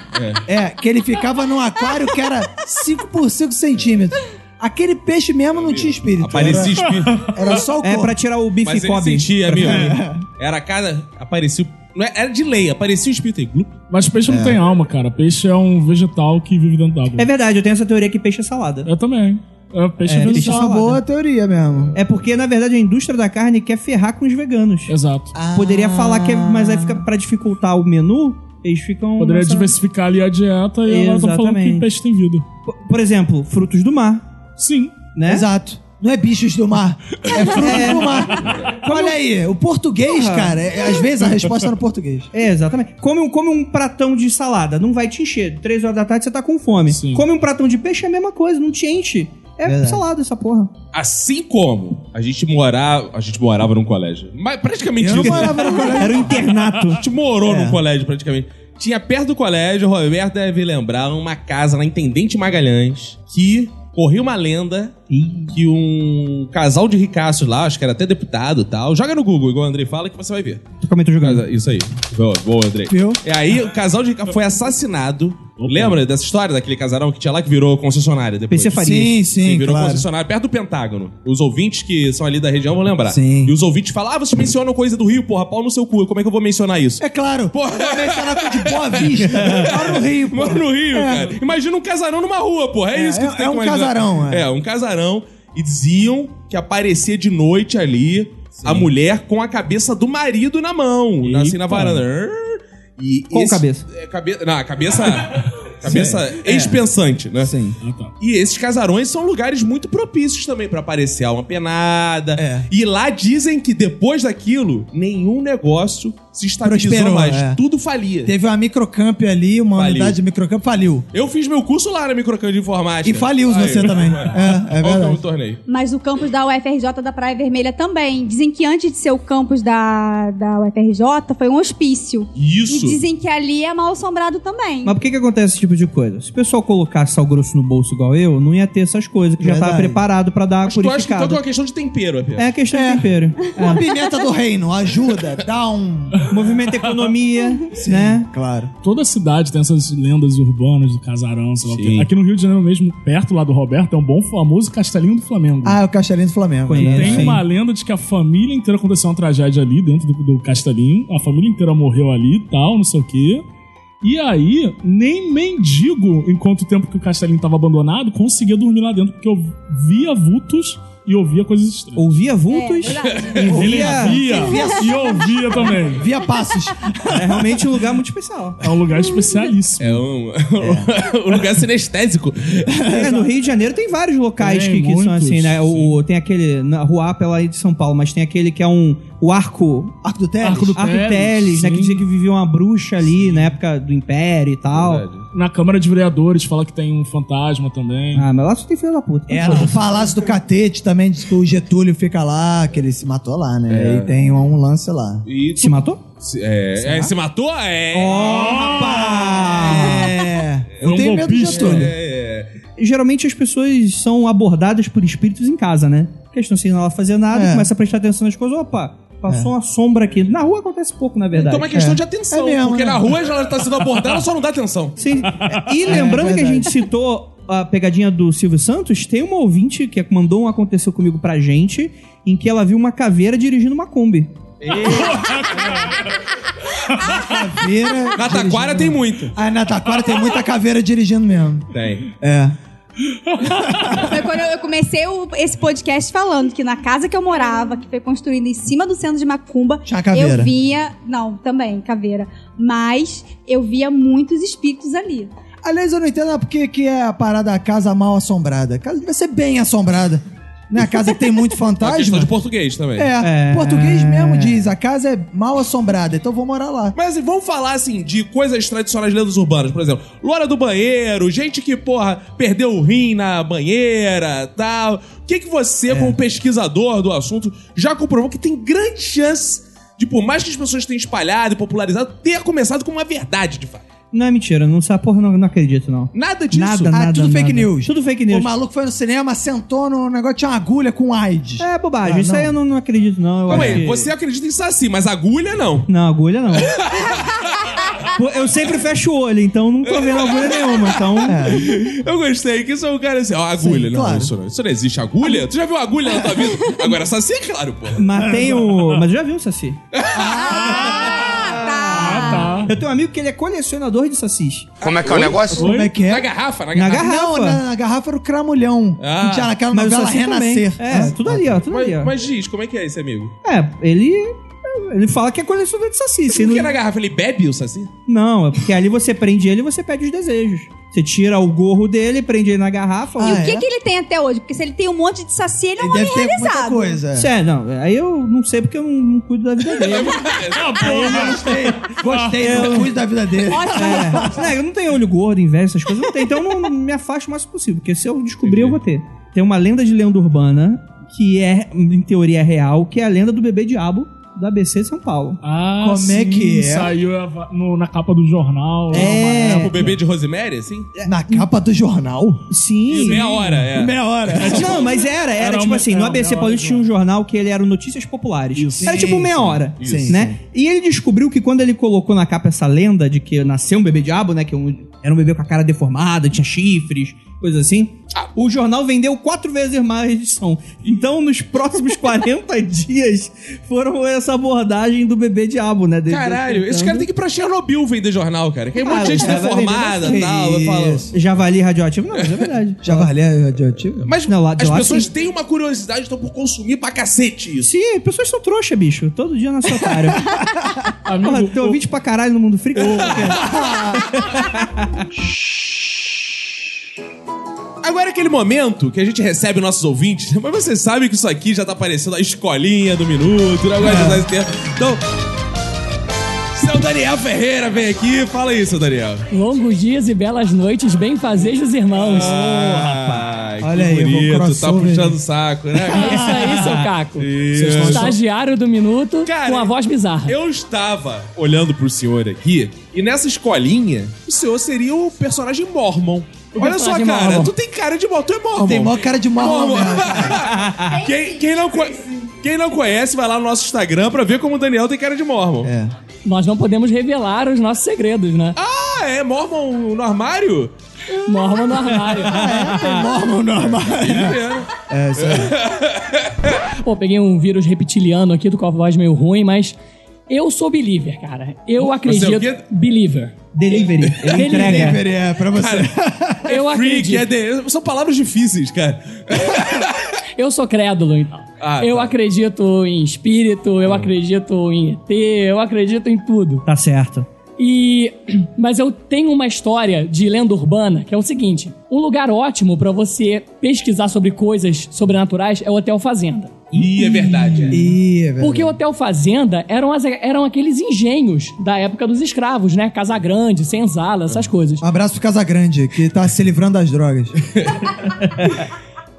Speaker 2: É, que ele ficava num aquário que era 5 por 5 centímetros. Aquele peixe mesmo não tinha
Speaker 5: Então,
Speaker 2: espírito.
Speaker 1: Aparecia espírito.
Speaker 2: Era, era só o
Speaker 5: É
Speaker 2: corpo.
Speaker 5: pra tirar o bife
Speaker 1: Mas ele
Speaker 5: cobre.
Speaker 1: sentia, amigo. Era cada. Aparecia. o- Não é- era de lei, aparecia o espírito aí. Glup.
Speaker 3: Mas peixe não tem alma, cara. Peixe é um vegetal que vive dentro d'água.
Speaker 5: É verdade, eu tenho essa teoria que peixe é salada.
Speaker 3: Eu também. É, peixe é,
Speaker 5: É,
Speaker 2: Isso é
Speaker 3: vegetal.
Speaker 2: uma boa teoria mesmo.
Speaker 5: É porque, na verdade, a indústria da carne quer ferrar com os veganos.
Speaker 3: Exato.
Speaker 2: Ah.
Speaker 5: Poderia falar que é, mas aí fica pra dificultar o menu, eles ficam.
Speaker 3: Poderia
Speaker 5: nessa-
Speaker 3: diversificar ali a dieta e agora estão falando que
Speaker 5: Ah, Exatamente.
Speaker 3: peixe tem vida.
Speaker 5: Por- Por exemplo, frutos do mar,
Speaker 3: Sim.
Speaker 5: né?
Speaker 2: Exato. Não é bichos do mar, é frutos do mar. Olha aí, o português,
Speaker 5: Porra.
Speaker 2: cara, é- às vezes a resposta é no português.
Speaker 5: É, exatamente. Come um, come um pratão de salada, não vai te encher. Três horas da tarde você tá com fome.
Speaker 3: Sim.
Speaker 5: Come um pratão de peixe é a mesma coisa, não te enche. É
Speaker 2: Verdade.
Speaker 5: salada essa porra.
Speaker 1: Assim como a gente morava. A gente morava num colégio. Mas praticamente
Speaker 2: Eu não
Speaker 1: isso.
Speaker 2: morava É. no colégio.
Speaker 5: Era um internato.
Speaker 1: A gente morou num colégio, praticamente. Tinha perto do colégio, o Roberto deve lembrar, uma casa na Intendente Magalhães que corria uma lenda que um casal de ricaços lá, acho que era até deputado e tal. Joga no Google, igual o Andrei fala, que você vai ver.
Speaker 5: Tu comentou
Speaker 2: Hum.
Speaker 5: jogando.
Speaker 1: Isso aí. Boa, boa, Andrei.
Speaker 2: Viu?
Speaker 1: E É, aí, o casal de ricaços foi assassinado. Lembra dessa história daquele casarão que tinha lá que virou concessionária depois?
Speaker 5: PC Faria.
Speaker 2: Sim, sim,
Speaker 1: virou
Speaker 2: claro.
Speaker 1: concessionária perto do Pentágono. Os ouvintes que são ali da região vão lembrar.
Speaker 2: Sim.
Speaker 1: E os ouvintes falam: ah, vocês mencionam coisa do Rio, porra, pau no seu cu. Como é que eu vou mencionar isso?
Speaker 2: É claro,
Speaker 1: Porra.
Speaker 2: uma vez tá na de Boa Vista, lá no Rio, pô.
Speaker 1: Mora no Rio, cara. Imagina um casarão numa rua, porra. É,
Speaker 2: É,
Speaker 1: isso que
Speaker 2: é-
Speaker 1: tu tem
Speaker 2: é
Speaker 1: que
Speaker 2: um
Speaker 1: imaginar.
Speaker 2: casarão,
Speaker 1: é.
Speaker 2: é.
Speaker 1: um casarão. E diziam que aparecia de noite ali a mulher com a cabeça do marido na mão. na- Assim, na
Speaker 3: Eita.
Speaker 1: varanda. E
Speaker 5: Qual cabeça?
Speaker 1: É, cabe... Não, a cabeça... cabeça ex-pensante, né?
Speaker 2: É. Sim.
Speaker 3: Então.
Speaker 1: E esses casarões são lugares muito propícios também pra aparecer uma penada.
Speaker 2: É.
Speaker 1: E lá dizem que depois daquilo, nenhum negócio se estabilizou
Speaker 2: Prosperou,
Speaker 1: mais.
Speaker 2: é.
Speaker 1: Tudo falia.
Speaker 2: Teve uma microcamp ali, uma
Speaker 1: Faliu.
Speaker 2: unidade de microcamp faliu.
Speaker 1: Eu fiz meu curso lá na Microcamp de Informática.
Speaker 2: E faliu
Speaker 1: Aí.
Speaker 2: você também. É,
Speaker 1: Olha como
Speaker 2: é
Speaker 1: eu me
Speaker 2: verdade.
Speaker 1: tornei.
Speaker 4: Mas o campus da UFRJ da Praia Vermelha também. Dizem que antes de ser o campus da, da UFRJ, foi um hospício. E
Speaker 1: Isso.
Speaker 4: dizem que ali é mal assombrado também.
Speaker 5: Mas por que, que acontece esse tipo de coisa? Se o pessoal colocasse sal grosso no bolso igual eu, não ia ter essas coisas, que já tava
Speaker 2: Verdade.
Speaker 5: preparado pra dar
Speaker 1: Mas tu acha que então que é
Speaker 5: purificada.
Speaker 1: uma questão de tempero, Apê?
Speaker 5: É a questão de tempero.
Speaker 2: Uma pimenta do reino, ajuda, dá um.
Speaker 5: É. Movimento economia, né?
Speaker 2: Claro.
Speaker 3: Toda cidade tem essas lendas urbanas do casarão, sei lá o
Speaker 1: Sim.
Speaker 3: quê. Aqui no Rio de Janeiro mesmo, perto lá do Roberto, é um bom famoso castelinho do Flamengo.
Speaker 2: Ah, é o Castelinho do Flamengo.
Speaker 5: Conheço.
Speaker 2: né?
Speaker 3: Tem
Speaker 5: sim.
Speaker 3: uma lenda de que a família inteira aconteceu uma tragédia ali dentro do, do castelinho. A família inteira morreu ali e tal, não sei o quê. E aí, nem mendigo, enquanto o tempo que o castelinho tava abandonado, conseguia dormir lá dentro, porque eu via vultos e ouvia coisas estranhas.
Speaker 5: Ouvia
Speaker 4: É,
Speaker 5: vultos.
Speaker 4: verdade.
Speaker 3: Ele
Speaker 2: ouvia- assim?
Speaker 3: via e ouvia também.
Speaker 2: né? Via passos.
Speaker 5: É realmente um lugar muito especial.
Speaker 3: É um lugar especialíssimo.
Speaker 1: É um, um lugar sinestésico.
Speaker 5: É, no Rio de Janeiro tem vários locais
Speaker 3: Tem
Speaker 5: que, que são
Speaker 3: muitos,
Speaker 5: assim, né? O, tem aquele. Na rua pela aí de São Paulo, mas tem aquele que é um. O arco.
Speaker 2: Arco do Teles.
Speaker 3: Arco do-
Speaker 5: Arco
Speaker 3: Teles,
Speaker 5: Teles, né? Que
Speaker 3: sim.
Speaker 5: dizia que vivia uma bruxa ali na época do Império e tal.
Speaker 1: Verdade.
Speaker 3: na Câmara de Vereadores fala que tem um fantasma também.
Speaker 5: Ah, mas lá só tem filha da puta.
Speaker 1: É,
Speaker 2: O Palácio do Catete também diz que o Getúlio fica lá, que ele se matou lá, né? E tem um lance lá.
Speaker 1: E
Speaker 5: Se matou?
Speaker 1: se, é, é, se matou? É.
Speaker 2: É. Eu
Speaker 3: um
Speaker 2: tenho medo do
Speaker 3: golpista.
Speaker 2: Getúlio.
Speaker 1: É,
Speaker 5: Geralmente as pessoas são abordadas por espíritos em casa, né? Porque eles estão sem ela fazer nada,
Speaker 2: É.
Speaker 5: começa a prestar atenção nas coisas. Opa, passou uma sombra aqui. Na rua acontece pouco, na verdade.
Speaker 1: Então é uma questão de atenção.
Speaker 2: É mesmo,
Speaker 1: porque
Speaker 2: né?
Speaker 1: na rua ela tá sendo abordada, ela só não dá atenção.
Speaker 5: Sim. E lembrando que a
Speaker 2: É verdade.
Speaker 5: gente citou a pegadinha do Silvio Santos, tem uma ouvinte que mandou um Aconteceu Comigo pra gente, em que ela viu uma caveira dirigindo uma Kombi.
Speaker 2: Caveira
Speaker 1: Na taquara
Speaker 2: dirigindo.
Speaker 1: tem muito.
Speaker 2: Ah, na Taquara tem muita caveira dirigindo mesmo.
Speaker 1: Tem.
Speaker 2: É.
Speaker 4: Foi quando eu comecei o- esse podcast falando que na casa que eu morava, que foi construída em cima do centro de Macumba,
Speaker 2: Tinha caveira.
Speaker 4: eu via. Não, também, caveira. Mas eu via muitos espíritos ali.
Speaker 2: Aliás, eu não entendo ah, porque que é a parada a casa mal assombrada. A casa deve ser bem assombrada. Né? A casa que tem muito
Speaker 1: É uma questão
Speaker 2: fantasma.
Speaker 1: de português também.
Speaker 2: É,
Speaker 5: É.
Speaker 2: português mesmo diz, a casa é mal assombrada, então vou morar lá.
Speaker 1: Mas assim, vamos falar assim de coisas tradicionais de lendas urbanas, por exemplo, loura do banheiro, gente que, porra, perdeu o rim na banheira tal. O que, que você,
Speaker 5: É.
Speaker 1: como pesquisador do assunto, já comprovou que tem grande chance de, por mais que as pessoas tenham espalhado e popularizado, ter começado com uma verdade, de fato.
Speaker 5: Não é mentira, não sabe porra, não, não acredito, não.
Speaker 1: Nada disso.
Speaker 5: Nada,
Speaker 2: Ah,
Speaker 5: nada.
Speaker 2: tudo
Speaker 5: nada.
Speaker 2: fake news.
Speaker 5: Tudo fake
Speaker 2: O
Speaker 5: news.
Speaker 2: maluco foi no cinema, sentou no negócio, tinha uma agulha com AIDS.
Speaker 5: É bobagem,
Speaker 2: Ah,
Speaker 5: isso
Speaker 2: não.
Speaker 5: aí eu não, não acredito, não. Eu
Speaker 1: Calma
Speaker 5: acho
Speaker 1: aí,
Speaker 5: que-
Speaker 2: é
Speaker 1: você acredita em saci, mas agulha não.
Speaker 5: Não, agulha não. Pô, eu sempre fecho o olho, então não tô vendo agulha nenhuma. Então.
Speaker 2: É.
Speaker 1: Eu gostei, que isso é um cara assim, ó, agulha, não,
Speaker 2: claro.
Speaker 1: isso não. Isso não existe agulha? Tu já viu agulha na tua vida? Agora, saci é claro, pô.
Speaker 5: Mas tem o. Mas eu já vi um Saci.
Speaker 4: Ah, tá.
Speaker 3: Ah,
Speaker 5: Eu tenho um amigo que ele é colecionador de sacis.
Speaker 8: Como é que é o
Speaker 3: Tá?
Speaker 8: negócio?
Speaker 2: Como é que
Speaker 1: Na
Speaker 2: é?
Speaker 1: garrafa, na
Speaker 5: Na
Speaker 1: garrafa.
Speaker 5: garrafa.
Speaker 2: Não, na, na garrafa era o Cramulhão.
Speaker 1: Ah.
Speaker 2: que tinha naquela
Speaker 5: Mas o
Speaker 2: novela
Speaker 5: Saci também.
Speaker 2: Renascer.
Speaker 5: É, tudo ali, ó. Tudo ali, ó.
Speaker 1: Mas, mas diz, como é que é esse amigo?
Speaker 5: É, ele. Ele fala que é colecionador de saci. se
Speaker 1: Por que
Speaker 5: não...
Speaker 1: na garrafa ele bebe o saci?
Speaker 5: não, é porque ali você prende ele e você pede os desejos. Você tira o gorro dele, prende ele na garrafa.
Speaker 4: E
Speaker 2: Ah,
Speaker 4: o que,
Speaker 2: é?
Speaker 4: que ele tem até hoje? Porque se ele tem um monte de saci, ele é
Speaker 2: Ele
Speaker 4: um homem
Speaker 2: deve ter muita
Speaker 4: realizado.
Speaker 2: coisa. é.
Speaker 5: Sério, não. Aí eu não sei porque eu não, não cuido da vida dele.
Speaker 2: é?
Speaker 3: Ah,
Speaker 2: Gostei, gostei, eu cuido da vida dele.
Speaker 5: É. Né, eu não tenho olho gordo, inveja, essas coisas. Não tenho, então eu não me afasto o máximo possível, porque se eu descobrir, eu vou ter. Tem uma lenda de lenda urbana que é, em teoria, real, que é a lenda do bebê diabo do ABC de São Paulo.
Speaker 3: ah,
Speaker 2: Como é
Speaker 3: sim,
Speaker 2: que é?
Speaker 3: Saiu a- no- na capa do jornal.
Speaker 5: É.
Speaker 3: uma
Speaker 1: O
Speaker 3: época.
Speaker 1: bebê de Rosemary, assim?
Speaker 2: Na capa do jornal?
Speaker 1: Isso,
Speaker 5: Sim.
Speaker 1: meia hora, é.
Speaker 2: Meia hora.
Speaker 5: Não, mas era, era,
Speaker 3: era
Speaker 5: tipo
Speaker 3: uma-
Speaker 5: assim,
Speaker 3: era
Speaker 5: no
Speaker 3: uma
Speaker 5: ABC
Speaker 3: hora,
Speaker 5: Paulista
Speaker 3: né?
Speaker 5: tinha um jornal que ele era o Notícias Populares.
Speaker 3: Isso.
Speaker 5: Era
Speaker 2: Sim,
Speaker 5: tipo meia
Speaker 2: sim.
Speaker 5: hora,
Speaker 2: Sim,
Speaker 5: né? E ele descobriu que quando ele colocou na capa essa lenda de que nasceu um bebê diabo, né, que um- era um bebê com a cara deformada, tinha chifres, coisa assim, o jornal vendeu quatro vezes mais edição. Então, nos próximos 40 dias, foram essa abordagem do bebê diabo, né? dele
Speaker 1: Caralho, esses
Speaker 5: tentando-
Speaker 1: caras têm que ir pra Chernobyl vender jornal, cara. Que é um monte
Speaker 5: Ah,
Speaker 1: de gente
Speaker 5: cara, vai
Speaker 1: deformada
Speaker 5: vender
Speaker 1: e tal. Eu falo.
Speaker 2: Isso.
Speaker 5: Javali radioativo? Não, mas é verdade.
Speaker 2: Já valeu radioativo?
Speaker 1: Mas
Speaker 5: Não, lá de
Speaker 1: as
Speaker 5: lá
Speaker 1: pessoas
Speaker 5: sim.
Speaker 1: têm uma curiosidade, então, por consumir pra cacete isso.
Speaker 5: Sim, pessoas são trouxa, bicho. Todo dia na sua cara. Porra,
Speaker 3: Amigo,
Speaker 5: tem
Speaker 3: o-
Speaker 5: ouvinte pra caralho no mundo freak.
Speaker 1: Agora é aquele momento que a gente recebe nossos ouvintes, mas vocês sabem que isso aqui já tá parecendo a escolinha do minuto, o
Speaker 5: É.
Speaker 1: negócio já tá esse tempo. Então. Seu Daniel Ferreira vem aqui, fala aí, seu Daniel.
Speaker 9: Longos dias e belas noites, bem fazejos irmãos.
Speaker 1: Ah, que
Speaker 2: Olha aí, eu vou
Speaker 1: bonito, tá
Speaker 2: crossover,
Speaker 1: puxando
Speaker 2: né?
Speaker 1: o saco, né?
Speaker 9: É isso aí, seu Caco.
Speaker 1: Isso.
Speaker 9: Estagiário do minuto
Speaker 1: Cara,
Speaker 9: com a voz bizarra.
Speaker 1: Eu estava olhando pro senhor aqui, e nessa escolinha, o senhor seria o personagem Mormon. Olha só,
Speaker 9: personagem
Speaker 1: cara,
Speaker 9: Mormon.
Speaker 1: tu tem cara de Mormon, tu é Mormon.
Speaker 2: Tem maior cara de morro mesmo.
Speaker 1: quem, quem não co- quem não conhece, vai lá no nosso Instagram pra ver como o Daniel tem cara de Mormon.
Speaker 2: É.
Speaker 9: Nós não podemos revelar os nossos segredos, né?
Speaker 1: Ah, é Mormon no armário?
Speaker 9: Norma no armário.
Speaker 3: Ah,
Speaker 5: Ah.
Speaker 2: Mormon normal. É, isso aí.
Speaker 3: é?
Speaker 9: Pô, peguei um vírus reptiliano aqui, tô com a voz meio ruim, mas eu sou believer, cara.
Speaker 3: é
Speaker 9: Eu acredito.
Speaker 1: o quê?
Speaker 9: Believer.
Speaker 5: Delivery. Ele entrega.
Speaker 2: Delivery, é, pra você.
Speaker 9: Eu
Speaker 1: Freak,
Speaker 9: acredito.
Speaker 1: é de... São palavras difíceis, cara.
Speaker 9: Eu sou crédulo, então.
Speaker 1: Ah,
Speaker 9: eu
Speaker 1: tá. Hum.
Speaker 9: acredito em espírito, eu acredito em ET, eu acredito em tudo.
Speaker 5: Tá certo.
Speaker 9: E mas eu tenho uma história de lenda urbana que é o seguinte: um lugar ótimo pra você pesquisar sobre coisas sobrenaturais é o Hotel Fazenda.
Speaker 1: Ih, é verdade. é.
Speaker 2: Ih, é verdade.
Speaker 9: Porque o Hotel Fazenda eram, as- eram aqueles engenhos da época dos escravos, né? Casa Grande, Senzala,
Speaker 1: É.
Speaker 9: essas coisas.
Speaker 2: Um abraço pro Casagrande, que tá se livrando das drogas.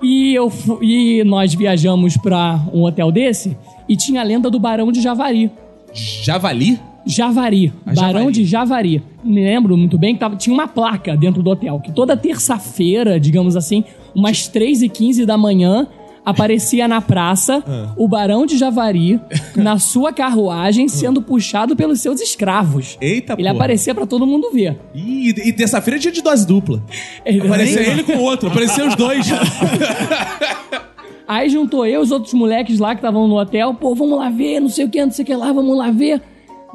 Speaker 9: E, eu, fu- e nós viajamos pra um hotel desse e tinha a lenda do Barão de Javari.
Speaker 1: Javali?
Speaker 9: Javari,
Speaker 1: A
Speaker 9: Barão
Speaker 1: Ah, Javari.
Speaker 9: de Javari. Me lembro muito bem que tava- tinha uma placa dentro do hotel, que toda terça-feira, digamos assim, umas 3h15 da manhã, aparecia na praça
Speaker 1: Ah.
Speaker 9: o Barão de Javari na sua carruagem sendo puxado pelos seus escravos.
Speaker 1: Eita,
Speaker 9: Ele
Speaker 1: porra.
Speaker 9: aparecia pra todo mundo ver.
Speaker 1: Ih, e terça-feira é dia de dose dupla.
Speaker 9: Ele-
Speaker 1: Apareceu ele com outro, apareceu os dois.
Speaker 9: Aí juntou eu e os outros moleques lá que estavam no hotel. Pô, vamos lá ver, não sei o que, não sei o que lá, vamos lá ver.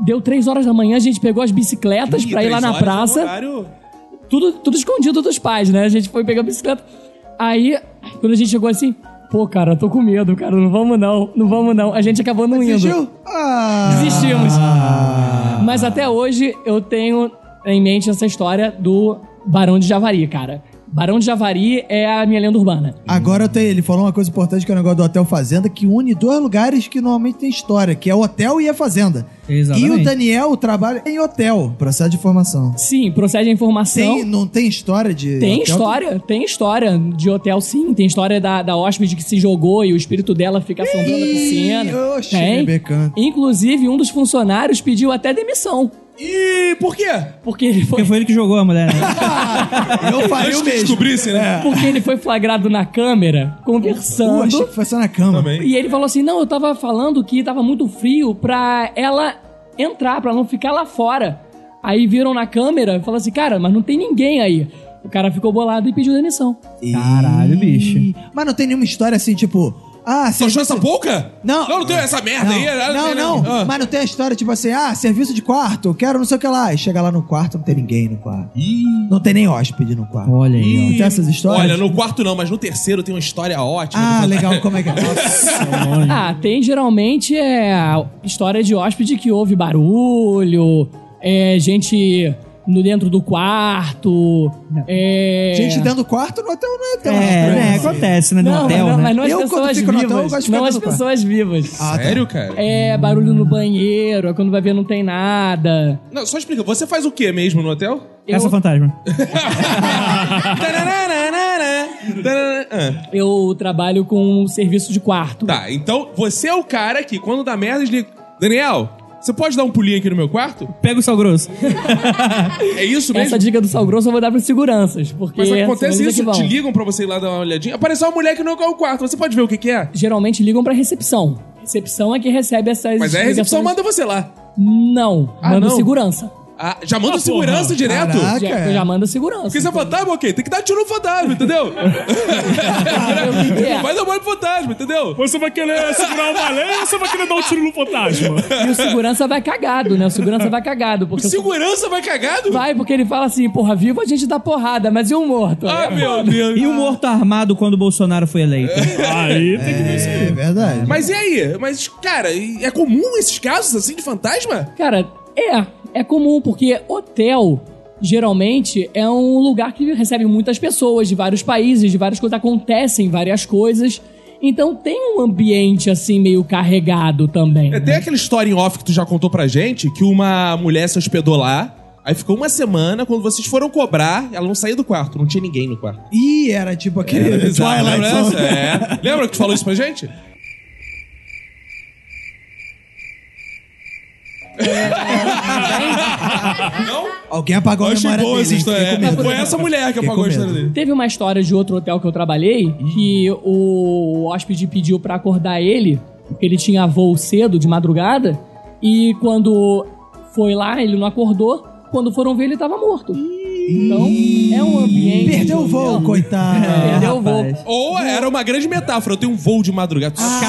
Speaker 9: Deu três horas da manhã, a gente pegou as bicicletas pra ir lá
Speaker 1: Três
Speaker 9: na
Speaker 1: horas,
Speaker 9: praça.
Speaker 1: um horário-
Speaker 9: tudo, tudo escondido dos pais, né? A gente foi pegar a bicicleta. Aí, quando a gente chegou assim, pô, cara, tô com medo, cara, não vamos não, não vamos não. A gente acabou não indo.
Speaker 2: Ah,
Speaker 9: Desistimos. Mas até hoje eu tenho em mente essa história do Barão de Javari, cara. Barão de Javari é a minha lenda urbana.
Speaker 2: agora eu tenho, ele falou uma coisa importante que é o negócio do Hotel Fazenda, que une dois lugares que normalmente tem história, que é o hotel e a fazenda. E
Speaker 5: Exatamente.
Speaker 2: o Daniel trabalha em hotel, processo de formação.
Speaker 9: Sim, procede a informação.
Speaker 2: Tem, não tem história de.
Speaker 9: Tem
Speaker 2: hotel?
Speaker 9: história, tem história de hotel, sim. Tem história da, da hóspede que se jogou e o espírito dela fica assombrando a piscina. né?
Speaker 2: oxe,
Speaker 9: tem.
Speaker 2: Rebeca.
Speaker 9: Inclusive, um dos funcionários pediu até demissão.
Speaker 1: Ih, por quê?
Speaker 9: Porque ele foi,
Speaker 5: Porque foi ele que jogou a mulher. né?
Speaker 2: Eu faria
Speaker 1: Antes
Speaker 2: o
Speaker 1: que
Speaker 2: mesmo.
Speaker 1: descobrisse, né?
Speaker 9: porque ele foi flagrado na câmera
Speaker 2: Uh, achei
Speaker 9: conversando.
Speaker 2: que foi só na cama.
Speaker 9: E ele falou assim: não, eu tava falando que tava muito frio pra ela entrar, pra não ficar lá fora. Aí viram na câmera e falaram assim: cara, mas não tem ninguém aí. O cara ficou bolado e pediu demissão.
Speaker 5: Caralho, bicho.
Speaker 2: Mas não tem nenhuma história assim, tipo. Ah,
Speaker 1: Você achou
Speaker 2: serviço...
Speaker 1: essa pouca?
Speaker 2: Não.
Speaker 1: Não, não tem essa merda aí. ah,
Speaker 2: não,
Speaker 1: tem-
Speaker 2: não,
Speaker 1: ah.
Speaker 2: mas não tem a história tipo assim, ah, serviço de quarto, quero não sei o que lá. E chega lá no quarto, não tem ninguém no quarto. Não tem nem hóspede no quarto.
Speaker 5: Olha aí,
Speaker 2: Não tem essas histórias?
Speaker 1: Olha, no quarto não, mas no terceiro tem uma história ótima.
Speaker 2: Ah, legal, como é que é? Nossa,
Speaker 9: Ah, tem geralmente é a história de hóspede que ouve barulho, é gente no dentro do quarto, é
Speaker 2: Gente dentro do quarto no hotel não é hotel.
Speaker 5: É,
Speaker 2: não,
Speaker 5: né?
Speaker 2: Assim.
Speaker 5: Acontece, né? No
Speaker 9: não,
Speaker 5: hotel,
Speaker 9: mas, não,
Speaker 5: né?
Speaker 9: mas não as
Speaker 2: Eu, quando
Speaker 9: pessoas
Speaker 2: fico no hotel, eu
Speaker 9: vivas,
Speaker 2: gosto de
Speaker 9: não
Speaker 2: ficar
Speaker 9: as
Speaker 2: no quarto.
Speaker 9: pessoas vivas.
Speaker 2: Ah, tá.
Speaker 1: Sério, cara?
Speaker 9: É barulho no banheiro, é quando vai ver não tem nada.
Speaker 1: Não, só explica, você faz o que mesmo no hotel?
Speaker 5: Caça fantasma.
Speaker 1: Tananana, tananana. Ah,
Speaker 9: Eu trabalho com um serviço de quarto.
Speaker 1: Tá, então você é o cara que quando dá merda desliga. Daniel, você pode dar um pulinho aqui no meu quarto?
Speaker 5: Pega o sal grosso.
Speaker 1: É isso mesmo?
Speaker 9: Essa dica do sal grosso eu vou dar para seguranças, porque
Speaker 1: Mas
Speaker 9: são
Speaker 1: acontece
Speaker 9: eles é
Speaker 1: isso,
Speaker 5: é
Speaker 9: que
Speaker 1: te
Speaker 9: vão.
Speaker 1: ligam pra você ir lá dar uma olhadinha. Apareceu uma mulher que não quer o quarto, você pode ver o que que é?
Speaker 9: geralmente ligam para recepção. Recepção é que recebe essas
Speaker 1: Mas aí a recepção
Speaker 9: ligações.
Speaker 1: manda você lá.
Speaker 9: Não,
Speaker 1: Ah,
Speaker 9: manda
Speaker 1: não? É
Speaker 9: segurança.
Speaker 1: Ah, já manda
Speaker 3: Ah,
Speaker 1: o segurança
Speaker 3: porra.
Speaker 1: direto?
Speaker 2: Caraca. Ah,
Speaker 9: Já,
Speaker 2: cara.
Speaker 9: já manda segurança.
Speaker 1: Porque se é fantasma, ok, tem que dar tiro no fantasma, entendeu?
Speaker 9: o que que é?
Speaker 1: Vai dar mole pro fantasma, entendeu?
Speaker 3: Você vai querer segurar uma lei ou você vai querer dar um tiro no fantasma?
Speaker 9: E o segurança vai cagado, né? O segurança vai cagado. Porque o
Speaker 1: Segurança vai cagado?
Speaker 9: Vai, porque ele fala assim, porra, vivo a gente dá porrada, mas e o morto?
Speaker 1: Ah,
Speaker 9: É,
Speaker 1: meu Deus.
Speaker 5: E o morto armado quando o Bolsonaro foi eleito?
Speaker 3: Aí tem que ver isso
Speaker 2: É
Speaker 3: aí.
Speaker 2: verdade.
Speaker 1: Mas e aí? Mas, cara, e- é comum esses casos assim de fantasma?
Speaker 9: Cara, é. É comum, porque hotel, geralmente, é um lugar que recebe muitas pessoas de vários países, de várias coisas, acontecem várias coisas. Então tem um ambiente, assim, meio carregado também. né?
Speaker 1: É, Tem aquela história em off que tu já contou pra gente que uma mulher se hospedou lá, aí ficou uma semana, quando vocês foram cobrar, ela não saiu do quarto, não tinha ninguém no quarto.
Speaker 2: Ih, era tipo aquele
Speaker 1: Exato,
Speaker 2: Twilight
Speaker 1: lembra
Speaker 2: Zone.
Speaker 1: essa? É. Lembra que tu falou isso pra gente?
Speaker 2: Alguém apagou a
Speaker 1: Eu achei
Speaker 2: memória
Speaker 1: boa essa
Speaker 2: dele.
Speaker 1: história.
Speaker 2: hein? Fiquei com medo.
Speaker 1: Foi essa mulher que
Speaker 2: Fiquei
Speaker 1: apagou a
Speaker 2: com
Speaker 1: história
Speaker 2: medo.
Speaker 1: dele.
Speaker 9: Teve uma história de outro hotel que eu trabalhei que o hóspede pediu pra acordar ele, porque ele tinha voo cedo de madrugada, e quando foi lá, ele não acordou. Quando foram ver, ele tava morto. Então, é um ambiente.
Speaker 2: Perdeu o voo, coitado.
Speaker 5: É.
Speaker 9: Perdeu o voo.
Speaker 5: rapaz.
Speaker 1: Ou era uma grande metáfora, eu tenho um voo de madrugada.
Speaker 2: Ah,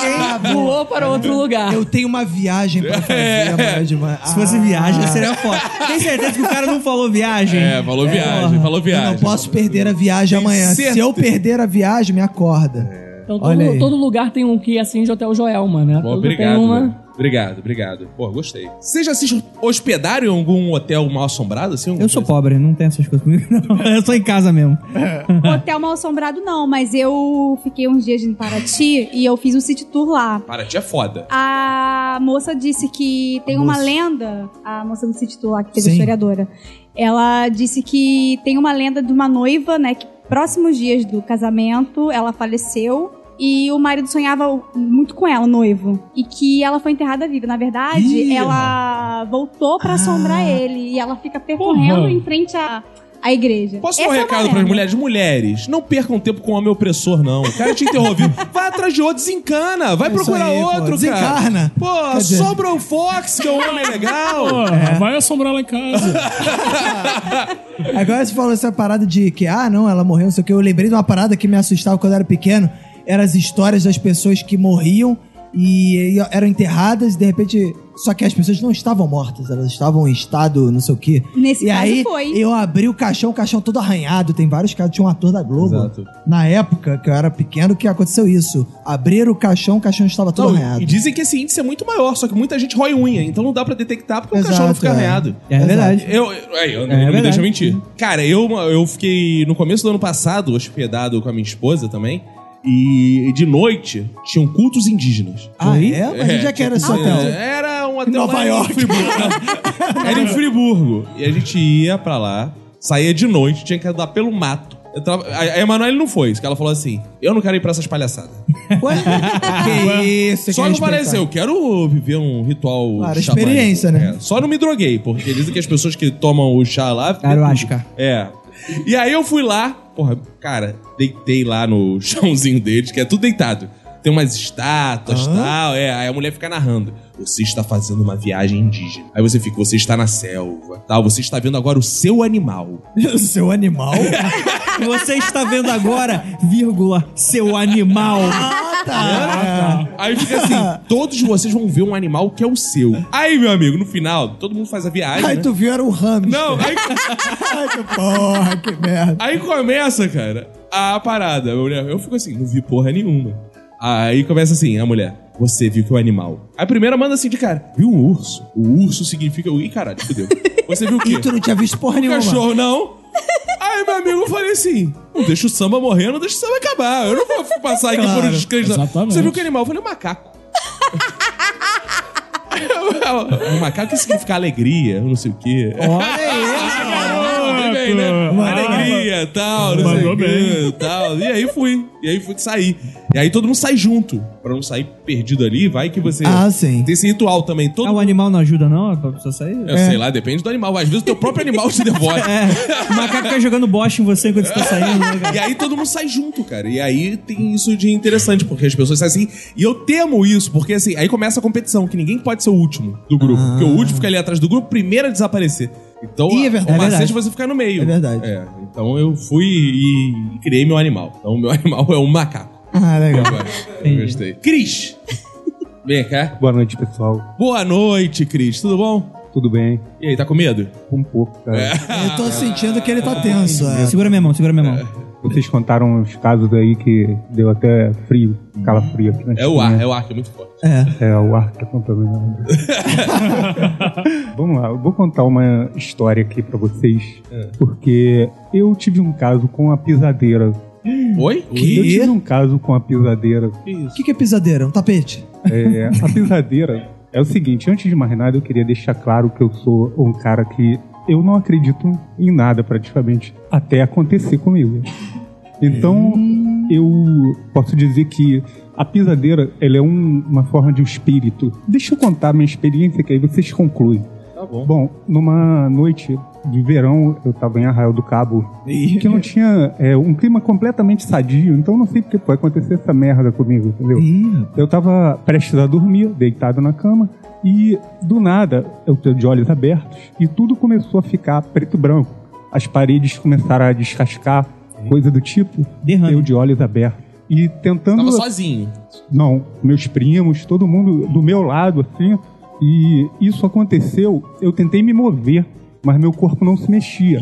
Speaker 2: Caraca, hein?
Speaker 9: Voou para outro lugar.
Speaker 2: Eu tenho uma viagem pra fazer amanhã de Ah, manhã.
Speaker 5: Se fosse viagem, seria foda. Tem certeza que o cara não falou viagem?
Speaker 1: É, falou viagem, falou
Speaker 2: Eu
Speaker 1: viagem.
Speaker 2: não posso perder a viagem amanhã. Se
Speaker 1: certeza.
Speaker 2: eu perder a viagem, me acorda.
Speaker 9: Então
Speaker 2: Olha
Speaker 9: todo,
Speaker 2: aí.
Speaker 9: todo lugar tem um que acende Hotel Joelma, né?
Speaker 1: Bom,
Speaker 9: Todo
Speaker 1: obrigado,
Speaker 9: Tem uma...
Speaker 1: velho. Obrigado, obrigado. Pô, gostei. Vocês já se hospedaram em algum hotel mal assombrado, assim? alguma
Speaker 5: Eu sou
Speaker 1: coisa?
Speaker 5: pobre, não tem essas coisas comigo, não. Eu sou em casa mesmo.
Speaker 4: Hotel mal assombrado, não, mas eu fiquei uns dias em Paraty e eu fiz um city tour lá.
Speaker 1: Para, tia é foda.
Speaker 4: A moça disse que tem uma
Speaker 2: Moça.
Speaker 4: lenda, a moça do City Tour lá, que teve
Speaker 2: Sim.
Speaker 4: a historiadora. Ela disse que tem uma lenda de uma noiva, né, que próximos dias do casamento ela faleceu e o marido sonhava muito com ela, o noivo, e que ela foi enterrada viva. Na verdade,
Speaker 2: Ih,
Speaker 4: ela voltou pra assombrar ele e ela fica percorrendo
Speaker 10: Porra.
Speaker 4: em frente à, à igreja.
Speaker 1: Posso
Speaker 4: Essa
Speaker 1: dar um
Speaker 4: é uma
Speaker 1: recado
Speaker 4: lenda.
Speaker 1: para as mulheres? Mulheres, não percam tempo com homem opressor, não. O cara te interrompeu. Vai atrás de outro, desencana. Vai
Speaker 2: É isso
Speaker 1: procurar
Speaker 2: aí, pô.
Speaker 1: outro, cara.
Speaker 2: Desencarna.
Speaker 1: Pô,
Speaker 2: Quer dizer-
Speaker 1: sobra o Fox, que é um homem legal.
Speaker 5: É.
Speaker 10: Porra, vai assombrar lá em casa.
Speaker 2: Agora você falou essa parada de que, ah, não, ela morreu, não sei o que. Eu lembrei de uma parada que me assustava quando eu era pequeno. Eram as histórias das pessoas que morriam e, e eram enterradas e de repente. Só que as pessoas não estavam mortas, elas estavam em estado não sei o que.
Speaker 4: Nesse
Speaker 2: e
Speaker 4: caso
Speaker 2: aí
Speaker 4: foi.
Speaker 2: eu abri o caixão, o caixão todo arranhado. Tem vários casos, tinha um ator da Globo.
Speaker 1: Exato.
Speaker 2: Na época que eu era pequeno, que aconteceu isso. Abriram o caixão, o caixão estava todo
Speaker 1: Não,
Speaker 2: arranhado.
Speaker 1: e dizem que esse índice é muito maior, só que muita gente rói unha, então não dá pra detectar porque o cachorro não
Speaker 2: Exato,
Speaker 1: fica
Speaker 2: é.
Speaker 1: arranhado.
Speaker 5: É
Speaker 2: Exato.
Speaker 5: verdade.
Speaker 1: Eu, eu- aí, eu- não me
Speaker 5: verdade.
Speaker 1: deixa mentir. Cara, eu, eu fiquei no começo do ano passado hospedado com a minha esposa também. E de noite tinham cultos indígenas.
Speaker 2: Ah,
Speaker 5: Oi?
Speaker 2: é? Mas a gente já quer esse
Speaker 1: Ah,
Speaker 2: hotel.
Speaker 1: Era um hotel
Speaker 2: Nova
Speaker 1: lá
Speaker 2: York.
Speaker 1: Em Friburgo. Era em Friburgo. E a gente ia pra lá, saía de noite, tinha que andar pelo mato. Eu tava- a a Emanuele não foi, porque ela falou assim: Eu não quero ir pra essas palhaçadas.
Speaker 2: Ué? que
Speaker 1: Só
Speaker 2: isso, que
Speaker 1: não
Speaker 2: respeitar.
Speaker 1: pareceu, eu quero viver um ritual.
Speaker 2: Claro,
Speaker 1: xamânico.
Speaker 2: experiência, né?
Speaker 1: É, só não me droguei, porque dizem que as pessoas que tomam o chá lá.
Speaker 5: Ayahuasca.
Speaker 1: É. E aí eu fui lá, porra, cara, deitei lá no chãozinho deles, que é tudo deitado. Tem umas estátuas e tal, é. Aí a mulher fica narrando. Você está fazendo uma viagem indígena. Aí você fica, você está na selva, tal. Você está vendo agora o seu animal.
Speaker 2: Seu animal?
Speaker 5: Você está vendo agora, vírgula, seu animal.
Speaker 2: Ah, tá.
Speaker 1: Aí fica assim, todos vocês vão ver um animal que é o seu. Aí, meu amigo, no final, todo mundo faz a viagem,
Speaker 2: Aí
Speaker 1: né?
Speaker 2: tu viu, era o hamster.
Speaker 1: Não, aí,
Speaker 2: Ai, que porra, que merda.
Speaker 1: aí começa, cara, a parada. A mulher- Eu fico assim, não vi porra nenhuma. Aí começa assim, a mulher. Você viu que o animal. A primeira manda assim de cara, viu um urso? O urso significa. Ih, caralho, fudeu. Você viu o quê?
Speaker 2: E tu não tinha visto porra
Speaker 1: O
Speaker 2: nenhuma.
Speaker 1: cachorro, não. Aí, meu amigo, eu falei assim: não deixa o samba morrer, não deixa o samba acabar. Eu não vou passar aqui por um descanso.
Speaker 10: exatamente.
Speaker 1: Você viu que animal? Eu falei: um macaco. um macaco que significa alegria, não sei o quê. Ah, Tudo bem, né?
Speaker 10: Uma
Speaker 1: alegria, tal, não sei
Speaker 10: Mandou
Speaker 1: o quê, tal. E aí fui. E aí fui sair. E aí todo mundo sai junto. Pra não sair perdido ali, vai que você.
Speaker 2: Ah, sim.
Speaker 1: Tem esse ritual também. Todo
Speaker 5: Ah, o animal não ajuda, não? Pra pessoa sair?
Speaker 1: Eu sei lá, depende do animal. Às vezes o teu próprio animal te devora.
Speaker 5: É. O macaco fica jogando bosta em você enquanto você tá saindo, né, cara?
Speaker 1: E aí todo mundo sai junto, cara. E aí tem isso de interessante, porque as pessoas saem assim. E eu temo isso, porque assim, aí começa a competição, que ninguém pode ser o último do grupo. Porque
Speaker 3: Ah.
Speaker 1: o último fica ali atrás do grupo, primeiro a desaparecer. Então,
Speaker 2: Ih, é verdade.
Speaker 1: o macete
Speaker 5: É
Speaker 1: é
Speaker 5: verdade.
Speaker 1: você ficar no meio.
Speaker 2: É verdade.
Speaker 1: É, então eu fui e criei meu animal. Então meu animal é um macaco.
Speaker 2: Ah, legal.
Speaker 1: Agora, eu gostei. Cris! Vem cá.
Speaker 3: Boa noite, pessoal.
Speaker 1: Boa noite, Cris. Tudo bom?
Speaker 3: Tudo bem?
Speaker 1: E aí, tá com medo? É.
Speaker 3: Um pouco, cara.
Speaker 2: Eu tô sentindo que ele tá tenso. é.
Speaker 5: Segura minha mão, segura minha mão.
Speaker 3: Vocês contaram os casos aí que deu até frio, calafrio aqui na
Speaker 1: É o
Speaker 3: Espanha.
Speaker 1: ar, é o ar que é muito forte.
Speaker 3: É, o ar tá contaminado. Vamos lá, eu vou contar uma história aqui pra vocês. Porque eu tive um caso com a pisadeira.
Speaker 1: Oi?
Speaker 3: Eu
Speaker 2: Que?
Speaker 3: tive um caso com a pisadeira.
Speaker 2: O que, que é pisadeira? Um tapete?
Speaker 3: É, a pisadeira é o seguinte, antes de mais nada, eu queria deixar claro que eu sou um cara que eu não acredito em nada praticamente, até acontecer comigo. Então,
Speaker 1: Hum.
Speaker 3: eu posso dizer que a pisadeira, ela é um- uma forma de um espírito. Deixa eu contar minha experiência que aí vocês concluem.
Speaker 1: Tá bom.
Speaker 3: Bom, numa noite de verão, eu tava em Arraial do Cabo, que não tinha é, um clima completamente sadio, então não sei porque foi acontecer essa merda comigo, entendeu? Eu tava prestes a dormir, deitado na cama, e do nada, eu tô de olhos abertos, e tudo começou a ficar preto e branco. As paredes começaram a descascar, coisa do tipo.
Speaker 5: Derrame.
Speaker 3: Eu de olhos abertos. E tentando. assim,
Speaker 1: Tava sozinho.
Speaker 3: Não, meus primos, todo mundo do meu lado, assim. E isso aconteceu, eu tentei me mover.
Speaker 8: mas meu corpo não se mexia.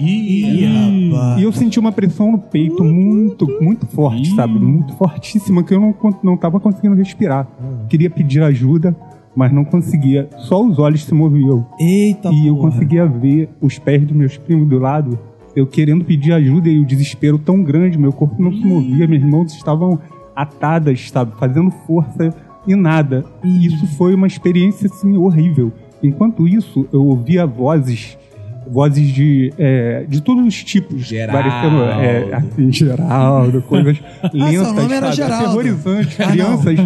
Speaker 8: E eu senti uma pressão no peito muito, muito forte, sabe? Muito fortíssima, que eu não, con- não tava conseguindo respirar. Queria pedir ajuda, mas não conseguia. Só os olhos se moviam.
Speaker 3: Tá
Speaker 2: Eita,
Speaker 8: e eu
Speaker 2: porra.
Speaker 8: conseguia ver os pés dos meus primos do lado, eu querendo pedir ajuda e o desespero tão grande, meu corpo não se movia, minhas mãos estavam atadas, sabe, fazendo força e nada. E isso foi uma experiência assim, horrível. Enquanto isso, eu ouvia vozes, vozes de, é, de todos os tipos,
Speaker 1: Geraldo.
Speaker 8: parecendo é, assim, Geraldo, coisas lentas,
Speaker 2: Ah, seu nome era
Speaker 8: sabe,
Speaker 2: Geraldo.
Speaker 8: aterrorizantes,
Speaker 2: Ah, não.
Speaker 8: crianças,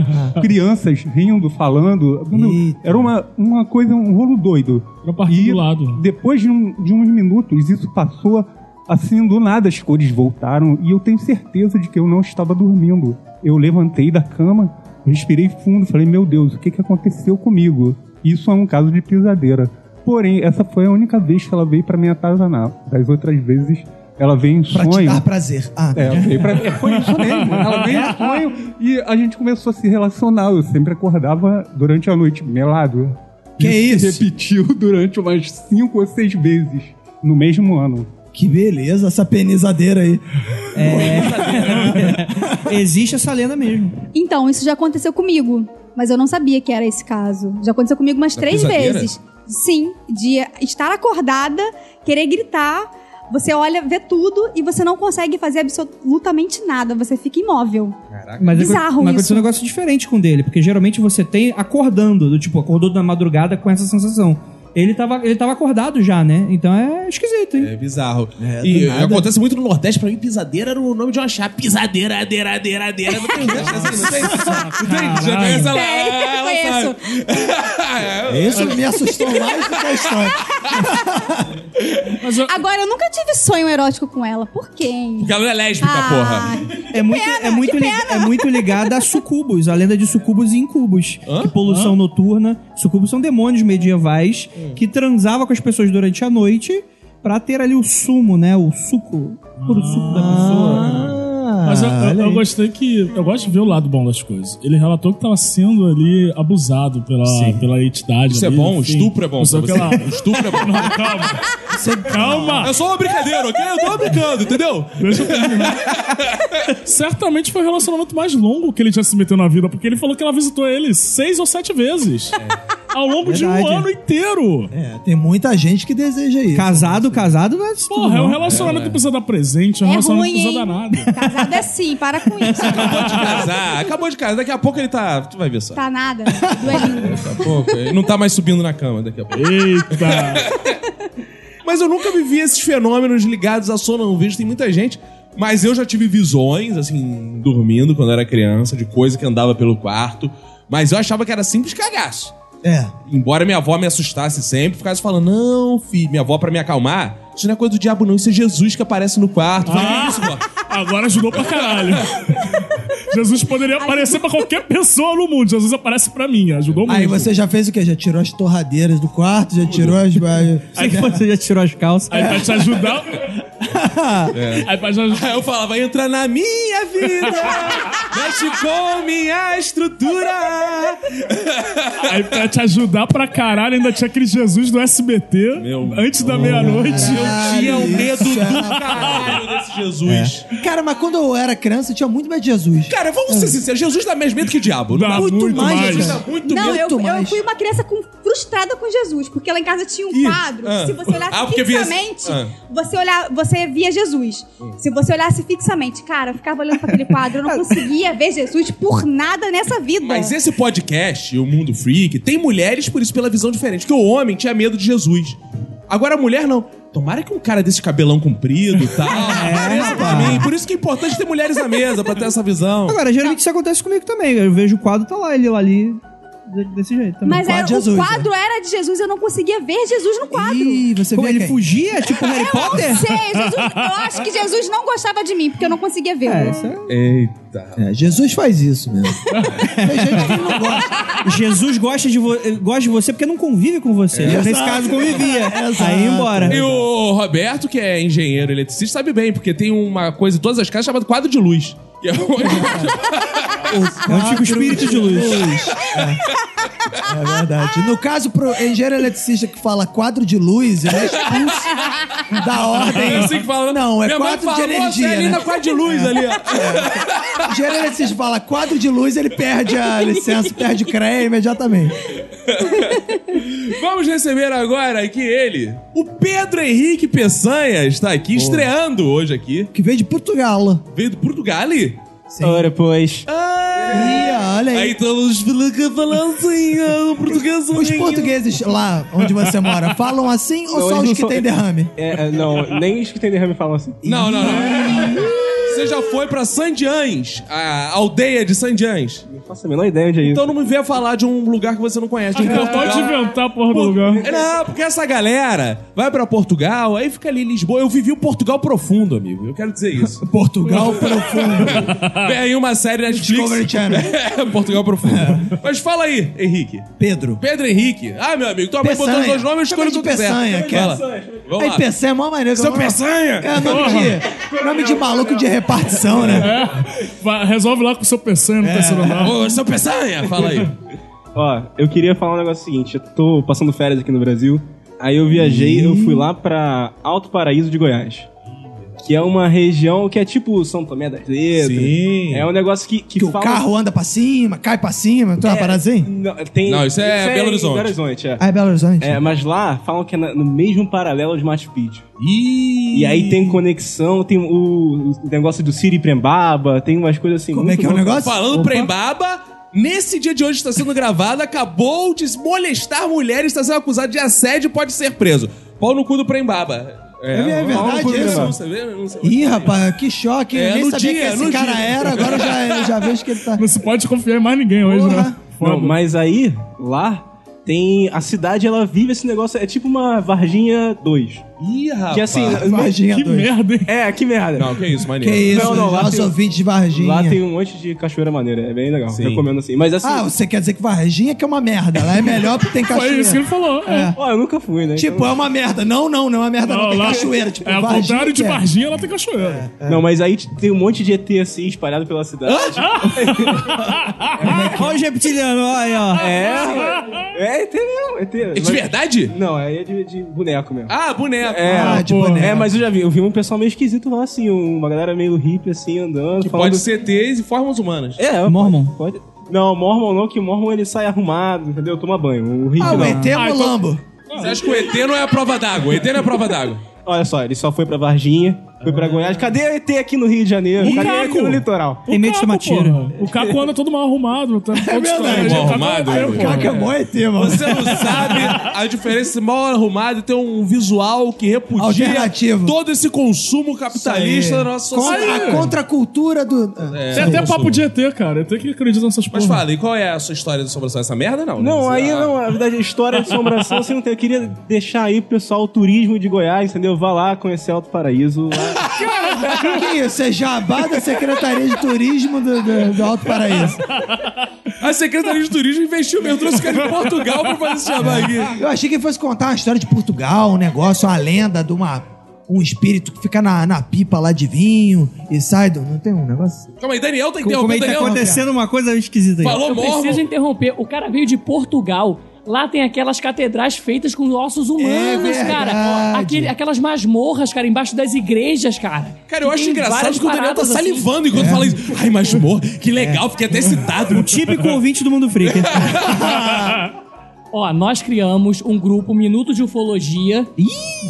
Speaker 8: crianças rindo, falando.
Speaker 5: um
Speaker 2: Eita.
Speaker 8: Era uma, uma coisa, um rolo doido.
Speaker 3: Pra partir
Speaker 8: E-
Speaker 3: do lado.
Speaker 8: Depois de, um- de uns minutos, isso passou assim, do nada as cores voltaram e eu tenho certeza de que eu não estava dormindo. Eu levantei da cama, respirei fundo, falei: Meu Deus, o que, que aconteceu comigo? Isso é um caso de pisadeira. Porém, essa foi a única vez que ela veio para me atazanar. Das outras vezes, ela veio em
Speaker 2: Pra te
Speaker 8: sonho.
Speaker 2: dar prazer.
Speaker 5: tá.
Speaker 2: Ah,
Speaker 8: É, veio pra... é, foi isso mesmo. Ela veio
Speaker 1: Ah,
Speaker 8: em sonho e a gente começou a se relacionar. Eu sempre acordava durante a noite, melado.
Speaker 2: Que
Speaker 8: se
Speaker 2: isso?
Speaker 8: repetiu durante umas cinco ou seis vezes no mesmo ano.
Speaker 2: que beleza essa penizadeira aí.
Speaker 5: É. Existe essa lenda mesmo.
Speaker 4: Então, isso já aconteceu comigo, mas eu não sabia que era esse caso. Já aconteceu comigo umas três
Speaker 1: pisadeira?
Speaker 4: vezes. Sim, de estar acordada, querer gritar, você olha, vê tudo e você não consegue fazer absolutamente nada, você fica imóvel.
Speaker 5: Mas
Speaker 4: Bizarro
Speaker 5: aconte- mas
Speaker 4: isso.
Speaker 5: aconteceu um negócio diferente com o dele, porque geralmente você tem acordando, do tipo, acordou na madrugada com essa sensação. Ele tava, ele tava acordado já, né? Então é esquisito, hein?
Speaker 1: É bizarro.
Speaker 2: É,
Speaker 1: e
Speaker 2: do nada.
Speaker 1: acontece muito no Nordeste, pra mim, pisadeira era o nome de uma chá. Pisadeira, adeira, adeira,
Speaker 2: É
Speaker 1: adeira. Não tem gente assim, não tem? Não tem? Já conhece ela?
Speaker 4: Tem,
Speaker 1: ela
Speaker 2: É
Speaker 4: conheço.
Speaker 1: sabe.
Speaker 5: É
Speaker 2: Isso me assustou mais do que a história.
Speaker 3: Mas eu,
Speaker 4: Agora, eu nunca tive sonho erótico com ela. Por quem?
Speaker 1: Porque ela não é lésbica,
Speaker 4: Ah.
Speaker 1: porra.
Speaker 5: É muito, é, muito li- é muito ligada a sucubos, a lenda de sucubos e incubos. Que poluição noturna. Sucubos são demônios medievais
Speaker 2: Hum.
Speaker 5: que transava com as pessoas durante a noite pra ter ali o sumo, né? O suco. Puro suco
Speaker 2: Ah.
Speaker 5: da pessoa. Ah.
Speaker 3: mas eu, eu-
Speaker 2: olha
Speaker 3: eu
Speaker 2: aí.
Speaker 3: gostei que. Eu gosto de ver o lado bom das coisas. Ele relatou que tava sendo ali abusado pela, pela entidade.
Speaker 1: Isso é
Speaker 3: ali,
Speaker 1: bom,
Speaker 3: enfim.
Speaker 1: estupro é bom pra
Speaker 3: Só
Speaker 1: você.
Speaker 3: que ela-
Speaker 1: Estupro é bom.
Speaker 3: Não, calma. Calma!
Speaker 1: É só uma brincadeira, ok? Eu tô brincando, entendeu?
Speaker 3: Deixa eu terminar. Certamente foi o relacionamento mais longo que ele já se meteu na vida, porque ele falou que ela visitou ele seis ou sete vezes.
Speaker 1: É.
Speaker 3: Ao longo de
Speaker 5: Verdade.
Speaker 3: um ano inteiro.
Speaker 2: É, tem muita gente que deseja isso.
Speaker 5: Casado, casado, não é isso tudo,
Speaker 3: Porra, é um
Speaker 5: não.
Speaker 3: relacionamento que precisa dar presente, é um
Speaker 4: É
Speaker 3: relacionamento que
Speaker 4: ruim,
Speaker 3: precisa dar nada.
Speaker 4: Casado é sim, para com isso.
Speaker 1: Acabou de casar, acabou de casar. Daqui a pouco ele tá. Tu vai ver só.
Speaker 4: Tá nada, tudo é lindo.
Speaker 1: Daqui a pouco. Ele não tá mais subindo na cama daqui a pouco.
Speaker 3: Eita!
Speaker 1: Mas eu nunca vivi esses fenômenos ligados a sono. Não vejo, tem muita gente. Mas eu já tive visões, assim, dormindo quando era criança, de coisa que andava pelo quarto. Mas eu achava que era simples cagaço.
Speaker 2: É.
Speaker 1: Embora minha avó me assustasse sempre, ficasse falando: Não, filho, minha avó, pra me acalmar, isso não é coisa do diabo, não. Isso é Jesus que aparece no quarto. Eu
Speaker 3: Ah.
Speaker 1: falei, "Que isso, vó?"
Speaker 3: Agora ajudou pra caralho. Jesus poderia aparecer pra qualquer pessoa no mundo. Jesus aparece pra mim, ajudou muito.
Speaker 2: Aí você já fez o quê? Já tirou as torradeiras do quarto? Já tirou as.
Speaker 5: Sei que você já tirou as calças.
Speaker 3: Aí pra te ajudar. Aí pra te ajudar.
Speaker 1: Aí eu falava, entra na minha vida, mexe com minha estrutura.
Speaker 3: Aí pra te ajudar pra caralho, ainda tinha aquele Jesus do SBT
Speaker 1: Meu
Speaker 3: antes da meia-noite.
Speaker 1: Eu tinha um medo do caralho desse Jesus.
Speaker 2: Cara, mas quando eu era criança, eu tinha muito medo de Jesus.
Speaker 1: Cara, vamos ser sinceros, Jesus dá mais medo que o diabo. Não
Speaker 3: Dá
Speaker 1: dá?
Speaker 3: muito, mais.
Speaker 2: Jesus,
Speaker 1: Dá muito
Speaker 4: Não, eu,
Speaker 2: Muito
Speaker 4: eu
Speaker 2: mais.
Speaker 4: fui uma criança com- frustrada com Jesus, porque lá em casa tinha um quadro.
Speaker 1: ah.
Speaker 4: se você olhasse
Speaker 1: Ah, porque via-
Speaker 4: fixamente,
Speaker 1: ah.
Speaker 4: você, olhar, você via Jesus. Se você olhasse fixamente, cara, eu ficava olhando pra aquele quadro, eu não conseguia ver Jesus por nada nessa vida.
Speaker 1: Mas esse podcast, o Mundo Freak, tem mulheres, por isso, pela visão diferente. Porque o homem tinha medo de Jesus. Agora a mulher não. Tomara que um cara desse cabelão comprido e tal.
Speaker 2: É,
Speaker 1: apareça pra
Speaker 5: rapaz.
Speaker 1: mim. Por isso que é importante ter mulheres na mesa pra ter essa visão.
Speaker 5: Agora, geralmente isso acontece comigo também. Eu vejo o quadro, tá lá ele lá ali. de- Desse jeito também.
Speaker 4: Mas era,
Speaker 2: quadro Jesus,
Speaker 4: o quadro era de Jesus, eu não conseguia ver Jesus no quadro.
Speaker 2: Ih, você
Speaker 5: Como
Speaker 2: vê
Speaker 5: ele
Speaker 2: quem?
Speaker 5: fugia, tipo Harry Potter?
Speaker 4: Não sei, Jesus, eu acho que Jesus não gostava de mim, porque eu não conseguia ver.
Speaker 5: É, isso é...
Speaker 1: Eita.
Speaker 2: É, Jesus faz isso mesmo. Tem gente que não gosta.
Speaker 5: Jesus gosta de, vo- gosta de você porque não convive com você.
Speaker 11: É.
Speaker 5: Eu, Nesse caso, convivia. Aí ia embora.
Speaker 1: E o Roberto, que é engenheiro eletricista, sabe bem, porque tem uma coisa em todas as casas chamada quadro de luz. E é onde-
Speaker 5: um É um tipo espírito de luz.
Speaker 2: É verdade. No caso, pro engenheiro eletricista que fala quadro de luz, ele é expulso da ordem.
Speaker 1: É assim que fala, né?
Speaker 2: Não, é
Speaker 1: Minha mãe
Speaker 2: quadro
Speaker 1: fala,
Speaker 2: de
Speaker 1: "Nossa,
Speaker 2: energia.
Speaker 1: é ali
Speaker 2: né?
Speaker 1: na quadra de luz, ali, ó.
Speaker 2: O engenheiro eletricista fala quadro de luz, ele perde a licença, perde o CREA imediatamente.
Speaker 1: Vamos receber agora aqui ele. O Pedro Henrique Peçanha está aqui, estreando hoje aqui.
Speaker 2: Que veio de Portugal.
Speaker 1: Veio do Portugal.
Speaker 2: Sim.
Speaker 5: Ora, pois.
Speaker 2: Ih, olha aí.
Speaker 1: Aí todos falam assim, ah, o português.
Speaker 2: Os portugueses lá onde você mora falam assim
Speaker 11: Não,
Speaker 2: ou só
Speaker 11: eles
Speaker 2: os
Speaker 11: não
Speaker 2: que
Speaker 11: são-
Speaker 2: têm derrame?
Speaker 11: É, é, não, nem os que tem derrame falam assim.
Speaker 1: Não, não, não. Você já foi pra Sandiães, a aldeia de Sandiães.
Speaker 11: Não faço a menor ideia onde é isso.
Speaker 1: Então não me venha falar de um lugar que você não conhece. De um
Speaker 3: Ah, Não Então pode
Speaker 1: Portugal.
Speaker 3: inventar a porra do lugar.
Speaker 1: É, Não, porque essa galera vai pra Portugal, aí fica ali em Lisboa. Eu vivi o Portugal profundo, amigo. Eu quero dizer isso.
Speaker 2: Portugal profundo.
Speaker 1: Vem aí uma série
Speaker 2: Discovery
Speaker 1: Netflix.
Speaker 2: Channel. É.
Speaker 1: É, Portugal profundo. Mas fala aí, Henrique.
Speaker 2: Pedro.
Speaker 1: Pedro Henrique. Ah, meu amigo, tua mãe
Speaker 2: Peçanha.
Speaker 1: botou os dois nomes, eu escolho o
Speaker 2: Chama
Speaker 1: que eu
Speaker 2: de
Speaker 1: quiser.
Speaker 2: Peçanha, que é-
Speaker 1: Fala. Vamos lá.
Speaker 2: Aí Peçanha é mó maneiro. que é
Speaker 1: Seu
Speaker 2: mó-
Speaker 1: Peçanha!
Speaker 2: É nome de, nome de maluco de repartição, né?
Speaker 3: Vai, resolve lá com o seu PC no terceiro andar.
Speaker 1: Ô, seu Peçanha! Fala aí.
Speaker 11: Ó, eu queria falar um negócio seguinte. Eu tô passando férias aqui no Brasil. Aí eu viajei, eu fui lá pra Alto Paraíso de Goiás. Que é uma região que é tipo São Tomé das Letras.
Speaker 1: Sim.
Speaker 11: É um negócio que, que,
Speaker 2: Que o
Speaker 11: fala-
Speaker 2: carro anda pra cima, cai pra cima, tu é uma parada assim?
Speaker 11: Não, tem-
Speaker 1: Não, isso é Belo
Speaker 11: em
Speaker 1: Horizonte.
Speaker 11: Belo Horizonte, é.
Speaker 2: Ah, é Belo Horizonte?
Speaker 11: É, mas lá falam que é na- no mesmo paralelo de Machu Picchu.
Speaker 1: Ih.
Speaker 11: E aí tem conexão, tem o, o negócio do Siri Prembaba, tem umas coisas assim.
Speaker 2: Como é
Speaker 11: muito
Speaker 2: que é o
Speaker 11: loucas.
Speaker 2: negócio?
Speaker 1: Falando pra Embaba, nesse dia de hoje está sendo gravado, acabou de molestar mulheres, está sendo acusado de assédio e pode ser preso. Pau no cu do Prembaba. É,
Speaker 2: é
Speaker 1: pau no
Speaker 2: verdade
Speaker 1: cu do
Speaker 2: isso?
Speaker 1: Prembaba. Você vê? Não sei.
Speaker 2: Ih, rapaz, que choque.
Speaker 1: É,
Speaker 2: eu nem
Speaker 1: no
Speaker 2: sabia
Speaker 1: dia,
Speaker 2: que esse
Speaker 1: no
Speaker 2: cara
Speaker 1: dia.
Speaker 2: era, agora eu já, eu já vejo que ele tá...
Speaker 3: Não se pode confiar em mais ninguém hoje, né?
Speaker 2: Porra.
Speaker 11: Não, mas aí, lá, tem. A cidade ela vive esse negócio, é tipo uma Varginha 2.
Speaker 1: Ih, rapaz.
Speaker 11: Que assim.
Speaker 2: Ah, Varginha
Speaker 3: Que
Speaker 2: 2.
Speaker 3: merda, hein?
Speaker 11: É, que merda.
Speaker 1: Não, que isso,
Speaker 2: Que é
Speaker 1: maneiro.
Speaker 2: isso,
Speaker 11: Não, não, lá
Speaker 2: os
Speaker 11: tem-
Speaker 2: ouvintes de Varginha.
Speaker 11: Lá tem um monte de cachoeira maneira, é bem legal.
Speaker 1: Sim.
Speaker 11: Recomendo assim. Mas assim.
Speaker 2: Ah, você quer dizer que Varginha que é uma merda. Lá é melhor porque tem
Speaker 3: Foi isso
Speaker 2: cachoeira.
Speaker 3: que ele falou. É.
Speaker 11: ó, eu nunca fui, né?
Speaker 2: Tipo, é uma merda. Não, não, não é uma merda, não.
Speaker 3: Não,
Speaker 2: Tem
Speaker 3: lá-
Speaker 2: cachoeira. Tipo,
Speaker 3: é, ao
Speaker 2: Varginha
Speaker 3: contrário de
Speaker 2: que é.
Speaker 3: Varginha, ela tem cachoeira.
Speaker 11: Então- Não, mas aí tem um monte de ET assim espalhado pela cidade.
Speaker 2: é
Speaker 5: Olha o reptiliano, olha aí, ó.
Speaker 11: É, é ET mesmo, ET.
Speaker 1: É de verdade?
Speaker 11: Não, aí é de, de boneco mesmo.
Speaker 1: Ah, boneco.
Speaker 11: É,
Speaker 2: Ah, de
Speaker 11: pô,
Speaker 2: boneco.
Speaker 11: é, mas eu já vi, eu vi um pessoal meio esquisito lá, assim, uma galera meio hippie, assim, andando. falando-
Speaker 1: Pode ser T's e formas humanas.
Speaker 11: É,
Speaker 5: Mormon.
Speaker 11: Pode, pode- Não, Mormon não, que Mormon ele sai arrumado, entendeu? Toma banho. O hippie
Speaker 2: Ah,
Speaker 11: não.
Speaker 2: o ET é Mulambo.
Speaker 1: Você acha que o ET não é a prova d'água? O ET não é a prova d'água.
Speaker 11: Olha só, ele só foi pra Varginha, foi pra Goiás. Cadê o ET aqui no Rio de Janeiro?
Speaker 3: O
Speaker 11: Cadê o ET
Speaker 3: Caco?
Speaker 11: no
Speaker 2: É.
Speaker 11: litoral?
Speaker 5: Tem medo de chamar tiro.
Speaker 3: porra. O Caco anda todo mal arrumado. Tá é
Speaker 2: verdade.
Speaker 1: Mal arrumado, é,
Speaker 2: Caraca, é mó ET, mano.
Speaker 1: Você não sabe a diferença entre mal arrumado e ter um visual que repudia
Speaker 2: Alternativo.
Speaker 1: todo esse consumo capitalista da nossa
Speaker 2: Contra,
Speaker 1: sociedade.
Speaker 2: a contracultura do... Ah.
Speaker 3: Tem até papo de ET, cara. ET que acredita nessas
Speaker 1: Mas
Speaker 3: porra.
Speaker 1: fala, e qual é a sua história de assombração? Essa merda, não?
Speaker 11: Não,
Speaker 1: né?
Speaker 11: aí
Speaker 1: Ah,
Speaker 11: não, na verdade, a história de assombração, assim, não tem. Eu queria deixar aí, pessoal, o turismo de Goiás, entendeu? Vá lá conhecer Alto Paraíso. lá.
Speaker 2: Que isso? É jabá da Secretaria de Turismo do, do- do Alto Paraíso.
Speaker 1: A Secretaria de Turismo investiu mesmo, trouxe o cara de Portugal pra fazer esse jabá aqui.
Speaker 2: Eu achei que ele fosse contar uma história de Portugal, um negócio, uma lenda de uma... Um espírito que fica na, na pipa lá de vinho e sai do... Não tem um negócio?
Speaker 1: Calma aí, Daniel tem que
Speaker 5: Como
Speaker 1: interromper.
Speaker 5: aí tá
Speaker 1: Daniel
Speaker 5: acontecendo uma coisa esquisita aí.
Speaker 1: falou
Speaker 9: Eu
Speaker 1: morro.
Speaker 9: preciso interromper. O cara veio de Portugal. Lá tem aquelas catedrais feitas com ossos humanos,
Speaker 2: É
Speaker 9: cara.
Speaker 2: verdade.
Speaker 9: Aquele- aquelas masmorras, cara, embaixo das igrejas, cara.
Speaker 1: Cara, eu
Speaker 9: Que
Speaker 1: acho
Speaker 9: tem
Speaker 1: engraçado
Speaker 9: várias
Speaker 1: que o Daniel tá
Speaker 9: paradas assim.
Speaker 1: salivando enquanto fala isso. Ai, mas morro, que legal, fiquei até excitado.
Speaker 5: Um típico ouvinte do Mundo Freak.
Speaker 9: Ó, nós criamos um grupo Minuto de Ufologia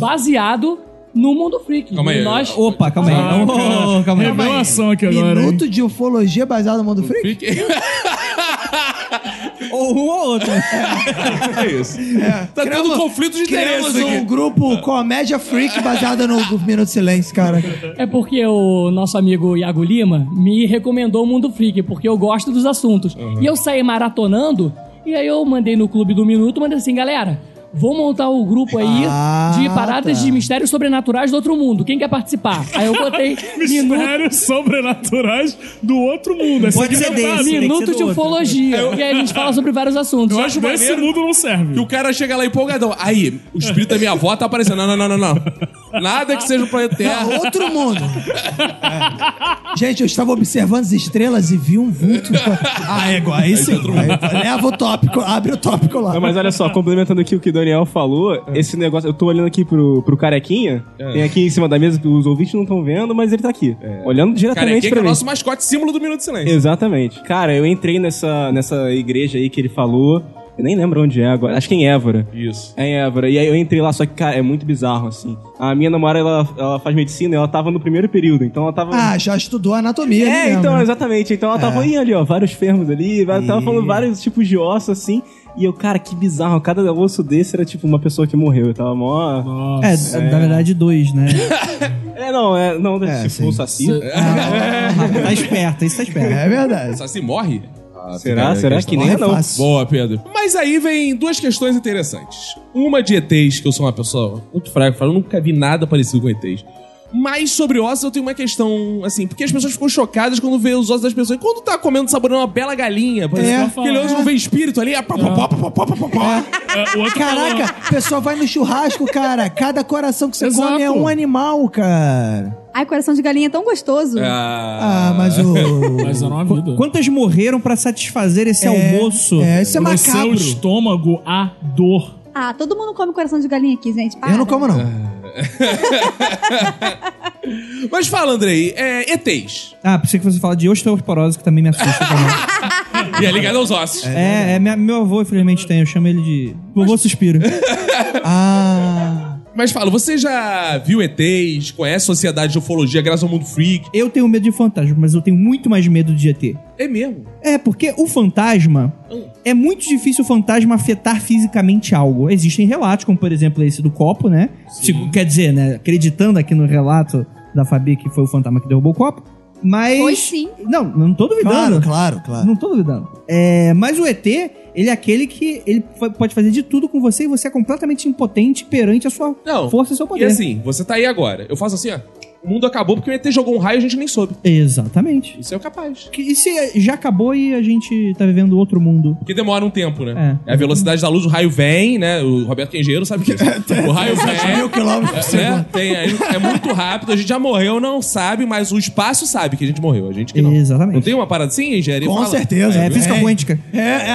Speaker 9: baseado no Mundo Freak.
Speaker 1: Calma aí.
Speaker 9: E Nós...
Speaker 5: Opa, calma aí.
Speaker 3: Ah,
Speaker 5: Ô,
Speaker 3: cara.
Speaker 5: calma aí.
Speaker 3: Revelação aqui agora, hein?
Speaker 2: Minuto de ufologia baseado no mundo freak?
Speaker 5: Ou um ou outro.
Speaker 1: É isso. Tá
Speaker 2: Criamos-
Speaker 1: tendo conflito de
Speaker 2: criamos
Speaker 1: interesse
Speaker 2: um
Speaker 1: aqui.
Speaker 2: grupo comédia freak baseado no Minuto de Silêncio, cara.
Speaker 9: É porque o nosso amigo Iago Lima me recomendou o Mundo Freak, porque eu gosto dos assuntos. E eu saí maratonando, e aí eu mandei no Clube do Minuto, mandei assim, galera, vou montar o grupo aí
Speaker 2: Ah,
Speaker 9: de paradas
Speaker 2: tá.
Speaker 9: de mistérios sobrenaturais do outro mundo. Quem quer participar? Aí eu botei Minuto,
Speaker 3: Mistérios sobrenaturais do outro mundo. É
Speaker 5: Pode ser
Speaker 3: segmentado.
Speaker 5: desse,
Speaker 2: né?
Speaker 5: tem que ser
Speaker 9: minuto
Speaker 5: do
Speaker 9: de
Speaker 5: outro.
Speaker 9: Ufologia, e aí a gente fala sobre vários assuntos.
Speaker 3: Eu acho que esse
Speaker 1: maneiro.
Speaker 3: mundo não serve.
Speaker 1: E o cara chega lá empolgadão. Aí, o espírito da minha avó tá aparecendo. Não, não, não, não, não. Nada que seja o planeta Terra.
Speaker 2: Não, outro mundo. É. Gente, eu estava observando as estrelas e vi um vulto. Ah, é igual. Aí sim. Aí, leva o tópico, abre o tópico lá.
Speaker 11: Não, mas olha só, complementando aqui o que o Daniel falou,
Speaker 1: É.
Speaker 11: esse negócio, eu tô olhando aqui pro, pro carequinha, tem aqui em cima da mesa, os ouvintes não estão vendo, mas ele tá aqui, olhando
Speaker 1: Cara,
Speaker 11: diretamente
Speaker 1: aqui que É. é
Speaker 11: pra
Speaker 1: o
Speaker 11: mim.
Speaker 1: nosso mascote, símbolo do Minuto de Silêncio.
Speaker 11: Exatamente. Cara, eu entrei nessa, nessa igreja aí que ele falou, eu nem lembro onde é agora, acho que é em Évora.
Speaker 1: Isso.
Speaker 11: É em Évora. E aí eu entrei lá, só que, cara, é muito bizarro, assim. A minha namorada, ela, ela faz medicina, ela tava no primeiro período, então ela tava...
Speaker 2: Ah, já estudou anatomia.
Speaker 11: É,
Speaker 2: né,
Speaker 11: então,
Speaker 2: mano?
Speaker 11: exatamente. Então ela tava
Speaker 5: É.
Speaker 11: olhando ali, ó, vários fermos ali, ela tava falando vários tipos de osso, assim. E eu, cara, que bizarro. Cada osso desse era tipo uma pessoa que morreu. Eu tava mó.
Speaker 5: É, na verdade, dois, né?
Speaker 11: É, não, é, não,
Speaker 5: É,
Speaker 11: tipo,
Speaker 5: sim.
Speaker 11: um saci.
Speaker 5: Ah, tá esperto, isso tá esperto.
Speaker 2: É verdade.
Speaker 1: Saci morre?
Speaker 11: Será? Será que nem é, não?
Speaker 1: Boa, Pedro. Mas aí vem duas questões interessantes. Uma de ETs, que eu sou uma pessoa muito fraca, eu nunca vi nada parecido com ETs. Mas sobre ossos eu tenho uma questão, assim, porque as pessoas ficam chocadas quando vê os ossos das pessoas. E quando tá comendo, saboreando uma bela galinha, por exemplo, aquele osso não vê espírito ali, é pá, pá, pá, pá, pá, pá, pá, pá.
Speaker 3: É, o outro falou-
Speaker 2: Caraca, a pessoa vai no churrasco, cara. Cada coração que você
Speaker 3: Exato.
Speaker 2: come é um animal, cara.
Speaker 4: Ai, coração de galinha é tão gostoso.
Speaker 2: Ah, mas o.
Speaker 3: Mas é uma vida.
Speaker 5: Quantas morreram pra satisfazer esse almoço?
Speaker 2: É, isso é
Speaker 3: No seu
Speaker 2: macabro.
Speaker 3: estômago a dor.
Speaker 4: Ah, todo mundo come coração de galinha aqui, gente. Para.
Speaker 2: Eu não como, não.
Speaker 1: Ah. Mas fala, Andrei, é ETs.
Speaker 5: Ah, pensei que você falar de osteoporose, que também me assusta também.
Speaker 1: E é ligado aos ossos.
Speaker 5: É, é, minha- meu avô, infelizmente, tem. Eu chamo ele de. Vovô Suspiro.
Speaker 2: Ah.
Speaker 1: Mas fala, você já viu ETs, conhece sociedade de ufologia graças ao mundo freak?
Speaker 5: Eu tenho medo de fantasma, mas eu tenho muito mais medo de GT.
Speaker 1: É mesmo.
Speaker 5: É, porque o fantasma. É muito difícil o fantasma afetar fisicamente algo. Existem relatos, como por exemplo esse do copo, né? Se- quer dizer, né? Acreditando aqui no relato da Fabi que foi o fantasma que derrubou o copo. Mas.
Speaker 4: Foi sim.
Speaker 5: Não, não tô
Speaker 2: Claro,
Speaker 5: duvidando.
Speaker 2: claro, claro.
Speaker 5: Não tô duvidando. É, mas o ET, ele é aquele que ele fa- pode fazer de tudo com você e você é completamente impotente perante a sua
Speaker 1: Não.
Speaker 5: força e seu
Speaker 1: E
Speaker 5: poder.
Speaker 1: assim, você tá aí agora. Eu faço assim, ó. O mundo acabou porque o ET jogou um raio e a gente nem soube.
Speaker 5: Exatamente.
Speaker 1: Isso é o capaz.
Speaker 5: Que- E se já acabou e a gente tá vivendo outro mundo?
Speaker 1: Porque demora um tempo, né? É. a velocidade da luz, o raio vem, né? O Roberto que é engenheiro sabe disso. o raio
Speaker 3: É.
Speaker 2: Mil
Speaker 1: vem.
Speaker 2: quilômetros
Speaker 1: É,
Speaker 2: por
Speaker 1: né?
Speaker 2: segundo.
Speaker 1: Tem aí, é muito rápido, a gente já morreu, não sabe, mas o espaço sabe que a gente morreu, a gente que não.
Speaker 5: Exatamente.
Speaker 1: Não tem uma parada assim, engenharia?
Speaker 2: Com
Speaker 1: Fala.
Speaker 2: certeza.
Speaker 5: É, física
Speaker 2: É,
Speaker 5: quântica.
Speaker 2: é, é.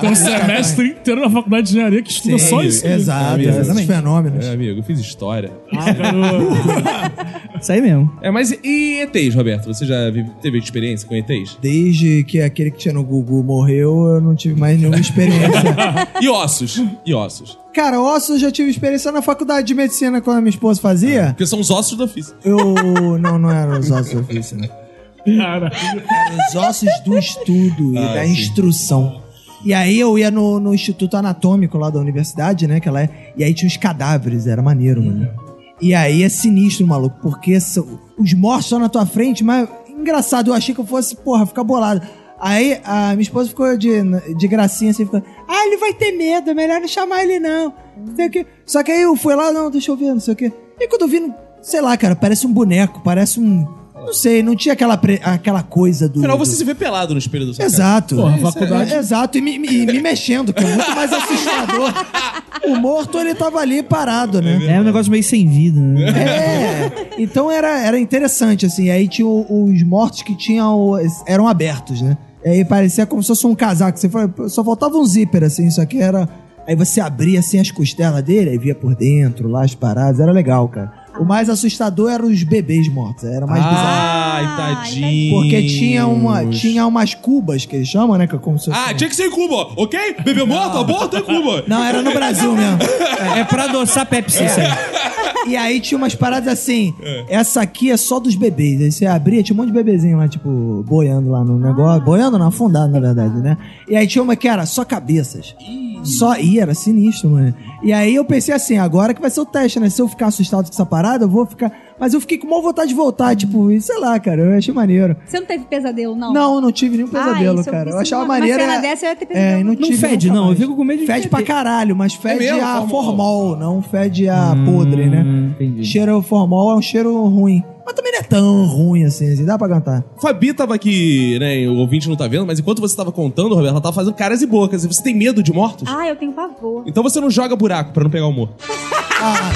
Speaker 3: Tem um semestre inteiro na faculdade de engenharia que estuda só isso.
Speaker 2: Exato,
Speaker 1: Amigo,
Speaker 2: esses fenômenos.
Speaker 1: É, amigo, eu fiz história.
Speaker 3: Ah,
Speaker 5: Isso aí mesmo.
Speaker 1: É, mas e ETs, Roberto? Você já vi- teve experiência com ETs?
Speaker 2: Desde que aquele que tinha no Gugu morreu, eu não tive mais nenhuma experiência.
Speaker 1: E ossos? E ossos?
Speaker 2: Cara, ossos eu já tive experiência na faculdade de medicina quando a minha esposa fazia.
Speaker 1: Porque são os ossos do ofício.
Speaker 2: Eu. Não, não era os ossos do ofício, né?
Speaker 3: Cara,
Speaker 2: Era os ossos do estudo e
Speaker 1: Ah,
Speaker 2: da
Speaker 1: sim.
Speaker 2: instrução. E aí eu ia no, no Instituto Anatômico lá da universidade, né? Que ela é. E aí tinha os cadáveres, era maneiro, mano. E aí é sinistro, maluco, porque são- os mortos estão na tua frente, mas engraçado, eu achei que eu fosse, porra, ficar bolado. Aí a minha esposa ficou de, de gracinha assim, ficou, ah, ele vai ter medo, é melhor não chamar ele não. Não sei o quê. Só que aí eu fui lá, não, deixa eu ver, não sei o quê. E quando eu vi, não- sei lá, cara, parece um boneco, parece um. Não sei, não tinha aquela, pre- aquela coisa do.
Speaker 1: Afinal,
Speaker 2: do-
Speaker 1: você se vê pelado no espelho do seu
Speaker 2: Exato.
Speaker 3: Porra,
Speaker 2: É,
Speaker 3: faculdade.
Speaker 2: é, Exato, e me, me- e me mexendo, que é muito mais assustador. o morto, ele tava ali parado, né?
Speaker 5: É um negócio meio sem vida, né?
Speaker 2: É, então era, era interessante, assim. Aí tinha o- os mortos que tinham. o- eram abertos, né? E aí parecia como se fosse um casaco. Você foi- só faltava um zíper, assim, isso aqui era. Aí você abria assim as costelas dele, aí via por dentro, lá as paradas, era legal, cara. O mais assustador eram os bebês mortos, era
Speaker 3: Ah,
Speaker 2: mais bizarro.
Speaker 1: Ai,
Speaker 4: Ai,
Speaker 1: tadinho.
Speaker 2: Porque tinha, uma, tinha umas cubas que eles chamam, né? que é Como se fosse
Speaker 1: Ah, tinha que ser em Cuba, ok? Bebê morto, aborto é Cuba.
Speaker 2: Não, era no Brasil mesmo. É.
Speaker 5: É, pra adoçar Pepsi, isso aí.
Speaker 2: E aí tinha umas paradas assim. Essa aqui É. é só dos bebês. Aí você abria, tinha um monte de bebezinho lá, tipo, boiando lá no negócio. Boiando não, afundado, na verdade, né? E aí tinha uma que era só cabeças. Só. Ih, era sinistro, mano. E aí eu pensei assim, agora que vai ser o teste, né? Se eu ficar assustado com essa parada, eu vou ficar. Mas eu fiquei com maior vontade de voltar, tipo, e sei lá, cara, eu achei maneiro.
Speaker 4: Você não teve pesadelo, não?
Speaker 2: Não, eu não tive nenhum
Speaker 4: Ah,
Speaker 2: pesadelo,
Speaker 4: isso,
Speaker 2: cara.
Speaker 4: isso
Speaker 2: Eu achava
Speaker 4: não-
Speaker 2: maneiro.
Speaker 4: Uma cena
Speaker 2: era-
Speaker 4: dessa então eu ia ter
Speaker 2: é,
Speaker 4: pesadelo.
Speaker 2: e não,
Speaker 5: Não
Speaker 2: tive
Speaker 5: fede,
Speaker 2: nunca
Speaker 5: não. Eu
Speaker 2: mais.
Speaker 5: fico com medo de
Speaker 2: Fede
Speaker 5: feder.
Speaker 2: pra caralho, mas fede
Speaker 1: é mesmo?
Speaker 2: a
Speaker 1: Formol.
Speaker 2: formol. não fede a podre, né?
Speaker 5: Hum, Entendi.
Speaker 2: Cheiro formol é um cheiro ruim. Mas também não é tão ruim assim, assim, dá pra cantar.
Speaker 1: Fabi tava aqui, né? O ouvinte não tá vendo, mas enquanto você tava contando, Roberto, ela tava fazendo caras e bocas. E Você tem medo de mortos?
Speaker 4: Ah, eu tenho pavor.
Speaker 1: Então você não joga buraco pra não pegar o morto.
Speaker 5: Ah,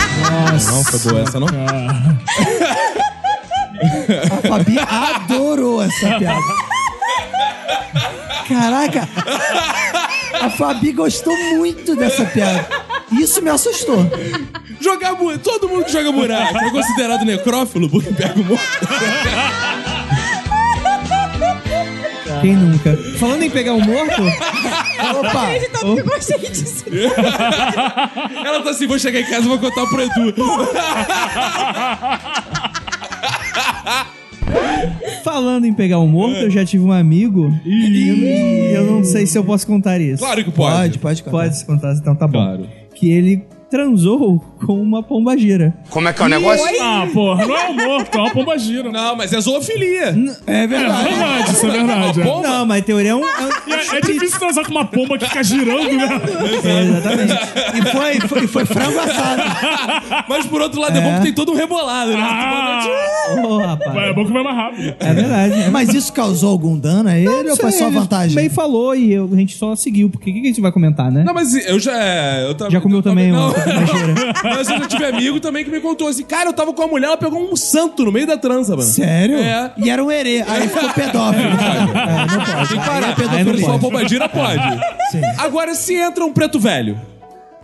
Speaker 1: Não, foi boa essa, não?
Speaker 2: A Fabi
Speaker 1: ah,
Speaker 2: adorou essa piada. Caraca, a Fabi gostou muito dessa piada. Isso me assustou.
Speaker 1: Jogar buraco. Todo mundo que joga buraco é considerado necrófilo porque pega o morto.
Speaker 5: Quem nunca? Falando em pegar um morto,
Speaker 2: Opa,
Speaker 5: tá
Speaker 4: Acreditando que eu gostei disso.
Speaker 5: assim.
Speaker 1: Ela tá assim, vou chegar em casa e vou contar pro Edu.
Speaker 5: falando em pegar um morto,
Speaker 1: É.
Speaker 5: eu já tive um amigo. e eu não sei se eu posso contar isso.
Speaker 1: Claro que pode.
Speaker 2: pode, pode, contar.
Speaker 5: Pode se contar, então tá bom.
Speaker 1: Claro.
Speaker 5: Que ele transou com uma pombagira.
Speaker 3: Ah, porra, não é um morto, é uma pomba gira.
Speaker 1: Não, mas é zoofilia.
Speaker 2: É
Speaker 3: É
Speaker 2: verdade.
Speaker 3: verdade, isso é verdade. é.
Speaker 5: Não, mas a teoria é um. É, um-
Speaker 3: E É, é difícil transar com uma pomba que fica girando, né?
Speaker 5: É, exatamente.
Speaker 2: E foi, foi, foi frango assado.
Speaker 1: Mas por outro lado, é, bom que tem todo um rebolado, né?
Speaker 3: Ah,
Speaker 5: Ô,
Speaker 3: é
Speaker 5: rapaz.
Speaker 3: bom que vai mais rápido.
Speaker 5: É verdade. É
Speaker 2: Mas isso causou algum dano a ele ou foi só vantagem?
Speaker 5: Bem falou e eu- a gente só seguiu, porque o que, que a gente vai comentar, né?
Speaker 1: Não, mas eu já. Eu tava,
Speaker 5: Já comeu
Speaker 1: eu tava-
Speaker 5: também
Speaker 1: Não,
Speaker 5: uma pombagira?
Speaker 1: mas eu já tive amigo também que me contou assim: cara, eu tava com uma mulher, ela pegou um santo no meio da transa, mano.
Speaker 2: Sério?
Speaker 1: É.
Speaker 2: E era um erê, aí ficou pedófilo. É, não pode.
Speaker 1: Tem que parar.
Speaker 2: Aí é pedofilia.
Speaker 1: Só a bobagira pode. Agora, se entra um preto velho.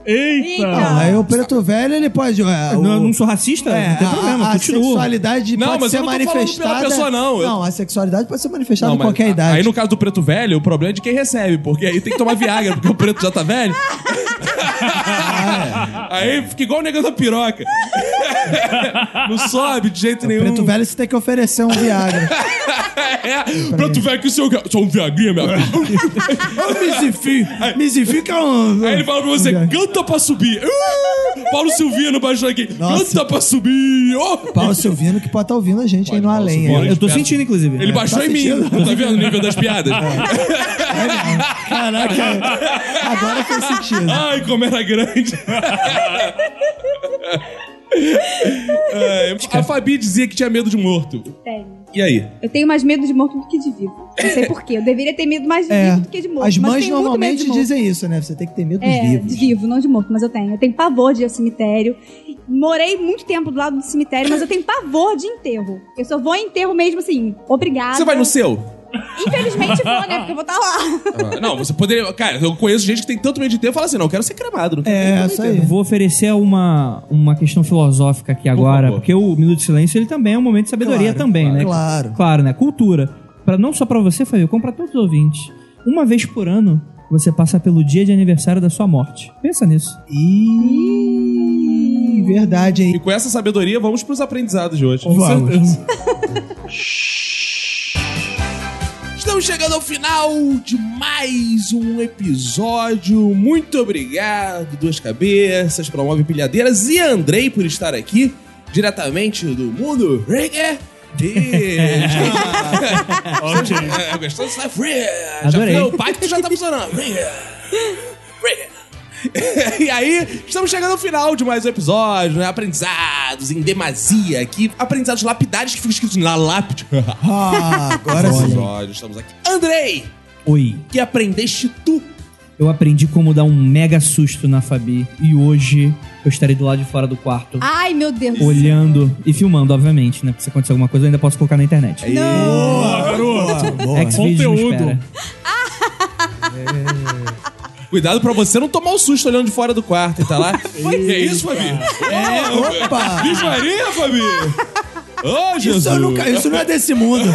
Speaker 3: Eita!
Speaker 2: Não, é- aí o preto velho, ele pode... É, o-
Speaker 5: Não, eu não sou racista,
Speaker 2: É,
Speaker 5: não tem
Speaker 2: a-
Speaker 5: problema,
Speaker 2: a,
Speaker 5: continua.
Speaker 2: sexualidade
Speaker 1: Não,
Speaker 2: pode
Speaker 1: mas
Speaker 2: ser
Speaker 1: eu não tô falando pela
Speaker 2: manifestada...
Speaker 1: pessoa, não. Eu-
Speaker 2: Não, a sexualidade pode ser manifestada
Speaker 1: Não,
Speaker 2: em
Speaker 1: mas
Speaker 2: qualquer
Speaker 1: a-
Speaker 2: idade.
Speaker 1: Aí no caso do preto velho, o problema é de quem recebe, porque aí tem que tomar Viagra, porque o preto já tá velho.
Speaker 2: Ah, é.
Speaker 1: aí fica igual o negão da piroca. Não sobe de jeito nenhum.
Speaker 2: É, Preto velho, você tem que oferecer um Viagra.
Speaker 1: É, preto velho que o senhor quer. Só um Viagrinha, minha filha.
Speaker 2: Ô, Mizifi, Mizifi que é um...
Speaker 1: Aí ele fala pra você, canta pra subir. Uh, Paulo Silvino baixou aqui.
Speaker 2: Nossa.
Speaker 1: Canta pra subir. Oh.
Speaker 2: Paulo Silvino que pode estar ouvindo a gente aí no além.
Speaker 1: Silvino.
Speaker 2: aí.
Speaker 5: Eu tô sentindo, inclusive. É.
Speaker 1: Ele baixou
Speaker 2: tá
Speaker 1: em mim.
Speaker 2: sentindo? É.
Speaker 1: Tá vendo o nível das piadas?
Speaker 2: Caraca, agora fez sentido.
Speaker 1: Ai, como era grande. É, a Fabi dizia que tinha medo de morto.
Speaker 4: Tenho.
Speaker 1: E aí?
Speaker 4: Eu tenho mais medo de morto do que de vivo. Não sei por quê. Eu deveria ter medo mais de
Speaker 2: É,
Speaker 4: vivo do que de morto.
Speaker 2: As
Speaker 4: mas
Speaker 2: mães
Speaker 4: tenho muito medo de
Speaker 2: normalmente
Speaker 4: morto.
Speaker 2: dizem isso, né? Você tem que ter medo dos
Speaker 4: É,
Speaker 2: vivos.
Speaker 4: de vivo, não de morto, mas eu tenho. Eu tenho pavor de ir ao cemitério. Morei muito tempo do lado do cemitério, mas eu tenho pavor de enterro. Eu só vou em enterro mesmo assim. Obrigada.
Speaker 1: Você vai no seu?
Speaker 4: Infelizmente vou, né? Porque eu vou estar lá.
Speaker 1: Não, você poderia. Cara, eu conheço gente que tem tanto medo de ter e fala assim: não, eu quero ser cremado. Não quero
Speaker 2: É, isso aí.
Speaker 5: Eu Vou oferecer uma, uma questão filosófica aqui agora,
Speaker 1: favor.
Speaker 5: porque o Minuto de Silêncio ele também é um momento de sabedoria
Speaker 2: Claro,
Speaker 5: também,
Speaker 2: claro.
Speaker 5: né?
Speaker 2: Claro.
Speaker 5: Claro, né? Cultura. Pra, não só pra você, Fabio, como pra todos os ouvintes. Uma vez por ano, você passa pelo dia de aniversário da sua morte. Pensa nisso.
Speaker 2: Ih, verdade,
Speaker 1: E
Speaker 2: hein?
Speaker 1: com essa sabedoria, vamos pros aprendizados de hoje.
Speaker 2: Vamos.
Speaker 1: Estamos chegando ao final de mais um episódio. Muito obrigado, Duas Cabeças, Promove Pilhadeiras e Andrei por estar aqui, diretamente do mundo reggae. E...
Speaker 3: Ok.
Speaker 1: É, Gostou dessa fria? Já
Speaker 5: Adorei.
Speaker 1: viu? O pacto já tá funcionando. Fria. Fria. E aí, estamos chegando ao final de mais um episódio, né? Aprendizados em demasia aqui. Aprendizados lapidares que ficam escritos na lápide.
Speaker 2: Ah, agora sim.
Speaker 1: Episódio, estamos aqui. Andrei,
Speaker 5: Oi.
Speaker 1: que aprendeste tu?
Speaker 5: Eu aprendi como dar um mega susto na Fabi. E hoje eu estarei do lado de fora do quarto.
Speaker 4: Ai, meu Deus. do céu.
Speaker 5: Olhando e filmando, obviamente, né? Porque se acontecer alguma coisa, eu ainda posso colocar na internet.
Speaker 3: Boa, garoto!
Speaker 2: É
Speaker 5: Xvideos me
Speaker 3: Conteúdo.
Speaker 5: espera.
Speaker 1: Cuidado pra você não tomar o susto olhando de fora do quarto e tá lá. que é isso, Fabi? É,
Speaker 2: Opa!
Speaker 1: Vixe Maria, Fabi! Ô, Jesus!
Speaker 2: Isso, eu nunca- isso não é desse mundo.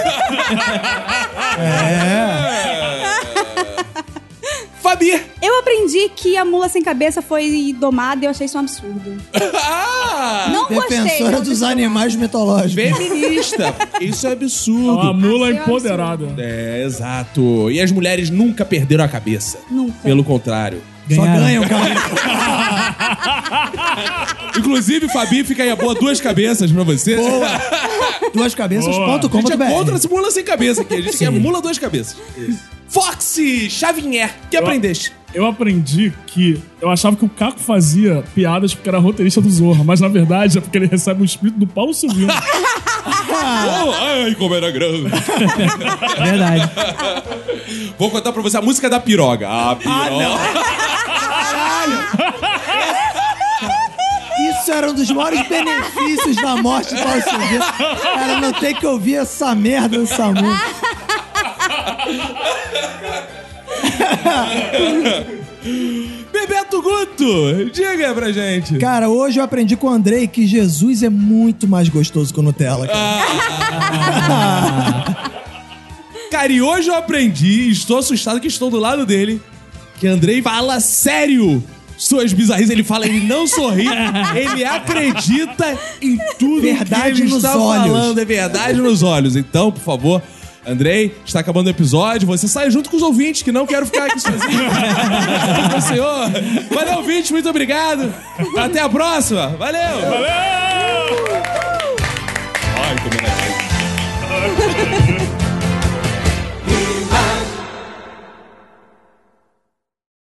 Speaker 1: Fabi!
Speaker 4: Eu aprendi que a mula sem cabeça foi domada e eu achei isso um absurdo.
Speaker 1: Ah!
Speaker 4: Não gostei.
Speaker 2: Defensora
Speaker 4: não
Speaker 2: é dos
Speaker 4: gostei.
Speaker 2: animais mitológicos.
Speaker 1: Feminista! Isso é absurdo.
Speaker 3: Uma mula
Speaker 4: Achei um
Speaker 3: empoderada.
Speaker 1: É, exato. E as mulheres nunca perderam a cabeça.
Speaker 4: Nunca.
Speaker 1: Pelo contrário.
Speaker 2: Só
Speaker 5: Ganharam.
Speaker 2: ganham, cara.
Speaker 1: Inclusive, Fabi, fica aí a boa duas cabeças pra você.
Speaker 2: Duas
Speaker 1: A gente é contra
Speaker 2: cabeças.com.br.
Speaker 1: essa mula sem cabeça aqui. A gente quer mula duas cabeças. Foxy Xavier, que aprendeste?
Speaker 3: Eu aprendi que eu achava que o Caco fazia piadas porque era roteirista do Zorra, mas na verdade é porque ele recebe o espírito do Paulo Silvino.
Speaker 1: Oh, ai, como era grande.
Speaker 5: É Verdade.
Speaker 1: Vou contar pra você a música da piroga. A piroga.
Speaker 2: Isso isso era um dos maiores benefícios da morte do Paulo Silveira. Era não ter que ouvir essa merda dessa música.
Speaker 1: Bebeto Guto, diga pra gente.
Speaker 2: Cara, hoje eu aprendi com o Andrei que Jesus é muito mais gostoso que o Nutella. cara.
Speaker 1: Cara, e hoje eu aprendi, e estou assustado que estou do lado dele, que Andrei fala sério suas bizarrices. Ele fala, ele não sorri, ele acredita em tudo
Speaker 2: Verdade
Speaker 1: que ele
Speaker 2: nos
Speaker 1: está
Speaker 2: olhos.
Speaker 1: falando. É verdade nos olhos. Então, por favor, Andrei, está acabando o episódio. Você sai junto com os ouvintes, que não quero ficar aqui sozinho. Meu senhor. Valeu, ouvinte, muito obrigado. Até a próxima. Valeu. Valeu. Ai, que maravilha.